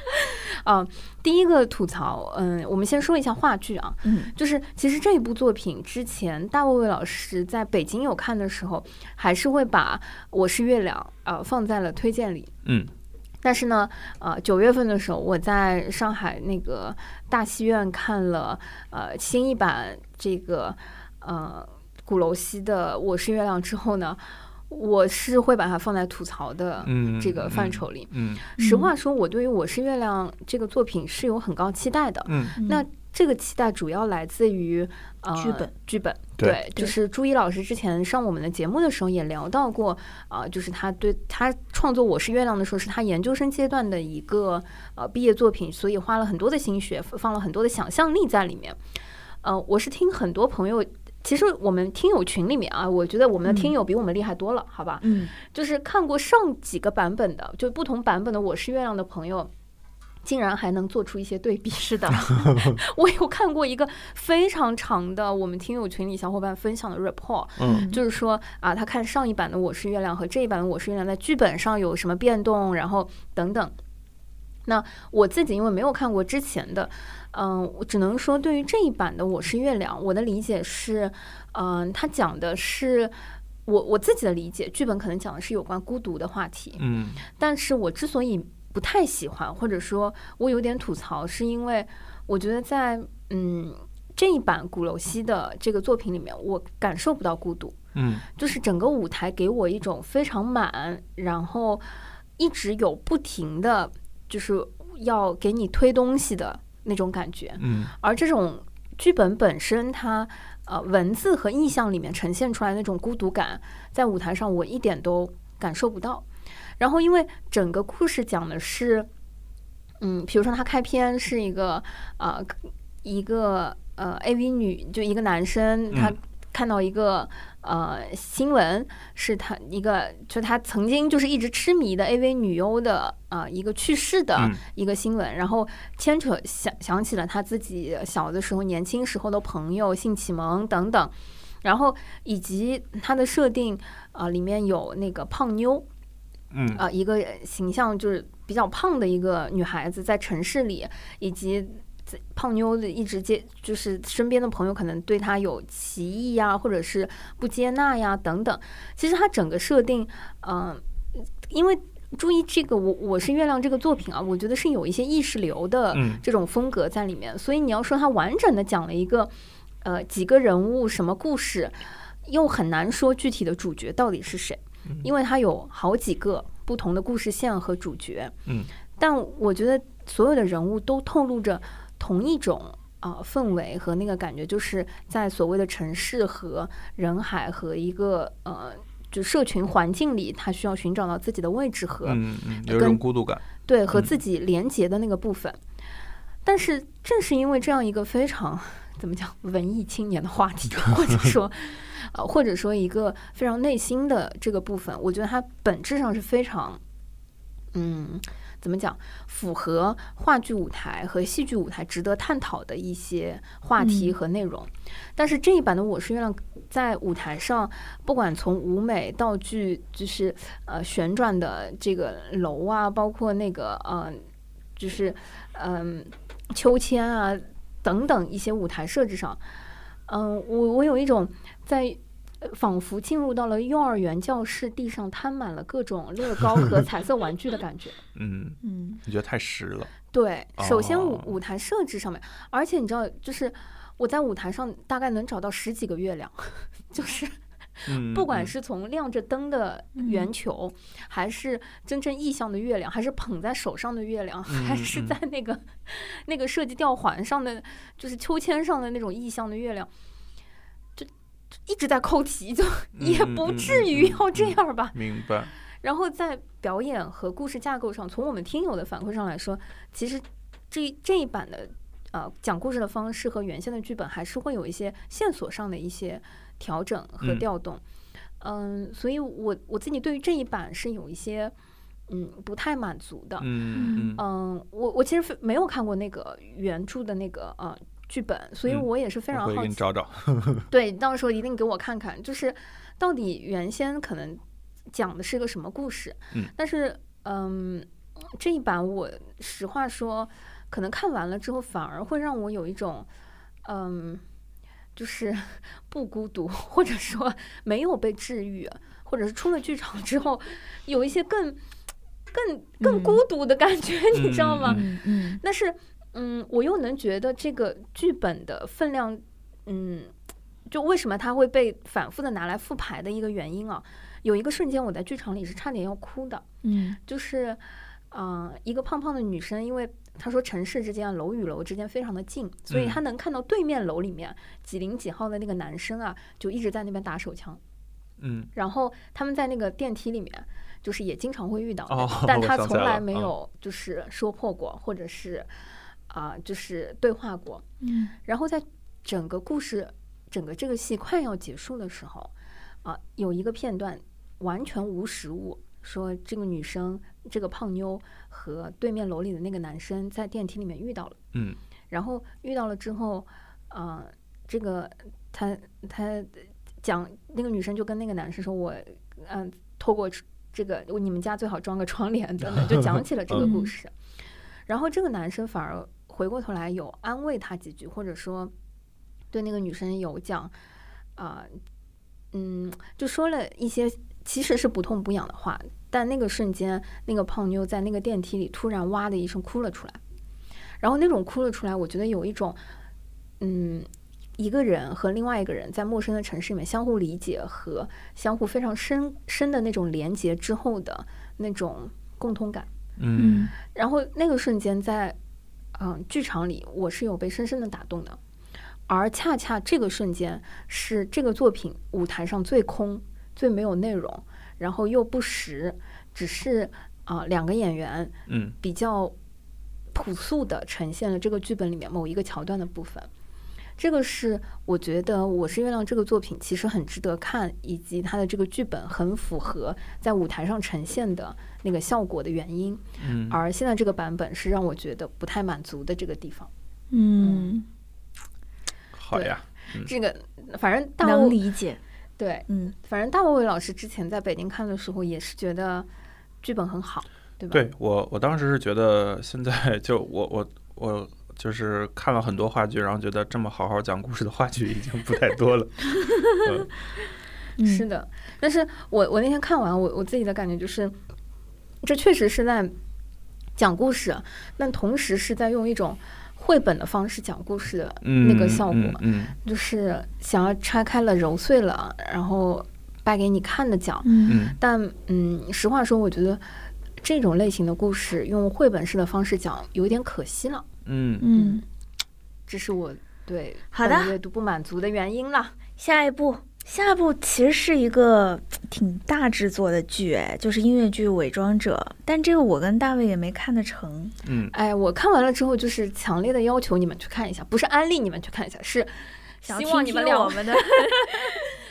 S2: 啊，第一个吐槽，嗯，我们先说一下话剧啊，
S1: 嗯
S2: 就是其实这部作品之前大卫魏老师在北京有看的时候，还是会把《我是月亮》呃放在了推荐里。
S3: 嗯
S2: 但是呢，呃，九月份的时候，我在上海那个大戏院看了呃新一版这个呃鼓楼西的《我是月亮》之后呢，我是会把它放在吐槽的
S3: 嗯，
S2: 这个范
S3: 嗯
S2: 畴里。
S3: 嗯
S2: 实话说，我对于《我是月亮》这个作品是有很高期待的。
S3: 嗯
S2: 那这个期待主要来自于呃
S1: 剧本，
S2: 剧本
S3: 对
S1: 对
S2: 就是朱一老师之前上我们的节目的时候也聊到过啊、就是他对他创作《我是月亮》的时候是他研究生阶段的一个呃毕业作品，所以花了很多的心血，放了很多的想象力在里面。呃，我是听很多朋友。其实我们听友群里面啊，我觉得我们的听友比我们厉害多了，好吧？
S1: 嗯
S2: 就是看过上几个版本的，就不同版本的《我是月亮》的朋友，竟然还能做出一些对比。是的，我有看过一个非常长的我们听友群里小伙伴分享的 report，
S3: 嗯
S2: 就是说啊，他看上一版的《我是月亮》和这一版的《我是月亮》在剧本上有什么变动，然后等等。那我自己因为没有看过之前的，嗯、我只能说对于这一版的《我是月亮》，我的理解是，嗯、他讲的是我我自己的理解，剧本可能讲的是有关孤独的话题，
S3: 嗯
S2: 但是我之所以不太喜欢，或者说我有点吐槽，是因为我觉得在嗯这一版鼓楼西的这个作品里面，我感受不到孤独，
S3: 嗯
S2: 就是整个舞台给我一种非常满，然后一直有不停的就是要给你推东西的那种感觉，
S3: 嗯
S2: 而这种剧本本身它。呃，文字和意象里面呈现出来那种孤独感，在舞台上我一点都感受不到。然后，因为整个故事讲的是，嗯，比如说它开篇是一个呃一个呃 AV 女，就一个男生，他
S3: 嗯
S2: 看到一个、呃新闻，是他一个就他曾经就是一直痴迷的 AV 女优的呃一个去世的
S3: 嗯
S2: 一个新闻，然后牵扯想想起了他自己小的时候、年轻时候的朋友、性启蒙等等，然后以及它的设定啊、呃里面有那个胖妞，
S3: 嗯
S2: 啊，一个形象就是比较胖的一个女孩子，在城市里，以及在胖妞的一直接，就是身边的朋友可能对她有歧义呀，或者是不接纳呀等等。其实她整个设定，嗯、因为注意这个我我是月亮这个作品啊，我觉得是有一些意识流的
S3: 嗯
S2: 这种风格在里面，所以你要说它完整的讲了一个呃几个人物什么故事，又很难说具体的主角到底是谁，因为它有好几个不同的故事线和主角。
S3: 嗯，
S2: 但我觉得所有的人物都透露着同一种。啊、氛围和那个感觉，就是在所谓的城市和人海和一个呃就社群环境里，他需要寻找到自己的位置和、
S3: 嗯嗯，有一种
S2: 跟
S3: 孤独感，
S2: 对和
S3: 嗯
S2: 自己连接的那个部分。但是正是因为这样一个非常怎么讲文艺青年的话题，或者说。呃，或者说一个非常内心的这个部分，我觉得它本质上是非常，嗯，怎么讲，符合话剧舞台和戏剧舞台值得探讨的一些话题
S1: 嗯
S2: 和内容。但是这一版的《我是月亮》在舞台上，不管从舞美、道具，就是呃旋转的这个楼啊，包括那个呃，就是嗯、秋千啊等等一些舞台设置上，嗯、我我有一种在。呃仿佛进入到了幼儿园教室，地上摊满了各种乐高和彩色玩具的感觉。
S3: 嗯，
S1: 嗯，
S3: 你觉得太实了，
S2: 对，首先舞
S3: 哦
S2: 舞台设置上面，而且你知道，就是我在舞台上大概能找到十几个月亮， 就是
S3: 嗯，
S2: 不管
S3: 嗯
S2: 是从亮着灯的圆球，还是真正意象的月亮，还是捧在手上的月亮，
S3: 嗯
S2: 还是
S3: 嗯
S2: 在那个那个设计吊环上的，就是秋千上的那种意象的月亮，就就一直在扣题，就也
S3: 嗯
S2: 不
S3: 嗯
S2: 至
S3: 嗯
S2: 于
S3: 嗯
S2: 要这
S3: 嗯
S2: 样吧。
S3: 明白，
S2: 然后在表演和故事架构上，从我们听友的反馈上来说，其实这这一版的呃讲故事的方式和原先的剧本还是会有一些线索上的一些调整和
S3: 嗯
S2: 调动。嗯，所以我我自己对于这一版是有一些嗯不太满足的。
S3: 嗯嗯
S2: 嗯，我我其实没有看过那个原著的那个呃剧本，所以
S3: 嗯
S2: 我也是非
S3: 我
S2: 常
S3: 回去
S2: 好
S3: 给你
S2: 奇。
S3: 找找，
S2: 对，到时候一定给我看看，就是到底原先可能讲的是个什么故事。
S3: 嗯
S2: 但是嗯，这一版我实话说，可能看完了之后反而会让我有一种嗯，就是 不孤独，或者说没有被治愈，或者是出了剧场之后有一些更更更
S1: 嗯
S2: 孤独的感觉，你知道吗？
S3: 嗯
S1: 嗯嗯
S2: 但是，嗯，我又能觉得这个剧本的分量，嗯，就为什么它会被反复的拿来复牌的一个原因啊，有一个瞬间我在剧场里是差点要哭的，
S1: 嗯
S2: 就是，嗯、一个胖胖的女生，因为她说城市之间啊楼与楼之间非常的近，所以
S3: 嗯
S2: 她能看到对面楼里面几零几号的那个男生啊，就一直在那边打手枪，
S3: 嗯
S2: 然后他们在那个电梯里面。就是也经常会遇到，
S3: 哦
S2: 但
S3: 我
S2: 他
S3: 想起
S2: 从
S3: 来
S2: 来
S3: 了
S2: 没
S3: 嗯
S2: 有就是说破过，或者是啊、就是对话过。
S1: 嗯
S2: 然后在整个故事、整个这个戏快要结束的时候，啊、有一个片段完全无实物，说这个女生、这个胖妞和对面楼里的那个男生在电梯里面遇到了，
S3: 嗯
S2: 然后遇到了之后，啊、这个他他讲那个女生就跟那个男生说，我嗯、透过这个你们家最好装个窗帘等等，就讲起了这个故事。然后这个男生反而回过头来有安慰她几句，或者说对那个女生有讲啊、嗯，就说了一些其实是不痛不痒的话。但那个瞬间，那个胖妞在那个电梯里突然哇的一声哭了出来，然后那种哭了出来，我觉得有一种嗯。一个人和另外一个人在陌生的城市里面相互理解和相互非常深深的那种连接之后的那种共通感，
S3: 嗯
S2: 然后那个瞬间在，嗯、剧场里我是有被深深的打动的，而恰恰这个瞬间是这个作品舞台上最空、最没有内容，然后又不实，只是啊、两个演员
S3: 嗯
S2: 比较朴素的呈现了这个剧本里面某一个桥段的部分。这个是我觉得《我是月亮》这个作品其实很值得看，以及它的这个剧本很符合在舞台上呈现的那个效果的原因。
S3: 嗯，
S2: 而现在这个版本是让我觉得不太满足的这个地方。
S1: 嗯，
S3: 好
S2: 对
S3: 呀，
S2: 这个反正大
S1: 能
S2: 卫
S1: 理解，
S2: 对，
S1: 嗯
S2: 反正大卫老师之前在北京看的时候也是觉得剧本很好，对吧？
S3: 对我，我当时是觉得现在 就我我我就是看了很多话剧，然后觉得这么好好讲故事的话剧已经不太 多了。嗯
S1: 嗯
S2: 是的。但是我我那天看完，我我自己的感觉就是，这确实是在讲故事，但同时是在用一种绘本的方式讲故事的
S3: 嗯，
S2: 那个效果
S3: 嗯嗯
S2: 就是想要拆开了揉碎了，然后掰给你看的讲。
S1: 嗯
S3: 嗯
S2: 但嗯，实话说，我觉得这种类型的故事用绘本式的方式讲有点可惜了。
S3: 嗯嗯
S1: 嗯，
S2: 这是我对
S1: 好
S2: 本
S1: 的
S2: 阅读不满足的原因啦。
S1: 下一步下一部其实是一个挺大制作的剧，哎，就是音乐剧《伪装者》，但这个我跟大卫也没看得成。
S3: 嗯，
S2: 哎，我看完了之后，就是强烈的要求你们去看一下，不是安利你们去看一下，是
S1: 想
S2: 希
S1: 要
S2: 望
S1: 听
S2: 你
S1: 听
S2: 们两
S1: 我们的，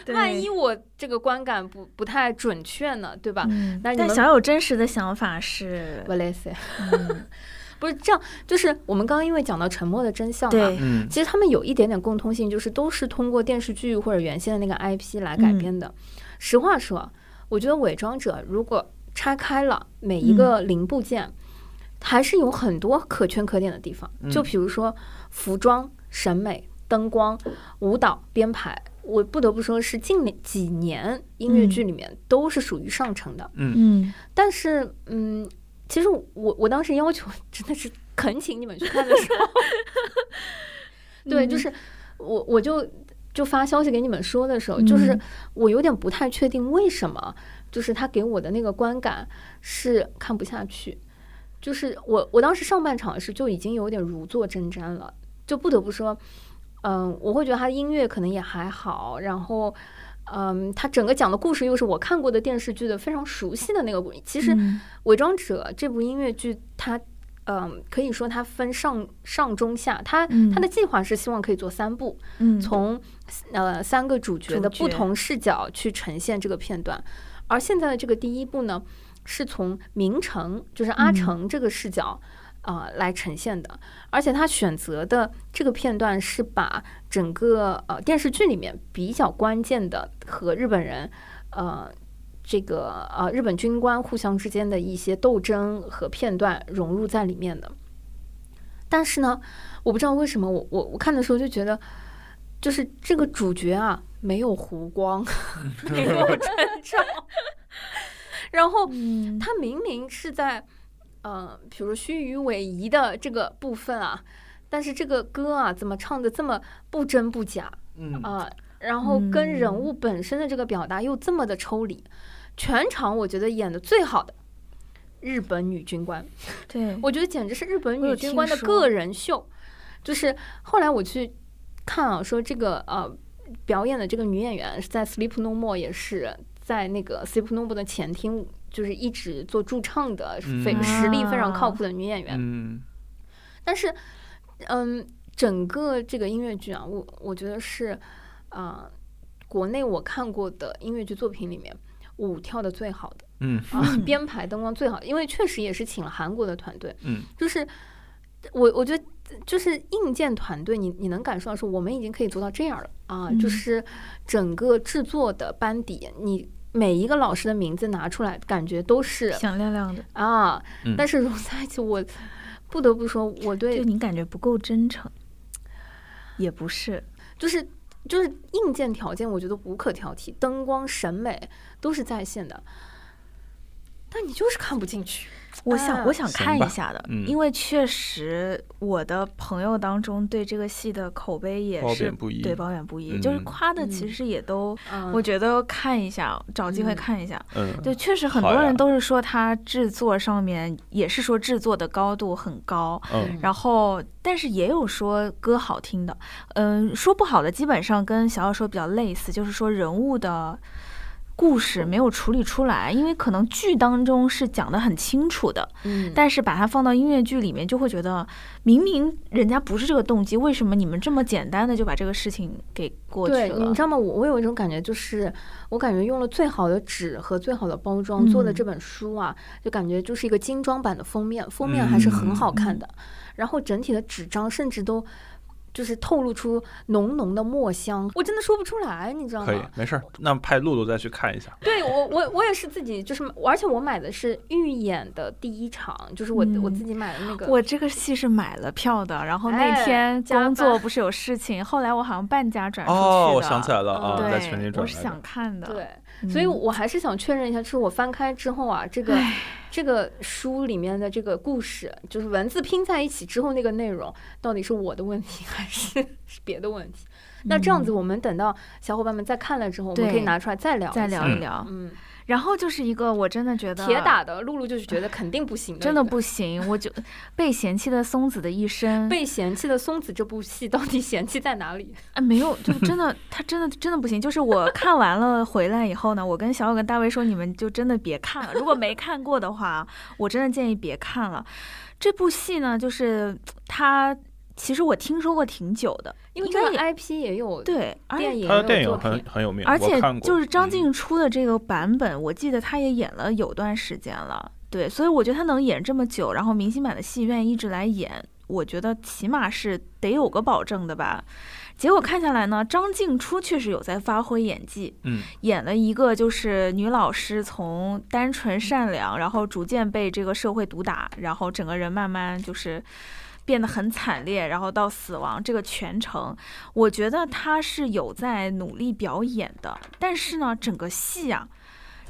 S1: 对
S2: 万一我这个观感不不太准确呢，对吧？
S1: 嗯
S2: 那你
S1: 但
S2: 们
S1: 小友真实的想法是，
S2: v a l e n
S1: 嗯
S2: 不是这样，就是我们刚刚因为讲到《沉默的真相》嘛，
S1: 对，
S3: 嗯
S2: 其实他们有一点点共通性，就是都是通过电视剧或者原先的那个 IP 来改编的。
S3: 嗯
S2: 实话说，我觉得《伪装者》如果拆开了每一个
S3: 嗯
S2: 零部件，还是有很多可圈可点的地方。
S3: 嗯
S2: 就比如说服装、审美、灯光、舞蹈、编排，我不得不说是近年几年音乐剧里面都是属于上乘的。
S3: 嗯
S1: 嗯，
S2: 但是，嗯，其实我我当时要求 真的是恳请你们去看的时 候，对，就
S1: 嗯
S2: 是我我就就发消息给你们说的时候，就是
S1: 嗯
S2: 我有点不太确定为什么，就是他给我的那个观感是看不下去，就是我我当时上半场是就已经有点如坐针毡了，就不得不说，嗯，我会觉得他的音乐可能也还好，然后。嗯，他整个讲的故事又是我看过的电视剧的非常熟悉的那个故事。其实
S1: 嗯
S2: 《伪装者》这部音乐剧，它嗯，可以说它分上上中下，它、
S1: 嗯
S2: 它的计划是希望可以做三部，
S1: 嗯
S2: 从呃三个主角
S1: 主
S2: 的不
S1: 角
S2: 同视角去呈现这个片段，而现在的这个第一部呢，是从明成就是阿
S1: 嗯
S2: 成这个视角。啊、来呈现的，而且他选择的这个片段是把整个呃电视剧里面比较关键的和日本人呃这个呃日本军官互相之间的一些斗争和片段融入在里面的。但是呢，我不知道为什么我我我看的时候就觉得，就是这个主角啊没有弧 光，没有成长，然后
S1: 嗯
S2: 他明明是在，呃，比如虚与委蛇的这个部分啊，但是这个歌啊怎么唱的这么不真不假
S3: 嗯
S2: 啊、然后跟人
S1: 嗯
S2: 物本身的这个表达又这么的抽离，全场我觉得演的最好的日本女军官，
S1: 对，
S2: 我觉得简直是日本
S1: 我
S2: 女
S1: 有
S2: 军
S1: 听
S2: 官的
S1: 说
S2: 个人秀。就是后来我去看啊，说这个呃表演的这个女演员是在《Sleep No More》也是在那个《Sleep No More》的前厅，就是一直做驻唱的，非、
S3: 嗯
S2: 实力非常靠
S1: 啊
S2: 谱的女演员。
S3: 嗯
S2: 但是，嗯，整个这个音乐剧啊，我我觉得是啊、呃国内我看过的音乐剧作品里面舞跳的最好的
S3: 嗯
S2: 啊，编排灯光最好，因为确实也是请了韩国的团队。
S3: 嗯
S2: 就是我我觉得就是硬件团队你，你能感受到说我们已经可以做到这样了啊，
S1: 嗯
S2: 就是整个制作的班底，你每一个老师的名字拿出来，感觉都是
S1: 响亮亮的，
S2: 啊，
S3: 嗯
S2: 但是融在一起，我不得不说，我
S1: 就
S2: 对
S1: 你感觉不够真诚，也不是，
S2: 就是。就是硬件条件，我觉得无可挑剔，灯光、审美都是在线的，但你就是看不进去。
S1: 我想、
S2: 啊
S1: 我想
S3: 行
S1: 看
S3: 吧
S1: 一下的，
S3: 嗯
S1: 因为确实我的朋友当中对这个戏的口碑也
S3: 褒
S1: 是
S3: 贬不一
S1: 对褒贬不一，就是
S3: 嗯
S1: 夸的
S2: 嗯
S1: 其实也都，
S2: 嗯，
S1: 我觉得看一下，找机会
S2: 嗯
S1: 看一下。
S3: 嗯，
S1: 对，确实很
S3: 好
S1: 多人
S3: 呀
S1: 都是说它制作上面也是说制作的高度很高，
S3: 嗯
S1: 然后但是也有说歌好听的，嗯，说不好的基本上跟小小说比较类似，就是说人物的。故事没有处理出来，因为可能剧当中是讲的很清楚的，
S2: 嗯，
S1: 但是把它放到音乐剧里面，就会觉得明明人家不是这个动机，为什么你们这么简单的就把这个事情给过去
S2: 对，
S1: 了？
S2: 你知道吗？我我有一种感觉，就是我感觉用了最好的纸和最好的包装做的这
S1: 嗯
S2: 本书啊，就感觉就是一个精装版的封面，封面还
S1: 嗯
S2: 是很好看的，然后整体的纸张甚至都。就是透露出浓浓的墨香，我真的说不出来，你知道
S3: 可以
S1: 嗯
S2: 吗？，
S3: 没事儿，那派露露再去看一下。
S2: 对我，我我也是自己，就是，而且我买的是预演的第一场，就是我、我
S1: 嗯
S2: 自己买的那个，
S1: 我这个戏是买了票的，然后那
S2: 哎
S1: 天
S2: 加
S1: 工作
S2: 班
S1: 不是有事情，后来我好像半价转出去的。
S3: 哦，我想起来了
S2: 嗯
S3: 啊，
S1: 对，
S3: 在群里转
S1: 我
S3: 来
S1: 是
S3: 的
S1: 想看的。
S2: 对，
S1: 嗯，
S2: 所以我还是想确认一下，就是我翻开之后啊，这个这个书里面的这个故事，就是文字拼在一起之后那个内容，到底是我的问题还是是别的问题？那这样子，我们等到小伙伴们再看了之后，我们可以
S1: 嗯对
S2: 拿出来再聊
S1: 再
S2: 一下
S1: 聊一聊。
S2: 嗯，
S1: 然后就是一个我真的觉得
S2: 铁打的露露就是觉得肯定不行，
S1: 真的不行，我就被嫌弃的松子的一生，
S2: 被嫌弃的松子这部戏到底嫌弃在哪里？
S1: 啊，没有，就真的，他真的真的不行。就是我看完了回来以后呢，我跟小友跟大卫说，你们就真的别看了。如果没看过的话，我真的建议别看了。这部戏呢，就是它其实我听说过挺久的，
S2: 因为
S1: 应该
S2: 这个
S1: 也
S2: IP 也有
S1: 对，而且
S2: 电影，
S3: 他的电
S2: 也有
S3: 影
S2: 作
S3: 很
S2: 品
S3: 很有名，
S1: 而
S3: 我
S1: 且
S3: 看过
S1: 就是张
S3: 嗯
S1: 静初的这个版本，我记得他也演了有段时间了，对，所以我觉得他能演这么久，然后明星版的戏院一直来演，我觉得起码是得有个保证的吧。结果看下来呢，张静初确实有在发挥演技，
S3: 嗯，
S1: 演了一个就是女老师从单纯善良，然后逐渐被这个社会毒打，然后整个人慢慢就是变得很惨烈，然后到死亡这个全程，我觉得她是有在努力表演的，但是呢，整个戏啊。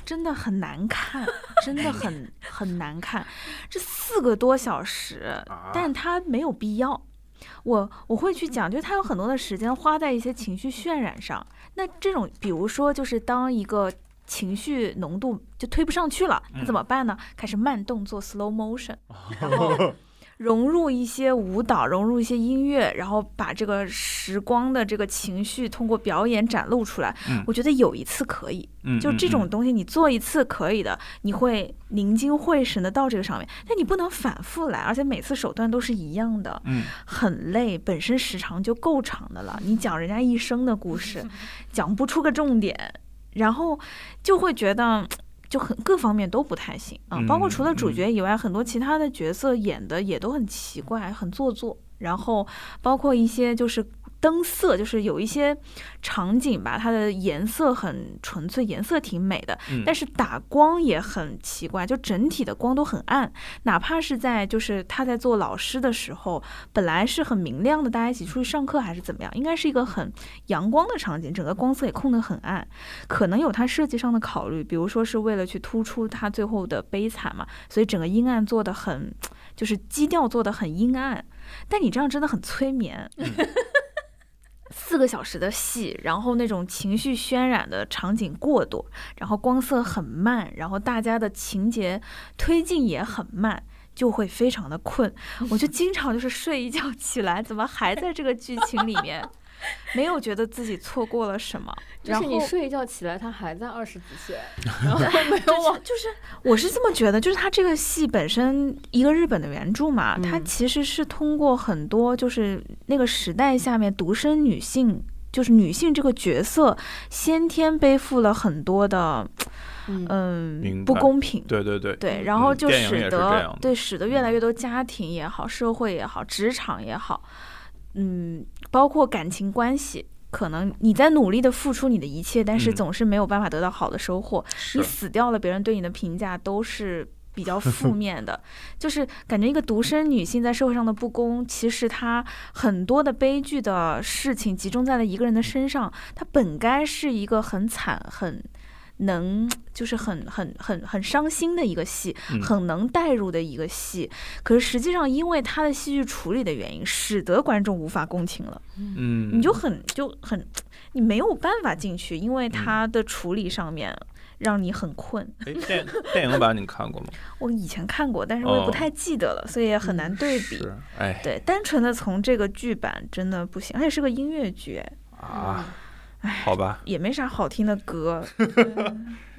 S1: 真的很难看，真的很很难看，这四个多小时，
S3: 啊
S1: 但它没有必要。我我会去讲，就是他有很多的时间花在一些情绪渲染上。那这种，比如说，就是当一个情绪浓度就推不上去了，那
S3: 嗯
S1: 怎么办呢？开始慢动作 （slow motion），然后融入一些舞蹈，融入一些音乐，然后把这个时光的这个情绪通过表演展露出来。
S3: 嗯
S1: 我觉得有一次可以，
S3: 嗯
S1: 就
S3: 嗯
S1: 这种
S3: 嗯
S1: 东西，你做一次可以的，你会凝精会神的到这个上面，但你不能反复来，而且每次手段都是一样的，
S3: 嗯
S1: 很累，本身时长就够长的了，你讲人家一生的故事，讲不出个重点，然后就会觉得。就很各方面都不太行啊，包括除了主角以外，很多其他的角色演的也都很奇怪，很做作。然后包括一些就是灯色，就是有一些场景吧，它的颜色很纯粹，颜色挺美的，
S3: 嗯
S1: 但是打光也很奇怪，就整体的光都很暗。哪怕是在就是他在做老师的时候，本来是很明亮的，大家一起出去上课还是怎么样，应该是一个很阳光的场景，整个光色也控得很暗，可能有它设计上的考虑，比如说是为了去突出他最后的悲惨嘛，所以整个阴暗做的很，就是基调做的很阴暗，但你这样真的很催眠。
S2: 嗯
S1: 四个小时的戏，然后那种情绪渲染的场景过多，然后光色很慢，然后大家的情节推进也很慢，就会非常的 困。我就经常就是睡一觉起来，怎么还在这个剧情里面？没有觉得自己错过了什么，
S2: 就
S1: 然
S2: 是
S1: 后
S2: 你睡一觉起来，他还在二十几 岁，然后没有往
S1: 就是我是这么觉得，就是它这个戏本身一个日本的原著嘛，它
S2: 嗯
S1: 其实是通过很多就是那个时代下面独身女性，就是女性这个角色先天背负了很多的
S2: 嗯
S1: 嗯
S3: 明
S1: 不
S3: 白
S1: 公平。
S3: 对对对，
S1: 对，
S2: 嗯
S1: 然后
S3: 嗯
S1: 就
S3: 电影也
S1: 使
S3: 是这
S1: 得
S3: 样的嗯
S1: 对使得越来越多家庭也好，社会也好，职场也好，嗯，包括感情关系，可能你在努力的付出你的一切，但是
S3: 嗯
S1: 总是没有办法得到好的收获。你
S3: 是
S1: 死掉了，别人对你的评价都是比较 负面的，就是感觉一个独身女性在社会上的不公，其实她很多的悲剧的事情集中在了一个人的身上，她本该是一个很惨很。能就是很很很很伤心的一个戏，
S3: 嗯
S1: 很能代入的一个戏。可是实际上，因为她的戏剧处理的原因，使得观众无法共情了。
S3: 嗯，嗯
S1: 你就很就很，你没有办法进去，因为它的处理上面让你很困。
S3: 哎电电影版你看过吗？
S1: 我以前看过，但是我也不
S3: 哦嗯
S1: 太记得了，所以也很难 对比。
S3: 是，哎
S1: 对，单纯的从这个剧版真的不行，而且是个音乐剧，哎
S3: 啊，好吧，
S1: 也没啥好听的 歌，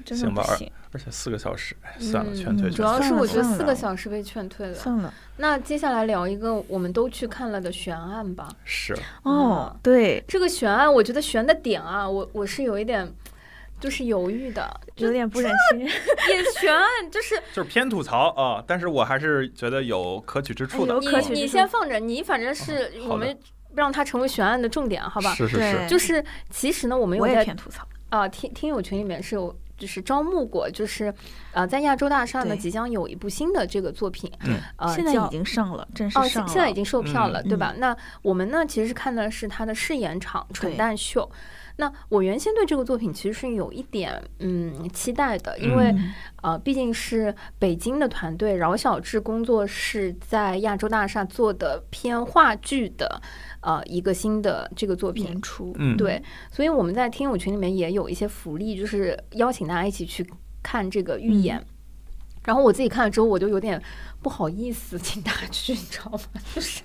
S1: 真的
S3: 行
S1: 不
S3: 吧二
S1: 行。
S3: 而且四个小时，哎算了，
S2: 嗯
S3: 劝退
S1: 嗯
S2: 主
S3: 劝
S2: 要
S3: 退。
S2: 是
S1: 算了
S2: 我觉得
S1: 算
S2: 四
S1: 了
S2: 个小时被劝退了。
S1: 算了，
S2: 那接下来聊一个我们都去看了的悬案吧。
S3: 是，
S1: 哦
S2: 嗯，
S1: 对，
S2: 这个悬案，我觉得悬的点啊，我我是有一点就是犹豫的。
S1: 有点不忍心。
S2: 也悬案 就是
S3: 就是偏吐槽啊，但是我还是觉得有可取之处
S1: 哎
S3: 的
S1: 有，可取
S2: 你你
S1: 之处
S2: 先放着，你反正是
S3: 好的
S2: 我们让它成为悬案的重点，好吧？
S3: 是是
S1: 对
S3: 是，
S2: 就是其实呢，我们有
S1: 我也
S2: 在
S1: 偏吐槽，
S2: 啊，听听友群里面是有就是招募过，就是呃，在亚洲大厦呢
S1: 对
S2: 即将有一部新的这个作品
S3: 嗯，
S2: 呃，
S1: 现在
S2: 叫
S1: 已经上了，正式
S2: 哦，
S1: 上
S2: 现
S1: 了。
S2: 现在已经售票了，
S1: 嗯
S2: 对吧？那我们呢，其实是看的是他的饰演场《蠢
S1: 对
S2: 蛋秀》。那我原先对这个作品其实是有一点嗯期待的，因为、
S1: 嗯
S2: 呃，毕竟是北京的团队，饶小志工作室在亚洲大厦做的偏话剧的呃一个新的这个作品
S1: 演。出，
S3: 嗯，
S2: 对，所以我们在听友群里面也有一些福利，就是邀请大家一起去看这个预演。然后我自己看了之后，我就有点不好意思进大剧，你知道吗？就是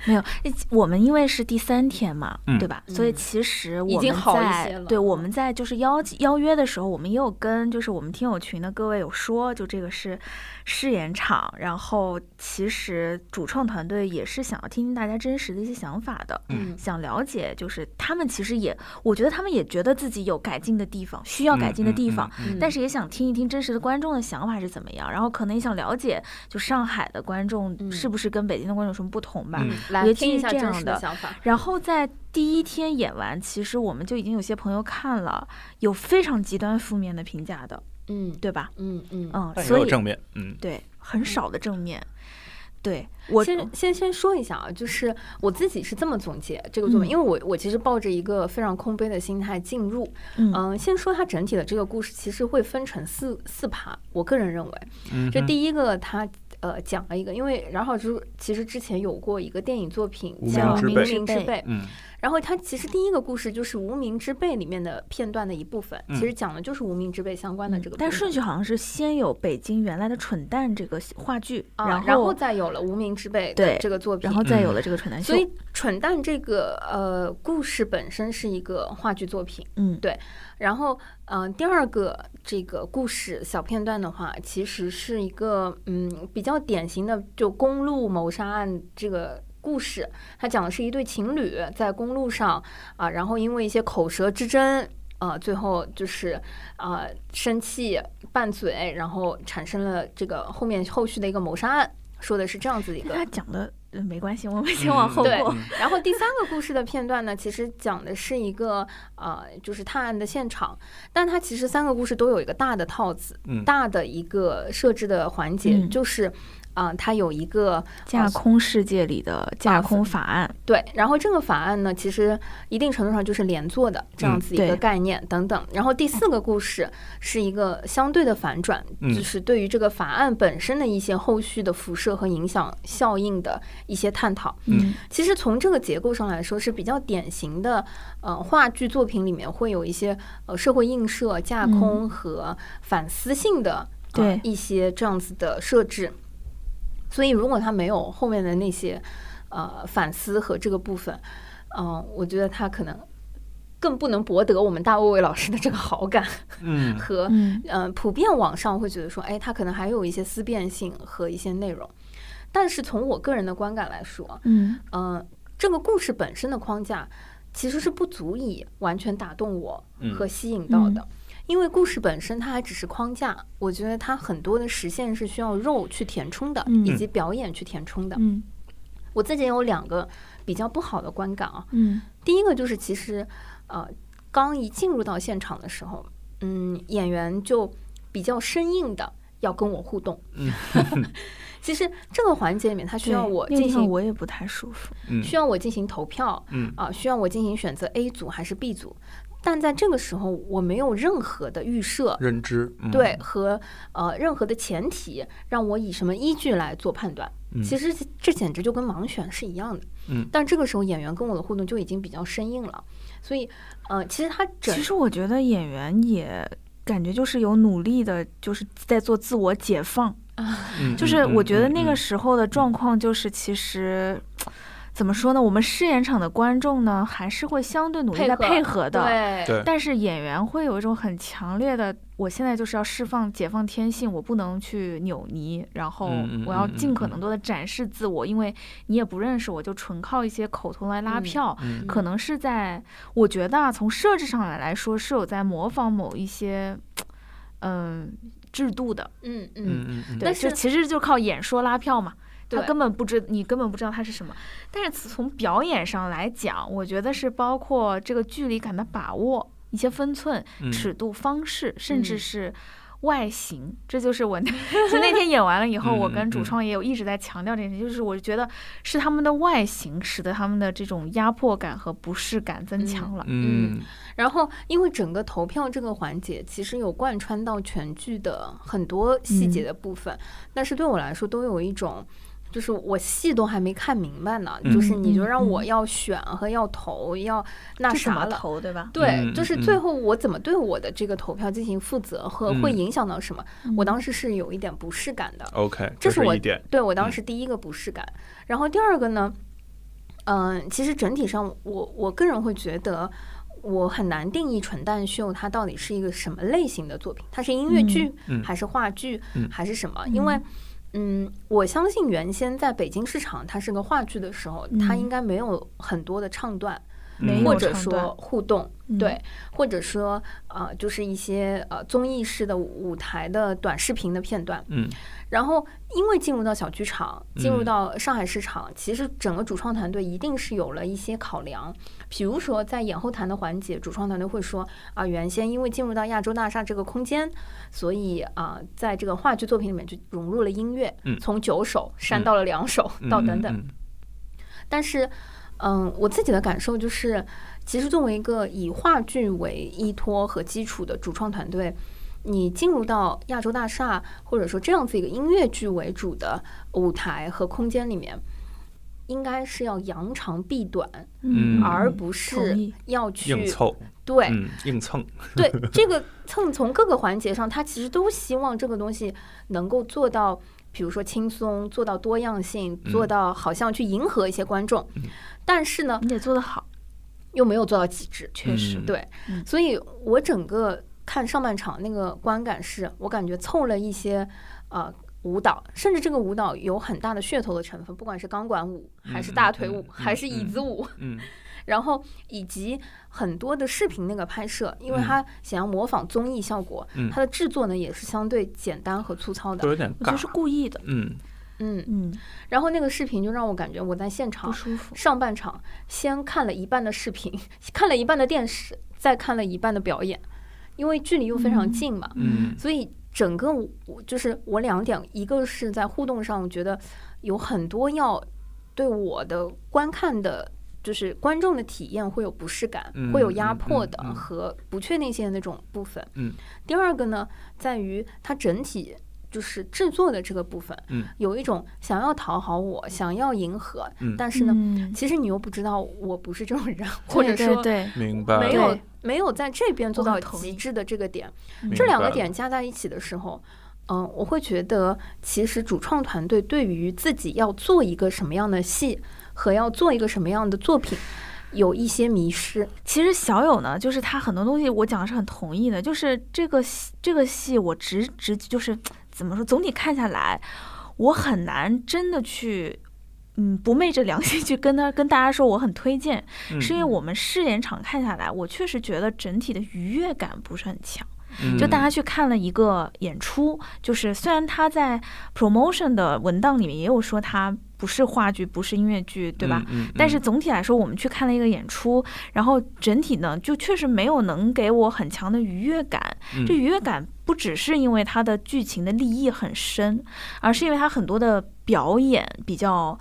S1: 没有，诶我们因为是第三天嘛，
S3: 嗯
S1: 对吧？所以
S2: 嗯
S1: 其实
S2: 已
S1: 我
S2: 经
S1: 们
S2: 好一
S1: 在
S2: 些了
S1: 对我
S2: 嗯
S1: 们在就是邀邀约的时候，我们也有跟就是我们听友群的各位有说，就这个是试演场，然后其实主创团队也是想要听听大家真实的一些想法的。
S3: 嗯
S1: 想了解，就是他们其实也，我觉得他们也觉得自己有改进的地方，需要改进的地方，，
S3: 嗯嗯嗯
S1: 但是也想听一听真实的观众的想法是怎么样，然后可能也想了解，就上海的观众
S2: 嗯
S1: 是不是跟北京的观众有什么不同吧。
S3: 嗯
S2: 来
S1: 也
S2: 听
S1: 基
S2: 一
S1: 于
S2: 下
S1: 这
S2: 真
S1: 样
S2: 实的
S1: 的
S2: 想法。
S1: 然后在第一天演完，其实我们就已经有些朋友看了，有非常极端负面的评价的，
S2: 嗯
S1: 对吧？
S2: 嗯嗯。
S1: 嗯，
S3: 但也
S1: 所
S3: 有
S1: 以
S3: 正面，嗯
S1: 对很少的正面。对我
S2: 先先先说一下啊，就是我自己是这么总结这个作品，
S1: 嗯
S2: 因为我我其实抱着一个非常空杯的心态进入，
S1: 嗯
S2: 嗯、先说它整体的这个故事，其实会分成四四趴，我个人认为，
S3: 嗯，
S2: 这第一个它呃讲了一个，因为饶晓芝其实之前有过一个电影作品
S3: 无名
S2: 叫《
S3: 之
S2: 无
S3: 辈
S2: 名之
S1: 嗯
S2: 辈》，
S3: 嗯
S2: 然后它其实第一个故事就是《无名之辈》里面的片段的一部分，
S3: 嗯
S2: 其实讲的就是《无名之辈》相关的这个
S1: 嗯
S2: 部分。
S1: 但顺序好像是先有北京原来的《蠢蛋》这个话剧，
S2: 啊，
S1: 然
S2: 然
S1: 后
S2: 再有了《无名之辈》的
S1: 对
S2: 这个作品，
S1: 然后再有
S3: 嗯
S1: 了这个《蠢蛋秀
S2: 所》以，《蠢蛋》这个呃故事本身是一个话剧作品，
S1: 嗯，
S2: 然后嗯、呃第二个这个故事小片段的话，其实是一个嗯比较典型的就公路谋杀案这个。故事，它讲的是一对情侣在公路上啊，然后因为一些口舌之争，呃，最后就是呃生气拌嘴，然后产生了这个后面后续的一个谋杀案，说的是这样子一
S1: 跟
S2: 个
S1: 他讲的呃没关系，我们先往后
S2: 嗯对
S3: 嗯
S1: 过。
S2: 然后第三个故事的片段呢，其实讲的是一个呃，就是探案的现场，但它其实三个故事都有一个大的套子，
S3: 嗯
S2: 大的一个设置的环节、
S1: 嗯
S2: 就是。啊、它有一个呃
S1: 架空世界里的架空法案，
S2: 对，然后这个法案呢，其实一定程度上就是连坐的这样
S3: 嗯
S2: 子一个
S1: 对
S2: 概念等等。然后第四个故事是一个相对的反转，
S3: 嗯
S2: 就是对于这个法案本身的一些后续的辐射和影响效应的一些探讨。
S3: 嗯
S2: 其实从这个结构上来说，是比较典型的，呃，话剧作品里面会有一些呃社会映射、架空和反思性的、呃
S1: 嗯对
S2: 一些这样子的设置。所以，如果它没有后面的那些呃反思和这个部分，嗯、我觉得它可能更不能博得我们大卫卫老师的这个好感
S3: 嗯
S2: 和
S1: 嗯
S2: 嗯，普遍网上会觉得说，哎，它可能还有一些思辨性和一些内容。但是从我个人的观感来说，
S1: 嗯
S2: 嗯，这个故事本身的框架其实是不足以完全打动我
S3: 嗯
S2: 和吸引到的，因为故事本身它还只是框架，我觉得它很多的实现是需要肉去填充的，
S1: 嗯
S2: 以及表演去填充的。
S1: 嗯
S2: 我自己有两个比较不好的观感啊，
S1: 嗯
S2: 第一个就是其实呃，刚一进入到现场的时候，嗯，演员就比较生硬的要跟我互动。
S3: 嗯
S2: 其实这个环节里面，它需要
S1: 对
S2: 我
S1: 那
S2: 进
S1: 地方
S2: 行
S1: 我也不太舒服。
S3: 嗯
S2: 需要我进行投票，
S3: 嗯
S2: 啊，需要我进行选择 A 组还是 B 组，但在这个时候我没有任何的预设，
S3: 认知，嗯
S2: 对和呃任何的前提，让我以什么依据来做判断。
S3: 嗯
S2: 其实这简直就跟盲选是一样的，
S3: 嗯
S2: 但这个时候演员跟我的互动就已经比较生硬了，所以，呃，其实他整
S1: 其实我觉得演员也感觉就是有努力的，就是在做自我解放。
S3: 嗯
S1: 就是
S3: 嗯
S1: 我觉得那
S3: 嗯
S1: 个
S3: 嗯
S1: 时候的状况，就是其实。怎么说呢？我们试演场的观众呢，还是会相对努力
S2: 配
S1: 在
S2: 合
S1: 配合的，
S2: 对
S3: 对
S1: 但是演员会有一种很强烈的，我现在就是要释放、解放天性，我不能去扭捏，然后
S3: 嗯嗯
S1: 我要
S3: 嗯嗯
S1: 尽可
S3: 嗯
S1: 能多的展示自我，因为你也不认识我，就纯靠一些口头来拉
S2: 嗯
S1: 票。
S3: 嗯
S1: 可能是在，我觉得啊，从设置上来来说，是有在模仿某一些，嗯、制度的。
S2: 嗯嗯，
S3: 嗯嗯
S1: 对，
S2: 但
S1: 就是其实就靠演说拉票嘛。他
S2: 对
S1: 根本不知，你根本不知道它是什么。但是从表演上来讲，我觉得是包括这个距离感的把握、一些分寸、
S3: 嗯
S1: 尺度、方式，甚
S2: 嗯
S1: 至是外形。这就是我 那就那天演完了以后，我
S3: 嗯嗯
S1: 跟主
S3: 嗯
S1: 创也有一直在强调这件事，就是我觉得是他们的外形使得他们的这种压迫感和不适感增强了。
S3: 嗯
S2: 然后因为整个投票这个环节其实有贯穿
S1: 嗯
S2: 到全剧的很多细节的部分，但是对我来说都有一种。就是我戏都还没看明白呢，就是
S1: 嗯
S2: 你就
S1: 嗯
S2: 让我
S1: 嗯
S2: 要选和要投要那
S1: 这怎
S2: 啥
S1: 么
S2: 了。
S1: 投对吧？
S2: 对，
S3: 嗯
S2: 就是
S3: 嗯
S2: 最
S3: 嗯
S2: 后我怎么对我的这个投票进行负责和会
S3: 嗯
S2: 影响到什么？
S1: 嗯
S2: 我当时是有一点不适感的，
S3: OK，
S2: 这是
S3: 是
S2: 我
S3: 一点，
S2: 对我当
S3: 嗯
S2: 时第一个不适感。然后第二个呢，嗯、其实整体上我我个人会觉得。我很难定义纯蛋秀它到底是一个什么类型的作品，它是音乐剧、
S3: 嗯
S2: 还是话剧、
S3: 嗯
S2: 还是什么？因为，嗯，我相信原先在北京市场它是个话剧的时候，它
S1: 嗯
S2: 应该没有很多的唱段、
S1: 没
S3: 嗯
S1: 有
S2: 或者
S1: 唱
S2: 说
S1: 段
S2: 互动，
S1: 嗯
S2: 对，或者说呃，就是一些呃综艺式的舞台的短视频的片段。
S3: 嗯
S2: 然后，因为进入到小剧场，进入
S3: 嗯
S2: 到上海市场，其实整个主创团队一定是有了一些考量。比如说，在演后谈的环节，主创团队会说啊，原先因为进入到亚洲大厦这个空间，所以啊，在这个话剧作品里面就融入了音乐，
S3: 嗯
S2: 从九首删
S3: 嗯
S2: 到了两首，
S3: 嗯
S2: 到等等。
S3: 嗯
S2: 但是，嗯，我自己的感受就是，其实作为一个以话剧为依托和基础的主创团队，你进入到亚洲大厦或者说这样子一个音乐剧为主的舞台和空间里面，应该是要扬长避短，
S3: 嗯
S2: 而不
S1: 同
S2: 是
S1: 意
S2: 要
S3: 硬
S2: 去
S3: 凑，
S2: 对、
S3: 嗯，硬蹭，
S2: 对这个蹭从各个环节上，他其实都希望这个东西能够做到，比如说轻松，做到多样性，
S3: 嗯
S2: 做到好像去迎合一些观众，
S3: 嗯
S2: 但是呢，
S1: 你得做得好，
S2: 又没有做到极致。
S1: 确实
S3: 嗯，
S2: 对，
S1: 嗯
S2: 所以我整个看上半场那个观感是，我感觉凑了一些呃舞蹈，甚至这个舞蹈有很大的噱头的成分，不管是钢管舞，还是大腿舞，
S3: 嗯嗯嗯
S2: 还是椅子舞，
S3: 嗯
S2: 然后以及很多的视频那个拍摄，因为
S3: 嗯
S2: 它想要模仿综艺效果，
S3: 嗯
S2: 它的制作呢也是相对简单和粗糙
S3: 都
S2: 的。
S3: 有点
S1: 我觉得
S3: 尬
S1: 是，故意的，
S3: 嗯
S2: 嗯，
S1: 嗯，
S2: 然后那个视频就让我感觉我在现场
S1: 不舒服。
S2: 上半场先看了一半的视频， 看了一半的电视，再看了一半的表演，因为距离又非常近嘛，
S3: 嗯
S2: 所以整个我我就是我两点，一个是在互动上，我觉得有很多要对我的观看的。就是观众的体验会有不适感，
S3: 嗯
S2: 会有压迫的
S3: 嗯嗯嗯
S2: 和不确定性的那种部分。
S3: 嗯
S2: 第二个呢，在于它整体就是制作的这个部分，
S3: 嗯
S2: 有一种想要讨好我，想要迎合，
S3: 嗯，
S2: 但是呢，
S1: 嗯，
S2: 其实你又不知道我不是这种 人，
S1: 对
S2: 或者
S1: 对
S2: 说
S1: 对，
S3: 明白
S2: 没
S3: 了，
S2: 有
S1: 对
S2: 没有在这边做
S1: 我
S2: 到
S1: 很同
S2: 极
S1: 意
S2: 致的这个点。
S1: 嗯
S2: 这
S3: 明
S2: 两
S3: 白
S2: 个
S3: 了
S2: 点加在一起的时候，嗯、我会觉得其实主创团队对于自己要做一个什么样的戏和要做一个什么样的作品，有一些迷失。
S1: 其实小友呢，就是他很多东西我讲的是很同意的，就是这个戏这个戏我直直就是怎么说，总体看下来，我很难真的去。嗯，不昧着良心去跟他跟大家说我很推荐，
S3: 嗯
S1: 是因为我们试演场看下来，我确实觉得整体的愉悦感不是很强。
S3: 嗯
S1: 就大家去看了一个演出，就是虽然他在 promotion 的文档里面也有说他不是话剧，不是音乐剧，对吧？？
S3: 嗯嗯嗯
S1: 但是总体来说，我们去看了一个演出，然后整体呢，就确实没有能给我很强的愉悦感。
S3: 嗯
S1: 这愉悦感不只是因为它的剧情的立意很深，而是因为它很多的表演比较，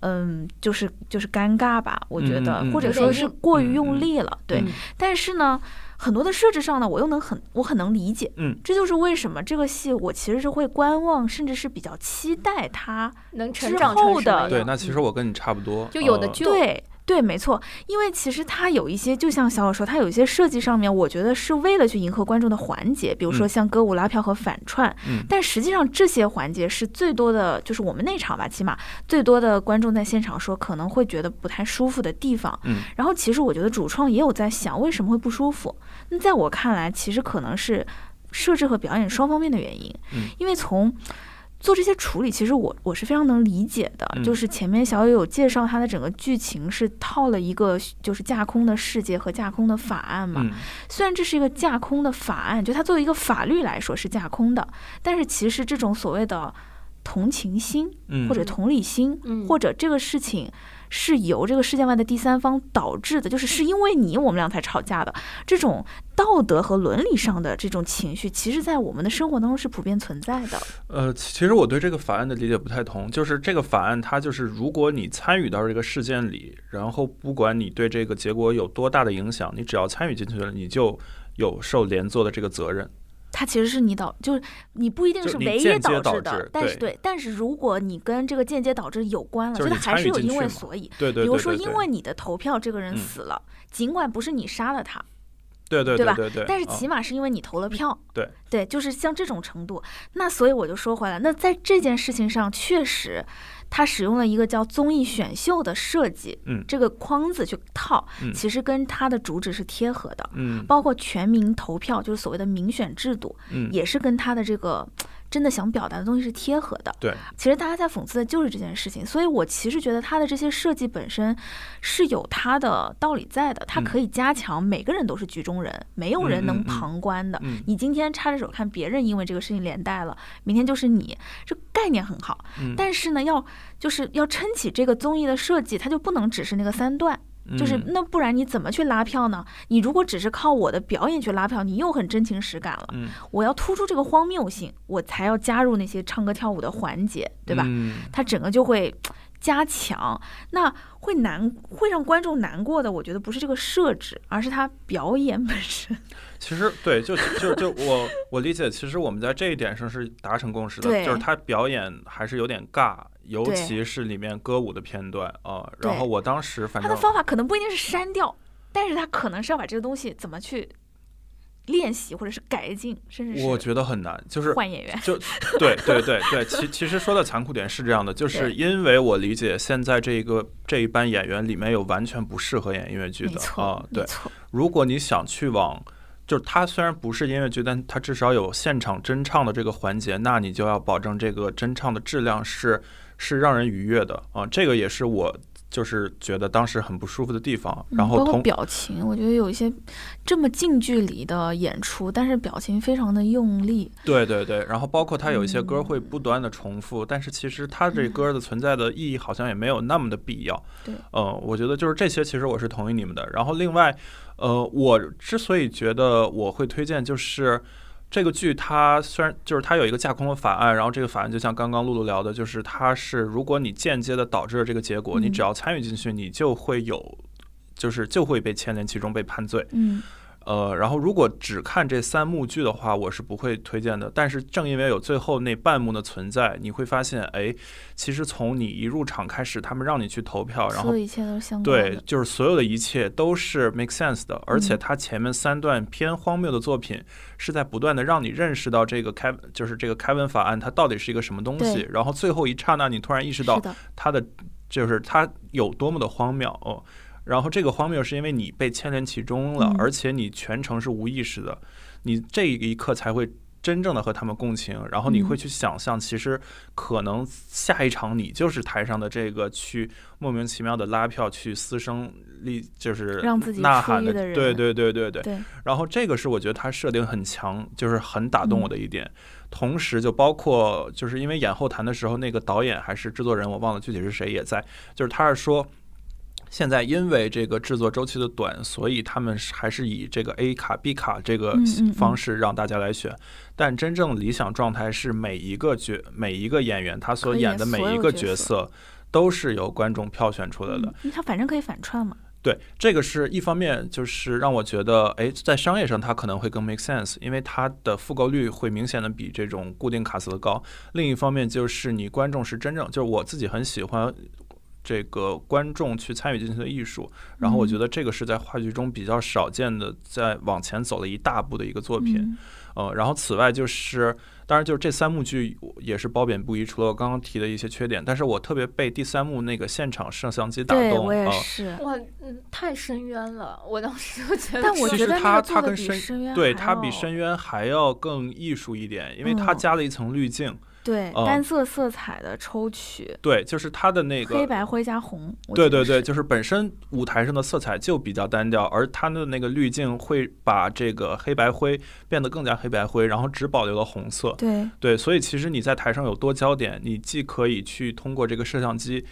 S1: 嗯，就是就是尴尬吧，我觉得，
S3: 嗯嗯嗯
S1: 或者
S2: 有
S1: 说
S2: 点
S1: 是
S2: 硬
S1: 过于
S3: 嗯
S1: 用
S3: 嗯
S1: 力了，对。
S2: 嗯
S1: 但是呢，很多的设置上呢，我又能很我很能理解，
S3: 嗯，
S1: 这就是为什么这个戏我其实是会观望，甚至是比较期待它
S2: 能
S1: 之
S2: 成长成
S1: 后
S2: 什么
S1: 的
S3: 对，
S2: 样
S3: 那其实
S2: 嗯
S3: 我跟你差不多，
S2: 就有的
S3: 呃
S2: 就
S1: 对对，没错，因为其实它有一些，就像小友说，它有一些设计上面，我觉得是为了去迎合观众的环节，比如说
S3: 嗯
S1: 像歌舞拉票和反串，
S3: 嗯
S1: 但实际上这些环节是最多的，就是我们那场吧，起码最多的观众在现场说可能会觉得不太舒服的地方。
S3: 嗯
S1: 然后其实我觉得主创也有在想为什么会不舒服，那在我看来，其实可能是设置和表演双方面的原因，
S3: 嗯
S1: 因为从做这些处理，其实我我是非常能理解的。
S3: 嗯
S1: 就是前面小友有介绍，他的整个剧情是套了一个就是架空的世界和架空的法案嘛。
S3: 嗯
S1: 虽然这是一个架空的法案，就它作为一个法律来说是架空的，但是其实这种所谓的同情心
S3: 嗯
S1: 或者同理心，
S2: 嗯
S1: 或者这个事情是由这个事件外的第三方导致的，
S3: 嗯
S1: 就是是因为你我们俩才吵架的，这种道德和伦理上的这种情绪，其实在我们的生活当中是普遍存在的。
S3: 呃，其其实我对这个法案的理解不太同，就是这个法案它就是，如果你参与到这个事件里，然后不管你对这个结果有多大的影响，你只要参与进去了，你就有受连坐的这个责任。
S1: 它其实是你导，就是你不一定
S3: 就是你
S1: 唯一
S3: 间接
S1: 导
S3: 导
S1: 致的，
S3: 致
S1: 但是
S3: 对
S1: 对，但是如果你跟这个间接导致有关了，
S3: 就是
S1: 觉得
S3: 你
S1: 还
S3: 参
S1: 是
S3: 与
S1: 有
S3: 进
S1: 因为
S3: 去嘛
S1: 所以，
S3: 对对，
S1: 比如
S3: 对
S1: 说
S3: 对
S1: 因为你的投票这个人
S3: 嗯
S1: 死了，尽管不是你杀了他，
S3: 对对
S1: 对吧
S3: 对对，
S1: 但是
S3: 啊
S1: 起码是因为你投了票，
S3: 对
S1: 就是像这种程度。那所以我就说回来，那在这件事情上，确实他使用了一个叫综艺选秀的设计，
S3: 嗯
S1: 这个框子去套，
S3: 嗯
S1: 其实跟它的主旨是贴合的。
S3: 嗯
S1: 包括全民投票，就是所谓的民选制度，
S3: 嗯
S1: 也是跟他的这个真的想表达的东西是贴合的。
S3: 对，
S1: 其实大家在讽刺的就是这件事情，所以我其实觉得它的这些设计本身是有它的道理在的，它
S3: 嗯
S1: 可以加强每个人都是局中人，没有人
S3: 嗯嗯
S1: 能
S3: 嗯
S1: 旁观的。
S3: 嗯
S1: 你今天插着手看别人因为这个事情连带了，明天就是你，这概念很好。
S3: 嗯
S1: 但是呢，要就是要撑起这个综艺的设计，它就不能只是那个三段，就是
S3: 嗯
S1: 那不然你怎么去拉票呢？你如果只是靠我的表演去拉票，你又很真情实感了。
S3: 嗯
S1: 我要突出这个荒谬性，我才要加入那些唱歌跳舞的环节，对吧？
S3: 嗯
S1: 它整个就会加强，那会难会让观众难过的，我觉得不是这个设置，而是它表演本身。
S3: 其实对，就就就我我理解，其实我们在这一点上是达成共识的
S1: 对，
S3: 就是他表演还是有点尬，尤
S1: 对
S3: 其是里面歌舞的片段啊。
S1: 对
S3: 然后我当时反
S1: 它的
S3: 正
S1: 方法可能不一定是删掉，但是它可能是要把这个东西怎么去练习，或者是改进，甚至
S3: 我
S1: 是
S3: 觉得很难，就是
S1: 换演员。
S3: 就对对对对，其其实说的残酷点是这样的，就是
S1: 对
S3: 因为我理解现在这一个这一班演员里面有完全不适合演音乐剧
S1: 没
S3: 的
S1: 错，
S3: 啊，对
S1: 没，错，
S3: 如果你想去往，就是它虽然不是音乐剧，但它至少有现场真唱的这个环节，那你就要保证这个真唱的质量是是让人愉悦的啊、这个也是我就是觉得当时很不舒服的地方。然
S1: 嗯
S3: 后
S1: 包括
S3: 同
S1: 表情，我觉得有一些这么近距离的演出，但是表情非常的用力，
S3: 对对对，然后包括它有一些歌会
S1: 嗯
S3: 不断的重复，但是其实它这歌的存在的意义好像也没有那么的必要。
S1: 对
S3: 呃，我觉得就是这些，其实我是同意你们的。然后另外，呃，我之所以觉得我会推荐，就是这个剧它虽然就是它有一个架空的法案，然后这个法案就像刚刚露露聊的，就是它是如果你间接的导致了这个结果，你
S1: 嗯
S3: 只要参与进去，你就会有，就是就会被牵连其中被判罪。
S1: 嗯，
S3: 呃，然后如果只看这三幕剧的话，我是不会推荐的。但是正因为有最后那半幕的存在，你会发现，哎，其实从你一入场开始，他们让你去投票，然
S1: 所
S3: 后
S1: 有一切都是相关
S3: 对
S1: 的，，
S3: 就是所有的一切都是 make sense 的。而且
S1: 嗯
S3: 它前面三段偏荒谬的作品是在不断的让你认识到这个开，就是这个开文法案它到底是一个什么东西
S1: 对。
S3: 然后最后一刹那，你突然意识
S1: 是
S3: 到
S1: 的，
S3: 它的就是它有多么的荒谬哦。然后这个荒谬是因为你被牵连其中了，
S1: 嗯
S3: 而且你全程是无意识的，你这一刻才会真正的和他们共情，然后你会
S1: 嗯
S3: 去想象，其实可能下一场你就是台上的这个去莫名其妙的拉票去嘶声力，就是
S1: 让自己
S3: 呐
S1: 出
S3: 喊
S1: 力
S3: 的，
S1: 的人
S3: 对对对对对。
S1: 对，
S3: 然后这个是我觉得它设定很强，就是很打
S1: 嗯
S3: 动我的一点。同时，就包括就是因为演后谈的时候，那个导演还是制作人，我忘了具体是谁也在，就是他是说。现在因为这个制作周期的短，所以他们是还是以这个 A 卡、B 卡这个
S1: 嗯嗯嗯
S3: 方式让大家来选。但真正理想状态是每一个角、每一个演员他所
S1: 可以
S3: 演的每
S1: 所
S3: 一
S1: 有
S3: 个
S1: 角
S3: 角色都是由观众票选出来的。
S1: 因为嗯他反正可以反串嘛，
S3: 对，这个是一方面，就是让我觉得，哎，在商业上它可能会更 make sense，因为它的复购率会明显的比这种固定卡司的高。另一方面就是你观众是真正，就是我自己很喜欢这个观众去参与进去的艺术，然后
S1: 嗯
S3: 我觉得这个是在话剧中比较少见的，在往前走了一大步的一个作品。
S1: 嗯
S3: 呃，然后此外就是，当然就是这三幕剧也是褒贬不一，除了我刚刚提的一些缺点，但是我特别被第三幕那个现场摄像机打
S1: 对
S3: 动
S1: 我也
S3: 啊。
S1: 是，
S2: 哇，嗯，太深渊了，我当时就觉得，
S1: 但我
S3: 其
S1: 觉
S3: 实
S1: 得那
S3: 它
S1: 个做
S3: 它
S1: 的
S3: 跟
S1: 比
S3: 深
S1: 深渊
S3: 对，
S1: 还
S3: 它比
S1: 要
S3: 深渊还要更艺术一点，因为它
S1: 嗯
S3: 加了一层滤镜。
S1: 对
S3: 嗯
S1: 单色色彩的抽取，
S3: 对，就是它的那
S1: 黑
S3: 个，
S1: 白灰加红，我
S3: 对
S1: 记
S3: 对
S1: 得
S3: 对，
S1: 是，
S3: 就是本身舞台上的色彩就比较单调，而它的那个滤镜会把这个黑白灰变得更加黑白灰，然后只保留了红色。
S1: 对
S3: 对，所以其实你在台上有多焦点，你既可以去通过这个摄像机。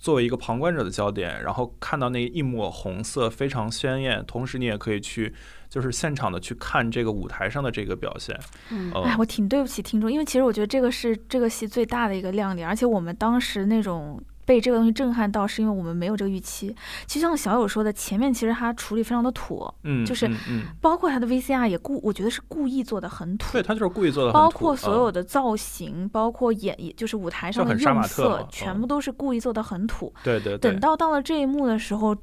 S3: 作为一个旁观者的焦点，然后看到那一抹红色非常鲜艳，同时你也可以去，就是现场的去看这个舞台上的这个表现。
S2: 嗯，
S3: 呃
S1: 哎，我挺对不起听众，因为其实我觉得这个是这个戏最大的一个亮点，而且我们当时那种。被这个东西震撼到，是因为我们没有这个预期。其实像小友说的，前面其实他处理非常的土，
S3: 嗯，
S1: 就是
S3: 嗯嗯，
S1: 包括他的 VCR 也故，我觉得是故意做的很土
S3: 对，他就是故意做的，
S1: 包括所有的
S3: 的，
S1: 造型，包括演，就是舞台上
S3: 啊就
S1: 的
S3: 很杀
S1: 用
S3: 马特
S1: 色
S3: 嘛，
S1: 全
S3: 嗯
S1: 部都是故意做的很土。
S3: 对对对，
S1: 等到到了这一幕的时候，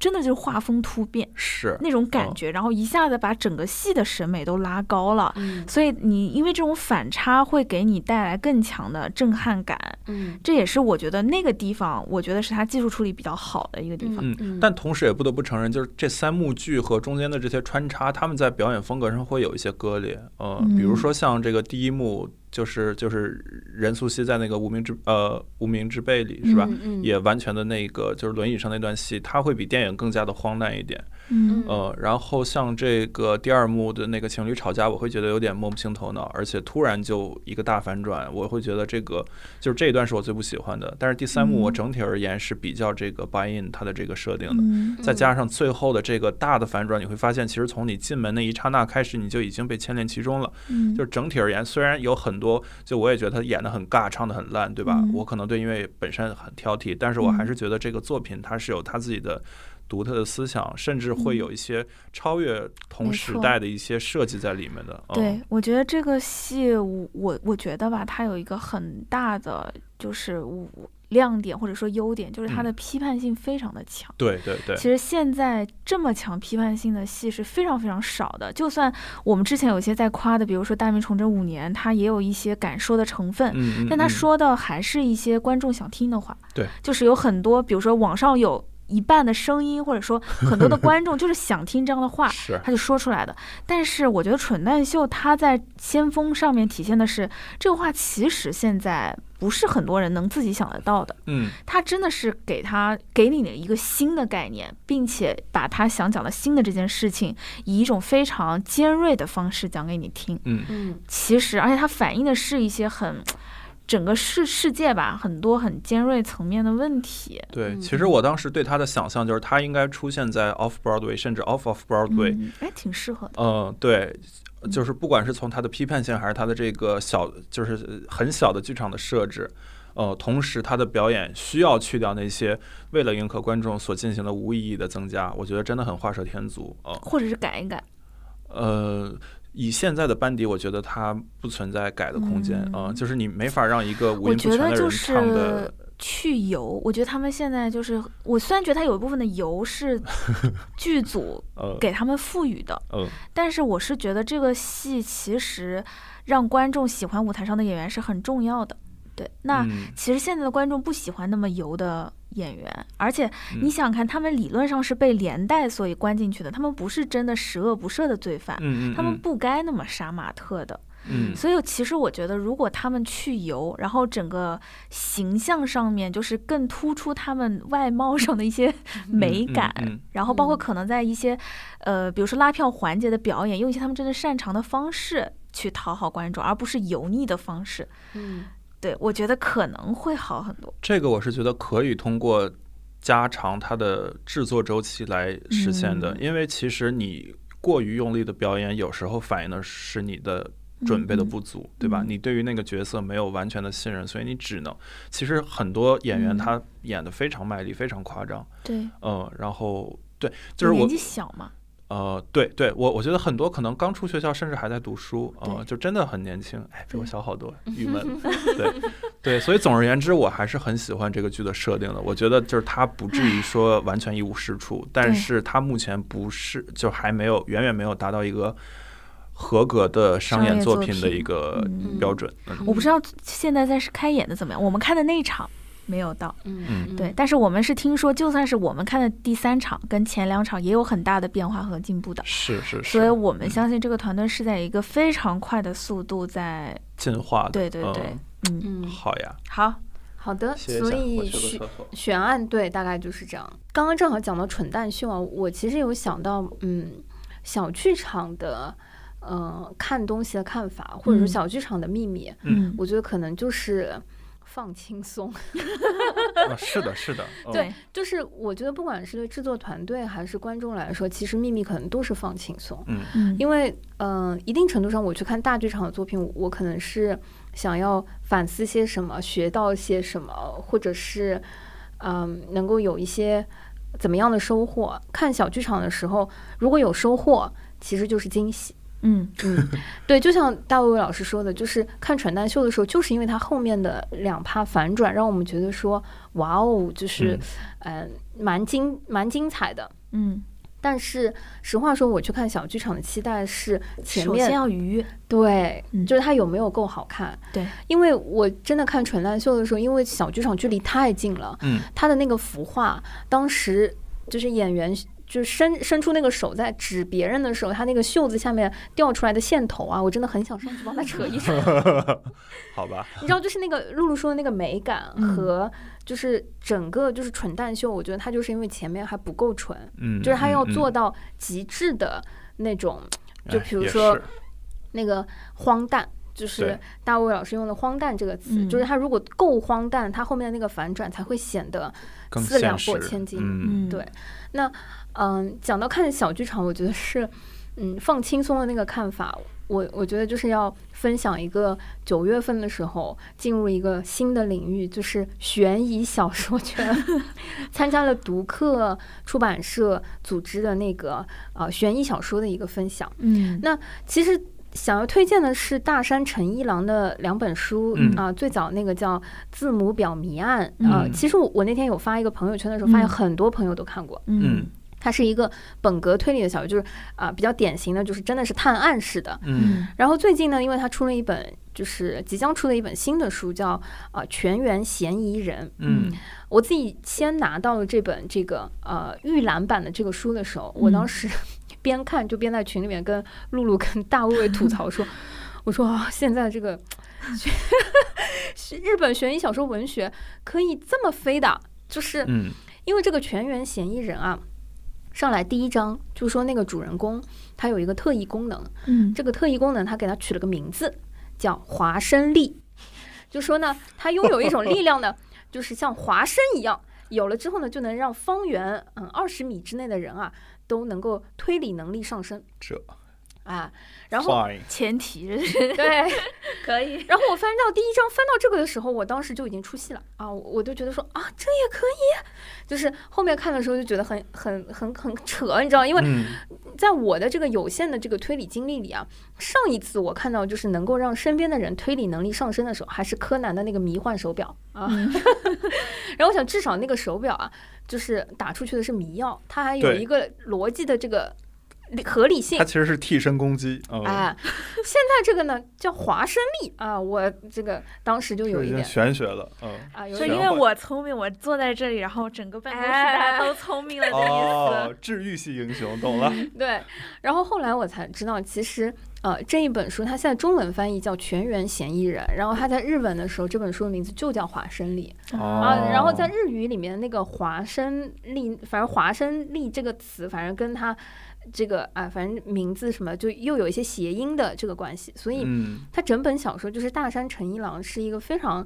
S1: 真的就是画风突变
S3: 是
S1: 那种
S3: 嗯
S1: 感觉，然后一下子把整个戏的审美都拉高了。
S2: 嗯
S1: 所以你因为这种反差会给你带来更强的震撼感，
S2: 嗯
S1: 这也是我觉得那个地方，我觉得是他技术处理比较好的一个地方。
S3: 嗯，但同时也不得不承认，就是这三幕剧和中间的这些穿插，他们在表演风格上会有一些割裂。呃，比如
S1: 嗯
S3: 说像这个第一幕，就是就是任素汐在那个无名之呃无名之辈里是吧？
S2: 嗯嗯
S3: 也完全的那个就是轮椅上那段戏，它会比电影更加的荒诞一点。
S1: 嗯
S3: 呃，然后像这个第二幕的那个情侣吵架，我会觉得有点摸不清头脑，而且突然就一个大反转，我会觉得这个就是这一段是我最不喜欢的。但是第三幕我
S1: 嗯
S3: 整体而言是比较这个 buy in 它的这个设定的，
S1: 嗯
S3: 再加上最后的这个大的反转，你会发现其实从你进门那一刹那开始，你就已经被牵连其中了。
S1: 嗯
S3: 就是整体而言，虽然有很多，就我也觉得他演的很尬，唱的很烂，对吧？
S1: 嗯
S3: 我可能对音乐本身很挑剔，但是我
S1: 嗯
S3: 还是觉得这个作品它是有它自己的独特的思想，甚至会有一些超越同
S1: 嗯没
S3: 时
S1: 错
S3: 代的一些设计在里面的。嗯、
S1: 对，，我觉得这个戏，我我我觉得吧，它有一个很大的就是我亮点或者说优点，就是它
S3: 嗯
S1: 的批判性非常的强。
S3: 对对对，
S1: 其实现在这么强批判性的戏是非常非常少的，就算我们之前有一些在夸的，比如说《大明崇祯五年》，它也有一些敢说的成分，
S3: 嗯，嗯
S1: 但他
S3: 嗯
S1: 说的还是一些观众想听的话。
S3: 对，
S1: 就是有很多，比如说网上有一半的声音，或者说很多的观众就是想听这样的话，
S3: 是
S1: 他就说出来的。但是我觉得蠢蛋秀它在先锋上面体现的是，这个话其实现在不是很多人能自己想得到的。
S3: 嗯
S1: 他真的是给他给你的一个新的概念，并且把他想讲的新的这件事情，以一种非常尖锐的方式讲给你听。
S3: 嗯
S2: 嗯
S1: 其实，而且它反映的是一些很整个世世界吧，很多很尖锐层面的问题。
S3: 对。
S2: 嗯
S3: 其实我当时对他的想象就是他应该出现在 Off Broadway 甚至 Off Off Broadway，
S1: 嗯，哎，挺适合的。
S3: 嗯，对，就是不管是从它的批判性，还是它的这个小，就是呃很小的剧场的设置，呃，同时它的表演需要去掉那些为了迎合观众所进行的无意义的增加，我觉得真的很画蛇添足啊、
S1: 或者是改一改，
S3: 呃。以现在的班底，我觉得它不存在改的空间啊、
S1: 嗯
S3: 就是你没法让一个五
S1: 我
S3: 音不
S1: 觉
S3: 全的
S1: 得就
S3: 人唱
S1: 是
S3: 的，
S1: 去油。我觉得他们现在就是，我虽然觉得他有一部分的油是剧组
S3: 呃，
S1: 给他们赋予的，
S3: 嗯、
S1: 但是我是觉得这个戏其实让观众喜欢舞台上的演员是很重要的。对，那
S3: 嗯
S1: 其实现在的观众不喜欢那么油的演员，而且
S3: 嗯
S1: 你想想看，他们理论上是被连带所以关进去的，他们不是真的十恶不赦的罪犯，
S3: 嗯嗯，
S1: 他们
S3: 嗯
S1: 不该那么杀马特的。
S3: 嗯
S1: 所以其实我觉得，如果他们去油，然后整个形象上面就是更突出他们外貌上的一些美
S3: 嗯
S1: 感，
S3: 嗯
S1: 然后包括
S2: 嗯
S1: 可能在一些，呃，比如说拉票环节的表演，用一些他们真的擅长的方式去讨好观众，而不是油腻的方式。
S2: 嗯
S1: 对，我觉得可能会好很多。
S3: 这个我是觉得可以通过加长它的制作周期来实现的，
S1: 嗯
S3: 因为其实你过于用力的表演，有时候反映的是你的。准备的不足，对吧？
S1: 嗯
S3: 你对于那个角色没有完全的信任，所以你只能。其实很多演员
S1: 嗯
S3: 他演的非常卖力，非常夸张，
S1: 对，
S3: 嗯，然后对，就是我
S1: 年纪小嘛，
S3: 呃，对对，我我觉得很多可能刚出学校，甚至还在读书，呃，
S1: 对嗯
S3: 就真的很年轻，哎，比我
S1: 对
S3: 小 好多，郁闷。对对，所以总而言之，我还是很喜欢这个剧的设定的。我觉得就是它不至于 说完全一无是处，但
S1: 对
S3: 是它目前不是，就还没有远远没有达到一个合格的商
S1: 商
S3: 业
S1: 业
S3: 作
S1: 作
S3: 品的一
S1: 品
S3: 个
S1: 嗯
S3: 标准。嗯
S1: 我不知道现在在是开演的怎么样。我们看的那一场没有到，
S2: 嗯
S1: 对，但是我们是听说，就算是我们看的第三场跟前两场也有很大的变化和进步的，
S3: 是是
S1: 所以
S3: 是，嗯
S1: 我们相信这个团队是在一个非常快的速度在，
S3: 进化的。
S1: 对对
S3: 嗯
S1: 对，嗯，
S2: 嗯
S3: 好呀，
S1: 好，
S2: 好的，
S3: 歇一
S2: 所
S3: 下我
S2: 以
S3: 去
S2: 许
S3: 个 厕所。
S2: 悬案对，大概就是这样。刚刚正好讲到蠢蛋秀啊，我其实有想到，嗯，小剧场的，呃，看东西的看法，或者
S1: 嗯
S2: 说小剧场的秘密，
S3: 嗯
S2: 我觉得可能就是放轻松。
S3: 啊是的，是的，嗯
S2: 对，就是我觉得不管是对制作团队还是观众来说，其实秘密可能都是放轻松。
S3: 嗯
S1: 嗯，
S2: 因为嗯、呃一定程度上，我去看大剧场的作品，我可能是想要反思些什么，学到些什么，或者是嗯、能够有一些怎么样的收获。看小剧场的时候，如果有收获，其实就是惊喜。
S1: 嗯
S2: 嗯，对，就像大卫老师说的，就是看传单秀的时候，就是因为它后面的两趴反转，让我们觉得说，哇哦，就是嗯、呃蛮精蛮精彩的。
S1: 嗯，
S2: 但是实话说，我去看小剧场的期待是前
S1: 首先
S2: 面
S1: 要愉悦，
S2: 对，
S1: 嗯
S2: 就是它有没有够好看。
S1: 对，
S2: 因为我真的看纯烂秀的时候，因为小剧场距离太近了，
S3: 嗯，
S2: 它的那个服化，当时就是演员。就伸伸出那个手在指别人的时候，他那个袖子下面掉出来的线头啊，我真的很想上去帮他扯一扯。
S3: 好吧，
S2: 你知道，就是那个露露说的那个美感
S1: 嗯
S2: 和就是整个就是蠢蛋秀，我觉得他就是因为前面还不够纯，
S3: 嗯，
S2: 就是他要
S3: 嗯
S2: 做，到极致的那种，
S3: 嗯
S2: 就
S3: 哎
S2: 比如
S3: 也
S2: 说
S3: 是
S2: 那个荒诞，就是
S3: 对
S2: 大卫老师用的“荒诞”这个词，
S1: 嗯
S2: 就是它如果够荒诞，它后面的那个反转才会显得。
S3: 更
S2: 四两
S3: 现实
S2: 拨千斤
S3: 嗯，
S2: 对嗯，讲到看小剧场，我觉得是，嗯，放轻松的那个看法。我我觉得就是要分享一个九月份的时候进入一个新的领域，就是悬疑小说圈， 参加了读客出版社组织的那个呃悬疑小说的一个分享。
S1: 嗯
S2: 其实想要推荐的是大山诚一郎的两本书啊、
S3: 嗯
S2: 最早那个叫《字母表谜案》啊、
S3: 嗯
S2: 其实我我那天有发一个朋友圈的时候，发现
S1: 嗯
S2: 很多朋友都看过。
S1: 嗯
S3: 嗯
S2: 它是一个本格推理的小说，就是啊、比较典型的，就是真的是探案式的。
S3: 嗯
S2: 然后最近呢，因为他出了一本，就是即将出了一本新的书，叫《啊、全员嫌疑人》。
S3: 嗯
S2: 我自己先拿到了这本这个呃预览版的这个书的时候，我当
S1: 嗯
S2: 时 边看就边在群里面跟露露跟大卫吐槽说， 我说啊，现在这个 日本悬疑小说文学可以这么飞的，就是
S3: 嗯
S2: 因为这个全员嫌疑人啊。上来第一章就说那个主人公他有一个特异功能，
S1: 嗯，
S2: 这个特异功能他给他取了个名字叫华生力，就说呢，他拥有一种力量呢， 就是像华生一样，有了之后呢，就能让方圆嗯二十米之内的人啊都能够推理能力上升
S3: 这
S2: 啊。然后
S3: fine
S1: 前提是
S2: 对，
S1: 可以，
S2: 然后我翻到第一章，翻到这个的时候，我当时就已经出戏了啊！我我就觉得说啊，这也可以，就是后面看的时候就觉得很很很很扯，你知道，因为
S3: 嗯
S2: 在我的这个有限的这个推理经历里啊，上一次我看到就是能够让身边的人推理能力上升的时候，还是柯南的那个迷幻手表啊。
S1: 嗯
S2: 然后我想，至少那个手表啊，就是打出去的是迷药，它还有
S3: 对
S2: 一个逻辑的这个合理性
S3: 它。其实是替身攻击，嗯，
S2: 哎，现在这个呢叫华生力啊，我这个当时就有
S3: 这已
S2: 一
S3: 经
S2: 点
S3: 玄学了，嗯。
S2: 啊，有
S1: 就
S2: 一
S1: 因
S2: 点
S1: 为我聪明，我坐在这里，然后整个办公室
S2: 哎
S1: 大家都聪明了这个意
S3: 哦
S1: 思。，
S3: 治愈系英雄，懂了。
S2: 对。然后后来我才知道，其实呃这一本书它现在中文翻译叫《全员嫌疑人》，然后它在日文的时候，这本书的名字就叫《华生力》。啊，
S3: 哦
S2: 然后在日语里面那个华生力，反正华生力这个词，反正跟它这个啊，反正名字什么就又有一些谐音的这个关系，所以
S3: 嗯
S2: 它整本小说就是大山诚一郎是一个非常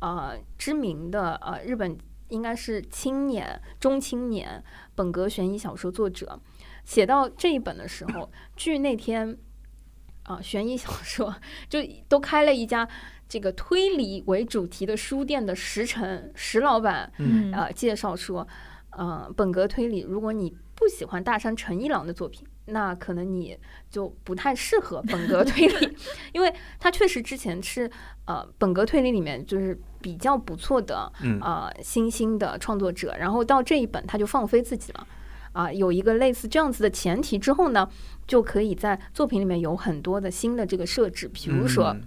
S2: 呃知名的呃日本应该是青年中青年本格悬疑小说作者，写到这一本的时候，据那天。啊，悬疑小说就都开了一家这个推理为主题的书店的石城石老板
S3: 嗯
S2: 呃介绍说，呃，本格推理，如果你不喜欢大山诚一郎的作品，那可能你就不太适合本格推理， 因为他确实之前是呃本格推理里面就是比较不错的
S3: 嗯
S2: 呃新兴的创作者，然后到这一本他就放飞自己了。啊，有一个类似这样子的前提之后呢，就可以在作品里面有很多的新的这个设置，比如说
S3: 嗯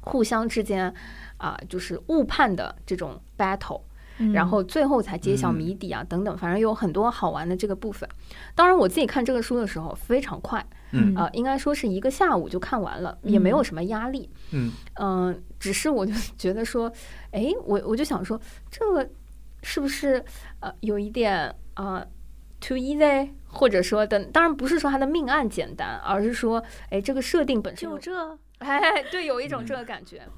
S2: 互相之间啊、就是误判的这种 battle，
S1: 嗯
S2: 然后最后才揭晓
S3: 嗯
S2: 谜底啊，等等，反正有很多好玩的这个部分。当然，我自己看这个书的时候非常快，
S3: 嗯
S2: 呃，应该说是一个下午就看完了，也没有什么压力。
S3: 嗯
S2: 嗯、只是我就 觉得说，哎，我我就想说，这个是不是呃有一点呃 too easy，或者说等，当然不是说它的命案简单，而是说，哎，这个设定本身有
S1: 就这，
S2: 哎，对，有一种这个感觉。嗯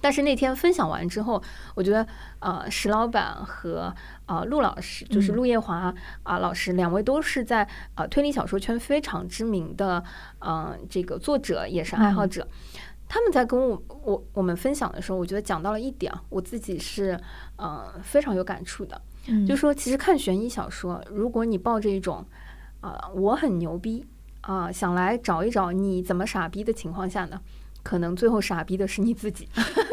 S2: 但是那天分享完之后，我觉得呃，石老板和呃陆老师，就是
S1: 嗯
S2: 陆夜华啊、老师，两位都是在呃推理小说圈非常知名的嗯、呃这个作者，也是爱好
S1: 嗯
S2: 者。他们在跟我我我们分享的时候，我觉得讲到了一点，我自己是呃非常有感触的，
S1: 嗯
S2: 就说其实看悬疑小说，如果你抱着一种啊、我很牛逼啊、想来找一找你怎么傻逼的情况下呢，可能最后傻逼的是你自己。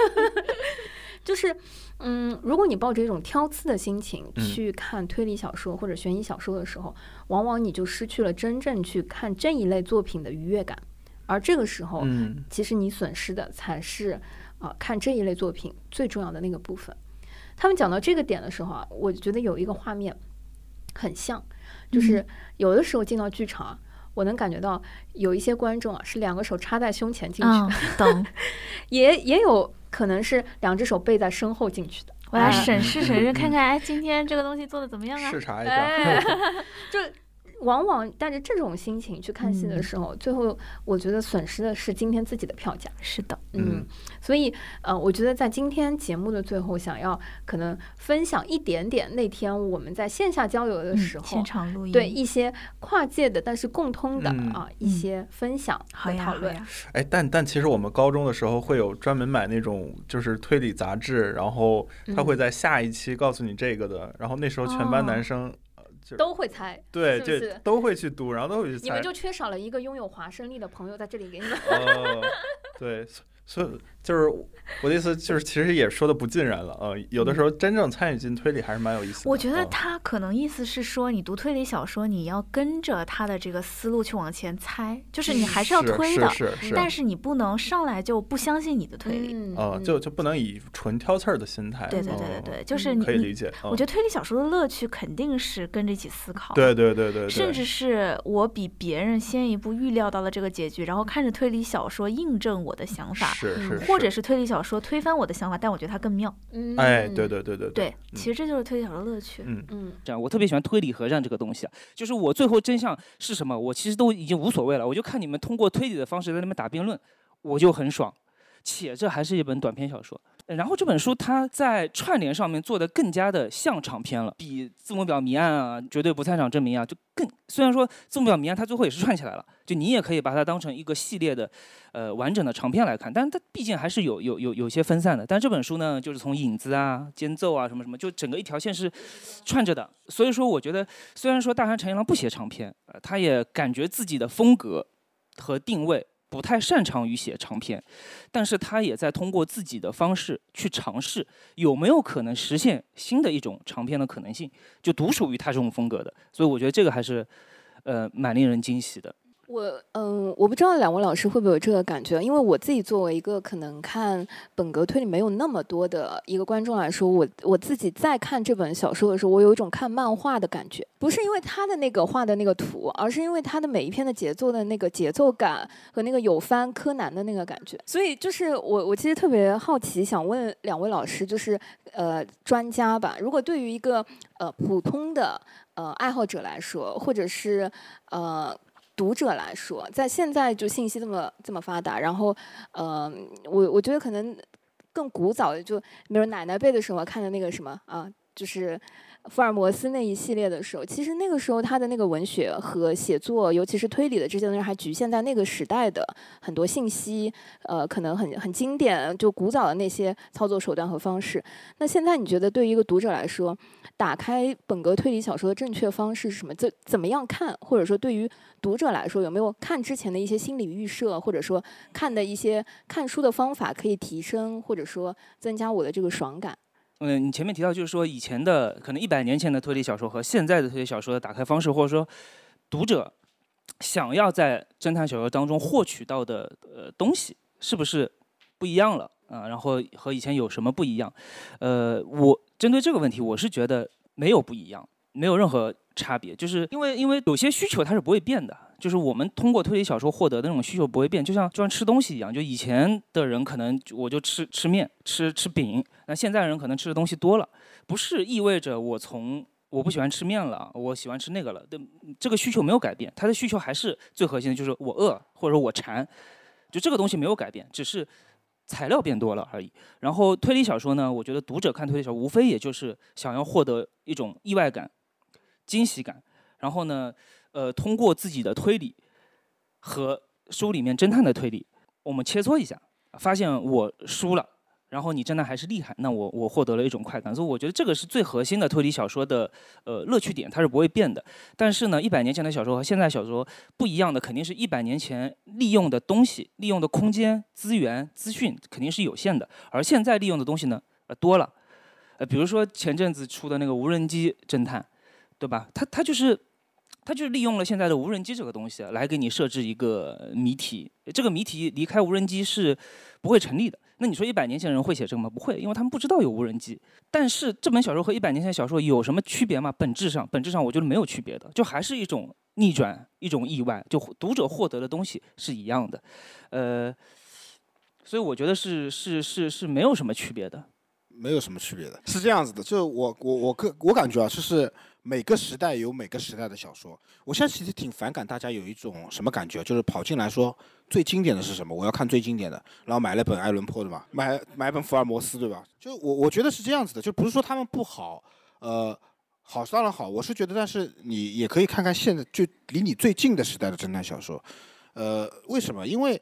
S2: 就是嗯，如果你抱着一种挑刺的心情
S3: 嗯
S2: 去看推理小说或者悬疑小说的时候，往往你就失去了真正去看这一类作品的愉悦感，而这个时候。
S3: 嗯
S2: 其实你损失的才是啊、呃看这一类作品最重要的那个部分。他们讲到这个点的时候啊，我觉得有一个画面很像，就是有的时候进到剧场啊，我能感觉到有一些观众啊是两个手插在胸前进去，
S1: 嗯，懂。
S2: 也也有可能是两只手背在身后进去的。
S1: 我来
S2: 哎
S1: 审视审视，
S3: 嗯
S1: 看看哎，今天这个东西做的怎么样啊？
S3: 视察一
S2: 哎
S3: 下，
S2: 就往往带着这种心情去看戏的时候，最后我觉得损失的是今天自己的票价。
S1: 是的，
S2: 嗯
S3: 嗯，
S2: 所以呃，我觉得在今天节目的最后，想要可能分享一点点那天我们在线下交流的
S1: 嗯
S2: 时候，
S1: 现场嗯录音，
S2: 对一些跨界的但是共通的、
S3: 嗯
S2: 啊一些分享
S1: 好
S2: 和
S1: 呀
S2: 讨
S1: 好
S2: 论。
S1: 呀，
S3: 哎，但但其实我们高中的时候会有专门买那种就是推理杂志，然后他会在下一期告诉你这个的，然后那时候全班
S1: 哦
S3: 男生呃就
S2: 都会猜，
S3: 对
S2: 是不
S3: 对
S2: 是
S3: 都会去读，然后都会去
S2: 你
S3: 猜
S2: 们，就缺少了一个拥有华生力的朋友在这里给 你们。
S3: 呃，对，所所以就是我的意思就是其实也说的不尽然了，呃，有的时候真正参与进推理还是蛮有意思的。
S1: 嗯我觉得
S3: 嗯
S1: 他可能意思是说，你读推理小说，你要跟着他的这个思路去往前猜，就是你还是要推的，
S3: 是是是，
S1: 但是你不能上来就不相信你的推理。
S2: 嗯
S3: 呃，就就不能以纯挑刺儿的心态，
S1: 对对对对
S3: 嗯
S1: 对，就是
S2: 嗯
S1: 你
S3: 可以理
S1: 你，
S3: 解。呃
S1: 我觉得推理小说的乐趣肯定是跟着一起思考。
S3: 得对对对对对，
S1: 甚至是我比别人先一步预料到了这个结局，然后看着推理小说印证我的想法，嗯
S3: 是是，
S1: 或者是推理小说推翻我的想法，但我觉得它更妙。
S2: 嗯，
S3: 哎，对对对对
S1: 对，
S3: 嗯
S1: 其实这就是推理小说乐趣。
S3: 嗯
S2: 嗯，
S4: 这样，我特别喜欢推理和让这个东西啊，就是我最后真相是什么，我其实都已经无所谓了，我就看你们通过推理的方式在那边打辩论，我就很爽。且这还是一本短篇小说，然后这本书它在串联上面做的更加的像长篇了，比《字母表谜案》啊、《绝对不在场证明》啊，就更虽然说《字母表谜案》它最后也是串起来了，就你也可以把它当成一个系列的，呃，完整的长篇来看，但是它毕竟还是有有有有些分散的。但这本书呢，就是从影子啊、间奏啊什么什么，就整个一条线是串着的。所以说，我觉得虽然说大山诚一郎不写长篇，呃，他也感觉自己的风格和定位不太擅长于写长篇，但是他也在通过自己的方式去尝试有没有可能实现新的一种长篇的可能性，就独属于他这种风格的。所以我觉得这个还是，呃，蛮令人惊喜的。
S2: 我嗯，我不知道两位老师会不会有这个感觉，因为我自己作为一个可能看本格推理没有那么多的一个观众来说，我我自己在看这本小说的时候，我有一种看漫画的感觉，不是因为他的那个画的那个图，而是因为他的每一篇的节奏的那个节奏感和那个有翻柯南的那个感觉。所以就是我我其实特别好奇，想问两位老师，就是呃专家吧，如果对于一个呃普通的呃爱好者来说，或者是呃读者来说，在现在就信息这么这么发达，然后，呃，我我觉得可能更古早的，就比如奶奶辈的时候看的那个什么啊，就是福尔摩斯那一系列的时候，其实那个时候他的那个文学和写作，尤其是推理的这些东西，还局限在那个时代的很多信息，呃，可能很很经典，就古早的那些操作手段和方式。那现在你觉得对于一个读者来说，打开本格推理小说的正确方式是什么？怎怎么样看，或者说对于读者来说，有没有看之前的一些心理预设，或者说看的一些看书的方法可以提升，或者说增加我的这个爽感？
S4: 嗯，你前面提到就是说以前的可能一百年前的推理小说和现在的推理小说的打开方式，或者说读者想要在侦探小说当中获取到的呃东西，是不是不一样了啊、然后和以前有什么不一样？呃，我针对这个问题，我是觉得没有不一样，没有任何差别，就是因为因为有些需求它是不会变的。就是我们通过推理小说获得的那种需求不会变，就像就像吃东西一样，就以前的人可能我就吃吃面、吃吃饼，那现在人可能吃的东西多了，不是意味着我从我不喜欢吃面了，我喜欢吃那个了，对，这个需求没有改变，他的需求还是最核心的，就是我饿或者我馋，就这个东西没有改变，只是材料变多了而已。然后推理小说呢，我觉得读者看推理小说无非也就是想要获得一种意外感、惊喜感，然后呢，呃，通过自己的推理和书里面侦探的推理，我们切磋一下，发现我输了。然后你侦探还是厉害，那我我获得了一种快感，所以我觉得这个是最核心的推理小说的呃乐趣点，它是不会变的。但是呢，一百年前的小说和现在小说不一样的，肯定是一百年前利用的东西、利用的空间、资源、资讯肯定是有限的，而现在利用的东西呢，呃多了，呃比如说前阵子出的那个无人机侦探，对吧？它它就是它就是利用了现在的无人机这个东西来给你设置一个谜题，这个谜题离开无人机是不会成立的。那你说一百年前人会写这个吗？不会，因为他们不知道有无人机。但是这本小说和一百年前的小说有什么区别吗？本质上，本质上我觉得没有区别的，就还是一种逆转，一种意外，就读者获得的东西是一样的。呃，所以我觉得是是是是没有什么区别的。
S5: 没有什么区别的，是这样子的，就是我我我个我感觉啊，就是每个时代有每个时代的小说。我现在其实挺反感大家有一种什么感觉，就是跑进来说最经典的是什么，我要看最经典的，然后买了本爱伦坡的嘛，买买本福尔摩斯对吧？就我我觉得是这样子的，就不是说他们不好，呃，好是当然好，我是觉得，但是你也可以看看现在就离你最近的时代的侦探小说，呃，为什么？因为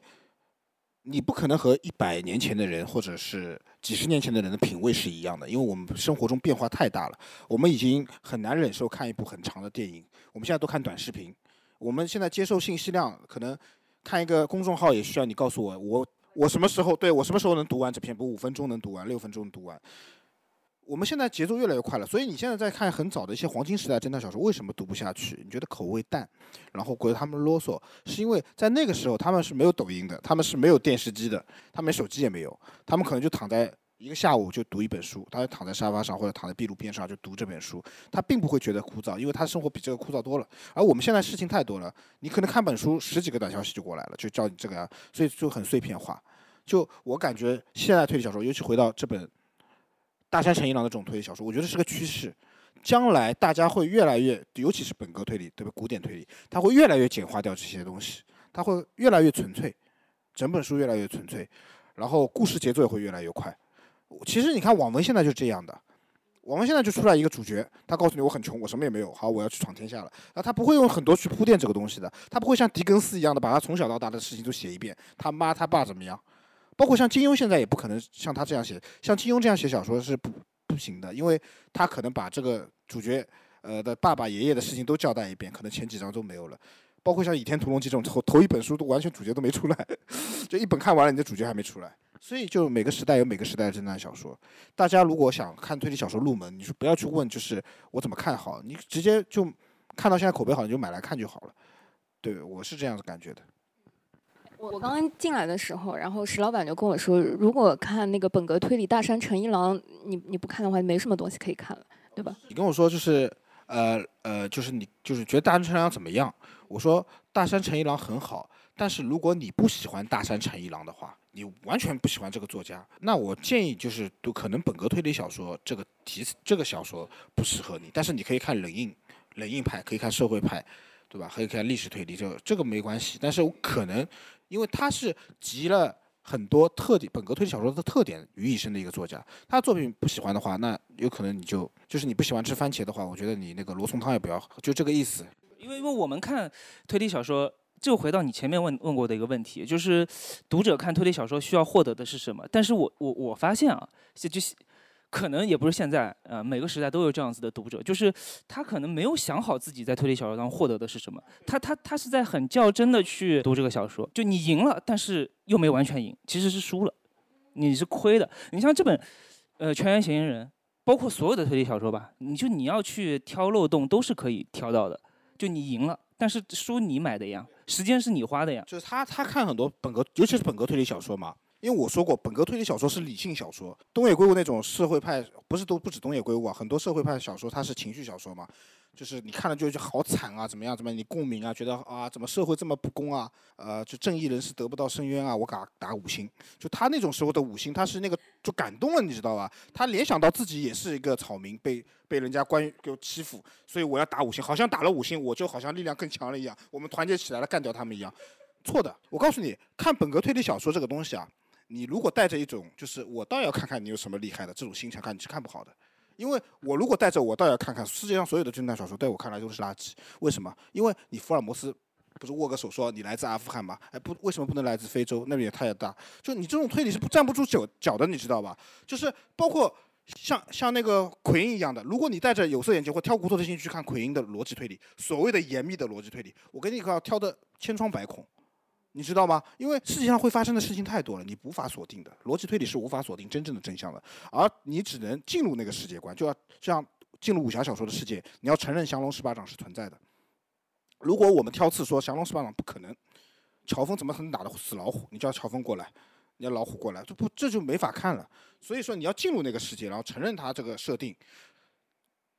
S5: 你不可能和一百年前的人，或者是几十年前的人的品味是一样的，因为我们生活中变化太大了。我们已经很难忍受看一部很长的电影，我们现在都看短视频。我们现在接受信息量，可能看一个公众号也需要你告诉我，我我什么时候对我什么时候能读完这篇，不五分钟能读完，六分钟读完。我们现在节奏越来越快了，所以你现在在看很早的一些黄金时代侦探小说，为什么读不下去？你觉得口味淡，然后觉得他们啰嗦，是因为在那个时候他们是没有抖音的，他们是没有电视机的，他们手机也没有，他们可能就躺在一个下午就读一本书，他就躺在沙发上或者躺在壁炉边上就读这本书，他并不会觉得枯燥，因为他生活比这个枯燥多了。而我们现在事情太多了，你可能看本书十几个短消息就过来了，就叫你这个样，所以就很碎片化。就我感觉现在推理小说，尤其回到这本大山诚一郎的这种推理小说，我觉得是个趋势。将来大家会越来越，尤其是本格推理，对吧？古典推理，它会越来越简化掉这些东西，它会越来越纯粹，整本书越来越纯粹，然后故事节奏也会越来越快。其实你看网文现在就是这样的，网文现在就出来一个主角，他告诉你我很穷，我什么也没有，好，我要去闯天下了。然后他不会用很多去铺垫这个东西的，他不会像狄更斯一样的把他从小到大的事情都写一遍，他妈他爸怎么样。包括像金庸现在也不可能像他这样写，像金庸这样写小说是不不行的，因为他可能把这个主角呃的爸爸、爷爷的事情都交代一遍，可能前几章都没有了。包括像《倚天屠龙记》这种头头一本书都完全主角都没出来， 就一本看完了，你的主角还没出来。所以就每个时代有每个时代的侦探小说，大家如果想看推理小说入门，你就不要去问就是我怎么看好，你直接就看到现在口碑好你就买来看就好了。对，我是这样子感觉的。
S2: 我我刚刚进来的时候，然后石老板就跟我说，如果看那个本格推理《大山诚一郎》，你你不看的话，没什么东西可以看了，对吧？
S5: 你跟我说就是呃呃，就是你就是觉得大山诚一郎怎么样？我说大山诚一郎很好，但是如果你不喜欢大山诚一郎的话，你完全不喜欢这个作家，那我建议就是读可能本格推理小说这个题这个小说不适合你，但是你可以看冷硬冷硬派，可以看社会派，对吧？可以看历史推理，这这个没关系。但是我可能因为他是集了。很多特点，本格推理小说的特点于一身的一个作家，他作品不喜欢的话，那有可能你就就是你不喜欢吃番茄的话，我觉得你那个罗宋汤也不要喝，就这个意思。
S4: 因为因为我们看推理小说，就回到你前面问问过的一个问题，就是读者看推理小说需要获得的是什么？但是我我我发现啊，就就可能也不是现在，呃，每个时代都有这样子的读者，就是他可能没有想好自己在推理小说当中获得的是什么，他他他是在很较真的去读这个小说，就你赢了，但是又没完全赢，其实是输了，你是亏的。你像这本，呃，《全员嫌疑人》，包括所有的推理小说吧，你就你要去挑漏洞都是可以挑到的，就你赢了，但是书你买的呀，时间是你花的呀，
S5: 就是他他看很多本格，尤其是本格推理小说嘛。因为我说过，本格推理小说是理性小说，东野圭吾那种社会派不是都不止东野圭吾啊，很多社会派小说它是情绪小说嘛，就是你看了就觉得好惨啊，怎么样怎么样，你共鸣啊，觉得啊怎么社会这么不公啊，呃，就正义人士得不到伸冤啊，我打打五星，就他那种时候的五星，他是那个就感动了，你知道吧？他联想到自己也是一个草民，被被人家关给欺负，所以我要打五星，好像打了五星我就好像力量更强了一样，我们团结起来了干掉他们一样，错的，我告诉你，看本格推理小说这个东西啊。你如果带着一种就是我倒要看看你有什么厉害的这种心情看，你是看不好的。因为我如果带着我倒要看看世界上所有的侦探小说，在我看来都是垃圾。为什么？因为你福尔摩斯不是握个手说你来自阿富汗吗？哎，不，为什么不能来自非洲？那边也太大。就你这种推理是不站不住脚脚的，你知道吧？就是包括像像那个奎因一样的，如果你戴着有色眼镜或挑骨头的心去看奎因的逻辑推理，所谓的严密的逻辑推理，我跟你讲，挑的千疮百孔。你知道吗？因为世界上会发生的事情太多了，你无法锁定的。逻辑推理是无法锁定真正的真相的，而你只能进入那个世界观，就要像进入武侠小说的世界，你要承认降龙十八掌是存在的。如果我们挑刺说降龙十八掌不可能，乔峰怎么可能打得死老虎？你叫乔峰过来，你叫老虎过来，这不这就没法看了。所以说你要进入那个世界，然后承认它这个设定。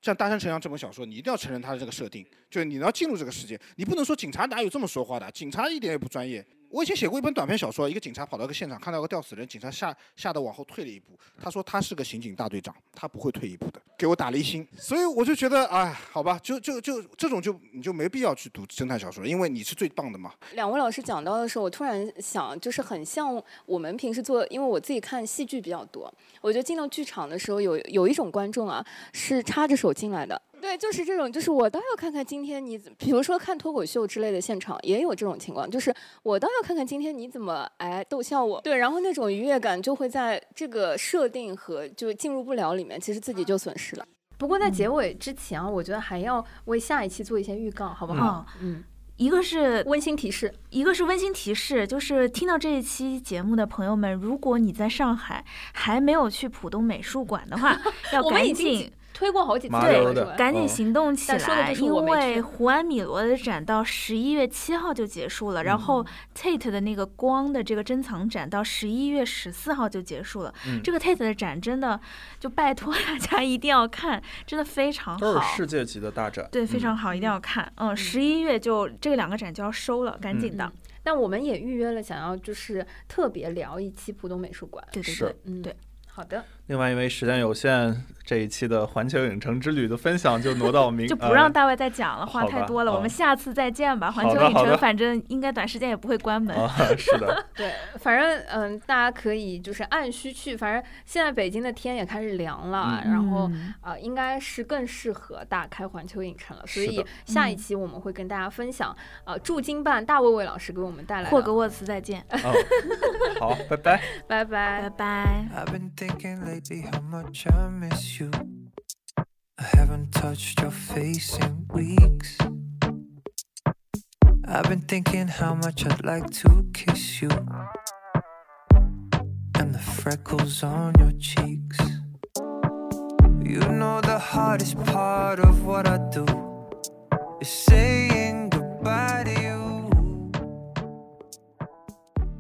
S5: 像《大山沉阳》这本小说，你一定要承认它的这个设定，就是你要进入这个世界，你不能说警察哪有这么说话的，警察一点也不专业。我以前写过一本短篇小说，一个警察跑到一个现场，看到个吊死人，警察吓吓得往后退了一步。他说他是个刑警大队长，他不会退一步的，给我打了一星。所以我就觉得，哎，好吧，就就就这种就你就没必要去读侦探小说，因为你是最棒的嘛。
S2: 两位老师讲到的时候，我突然想，就是很像我们平时做，因为我自己看戏剧比较多，我觉得进到剧场的时候有，有一种观众啊，是插着手进来的。对，就是这种，就是我倒要看看今天你怎，比如说看脱口秀之类的现场也有这种情况，就是我倒要看看今天你怎么哎逗笑我。对，然后那种愉悦感就会在这个设定和就进入不了里面，其实自己就损失了。不过在结尾之前啊，我觉得还要为下一期做一些预告，好不好？
S1: 哦，
S2: 嗯，
S1: 一个是
S2: 温馨提示。
S1: 一个是温馨提示，就是听到这一期节目的朋友们，如果你在上海还没有去浦东美术馆的 话，要
S2: 我们
S1: 赶
S2: 已经
S1: 紧
S2: 推过好几次
S3: 麻
S1: 溜
S2: 了，
S3: 的
S2: 是吧？
S1: 赶紧行动起
S2: 但说的
S1: 来，
S2: 就是
S1: 因
S2: 我没去
S1: 为胡安米罗的展到十一月七号就结束了，然后
S3: 嗯
S1: Tate 的那个光的这个珍藏展到十一月十四号就结束了。
S3: 嗯
S1: 这个 Tate 的展真的就拜托大家一定要看，真的非常
S3: 都是嗯
S1: 好。
S3: 世界级的大展，
S1: 对，非常好，一定要看。嗯，十一月就这两个展就要收了，赶紧
S3: 嗯
S1: 的。
S2: 那我们也预约了，想要就是特别聊一期浦东美术馆。
S1: 对对
S3: 是
S1: 对，
S2: 嗯，
S1: 对，
S2: 好的，
S3: 另外，因为时间有限，这一期的环球影城之旅的分享就挪到明
S1: 就不让
S3: 呃
S1: 大卫再讲了，话
S3: 好
S1: 太
S3: 吧
S1: 多了。我
S3: 啊
S1: 们下次再见吧。环
S3: 好
S1: 球
S3: 的
S1: 影
S3: 好的
S1: 城反正应该短时间也不会关门。
S3: 啊，是的，
S2: 对，反正嗯，大家可以就是按需去，反正现在北京的天也开始凉了，
S1: 嗯
S2: 然后。啊、应该是更适合大开环球影城了，所
S3: 是
S2: 以
S3: 的
S2: 下一期我们会跟大家分享，呃，驻京办大卫卫老师给我们 带来
S1: 霍格
S2: 的，
S1: 沃茨再见，
S3: 嗯，好，拜拜。
S2: 拜
S1: 拜。
S2: 拜
S1: 拜。
S6: I've been thinking lately how much I miss you. I haven't touched your face in weeks. I've been thinking how much I'd like to kiss you. And the freckles on your cheeks. You know the hardest part of what I do is saying goodbye to you.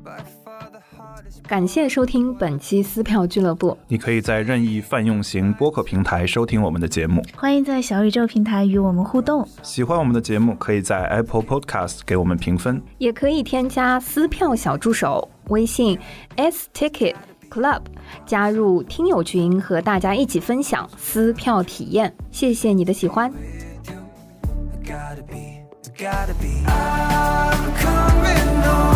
S6: By far the hardest
S2: 感谢收听本期撕票俱乐部，
S3: 你可以在任意泛用型播客平台收听我们的节目。
S1: 欢迎在小宇宙平台与我们互动，
S3: 喜欢我们的节目，可以在 Apple Podcast 给我们评分。
S2: 也可以添加撕票小助手微信 s ticket club，加入听友群和大家一起分享撕票体验。谢谢你的喜欢。
S6: I gotta be, I gotta be. I'm coming home.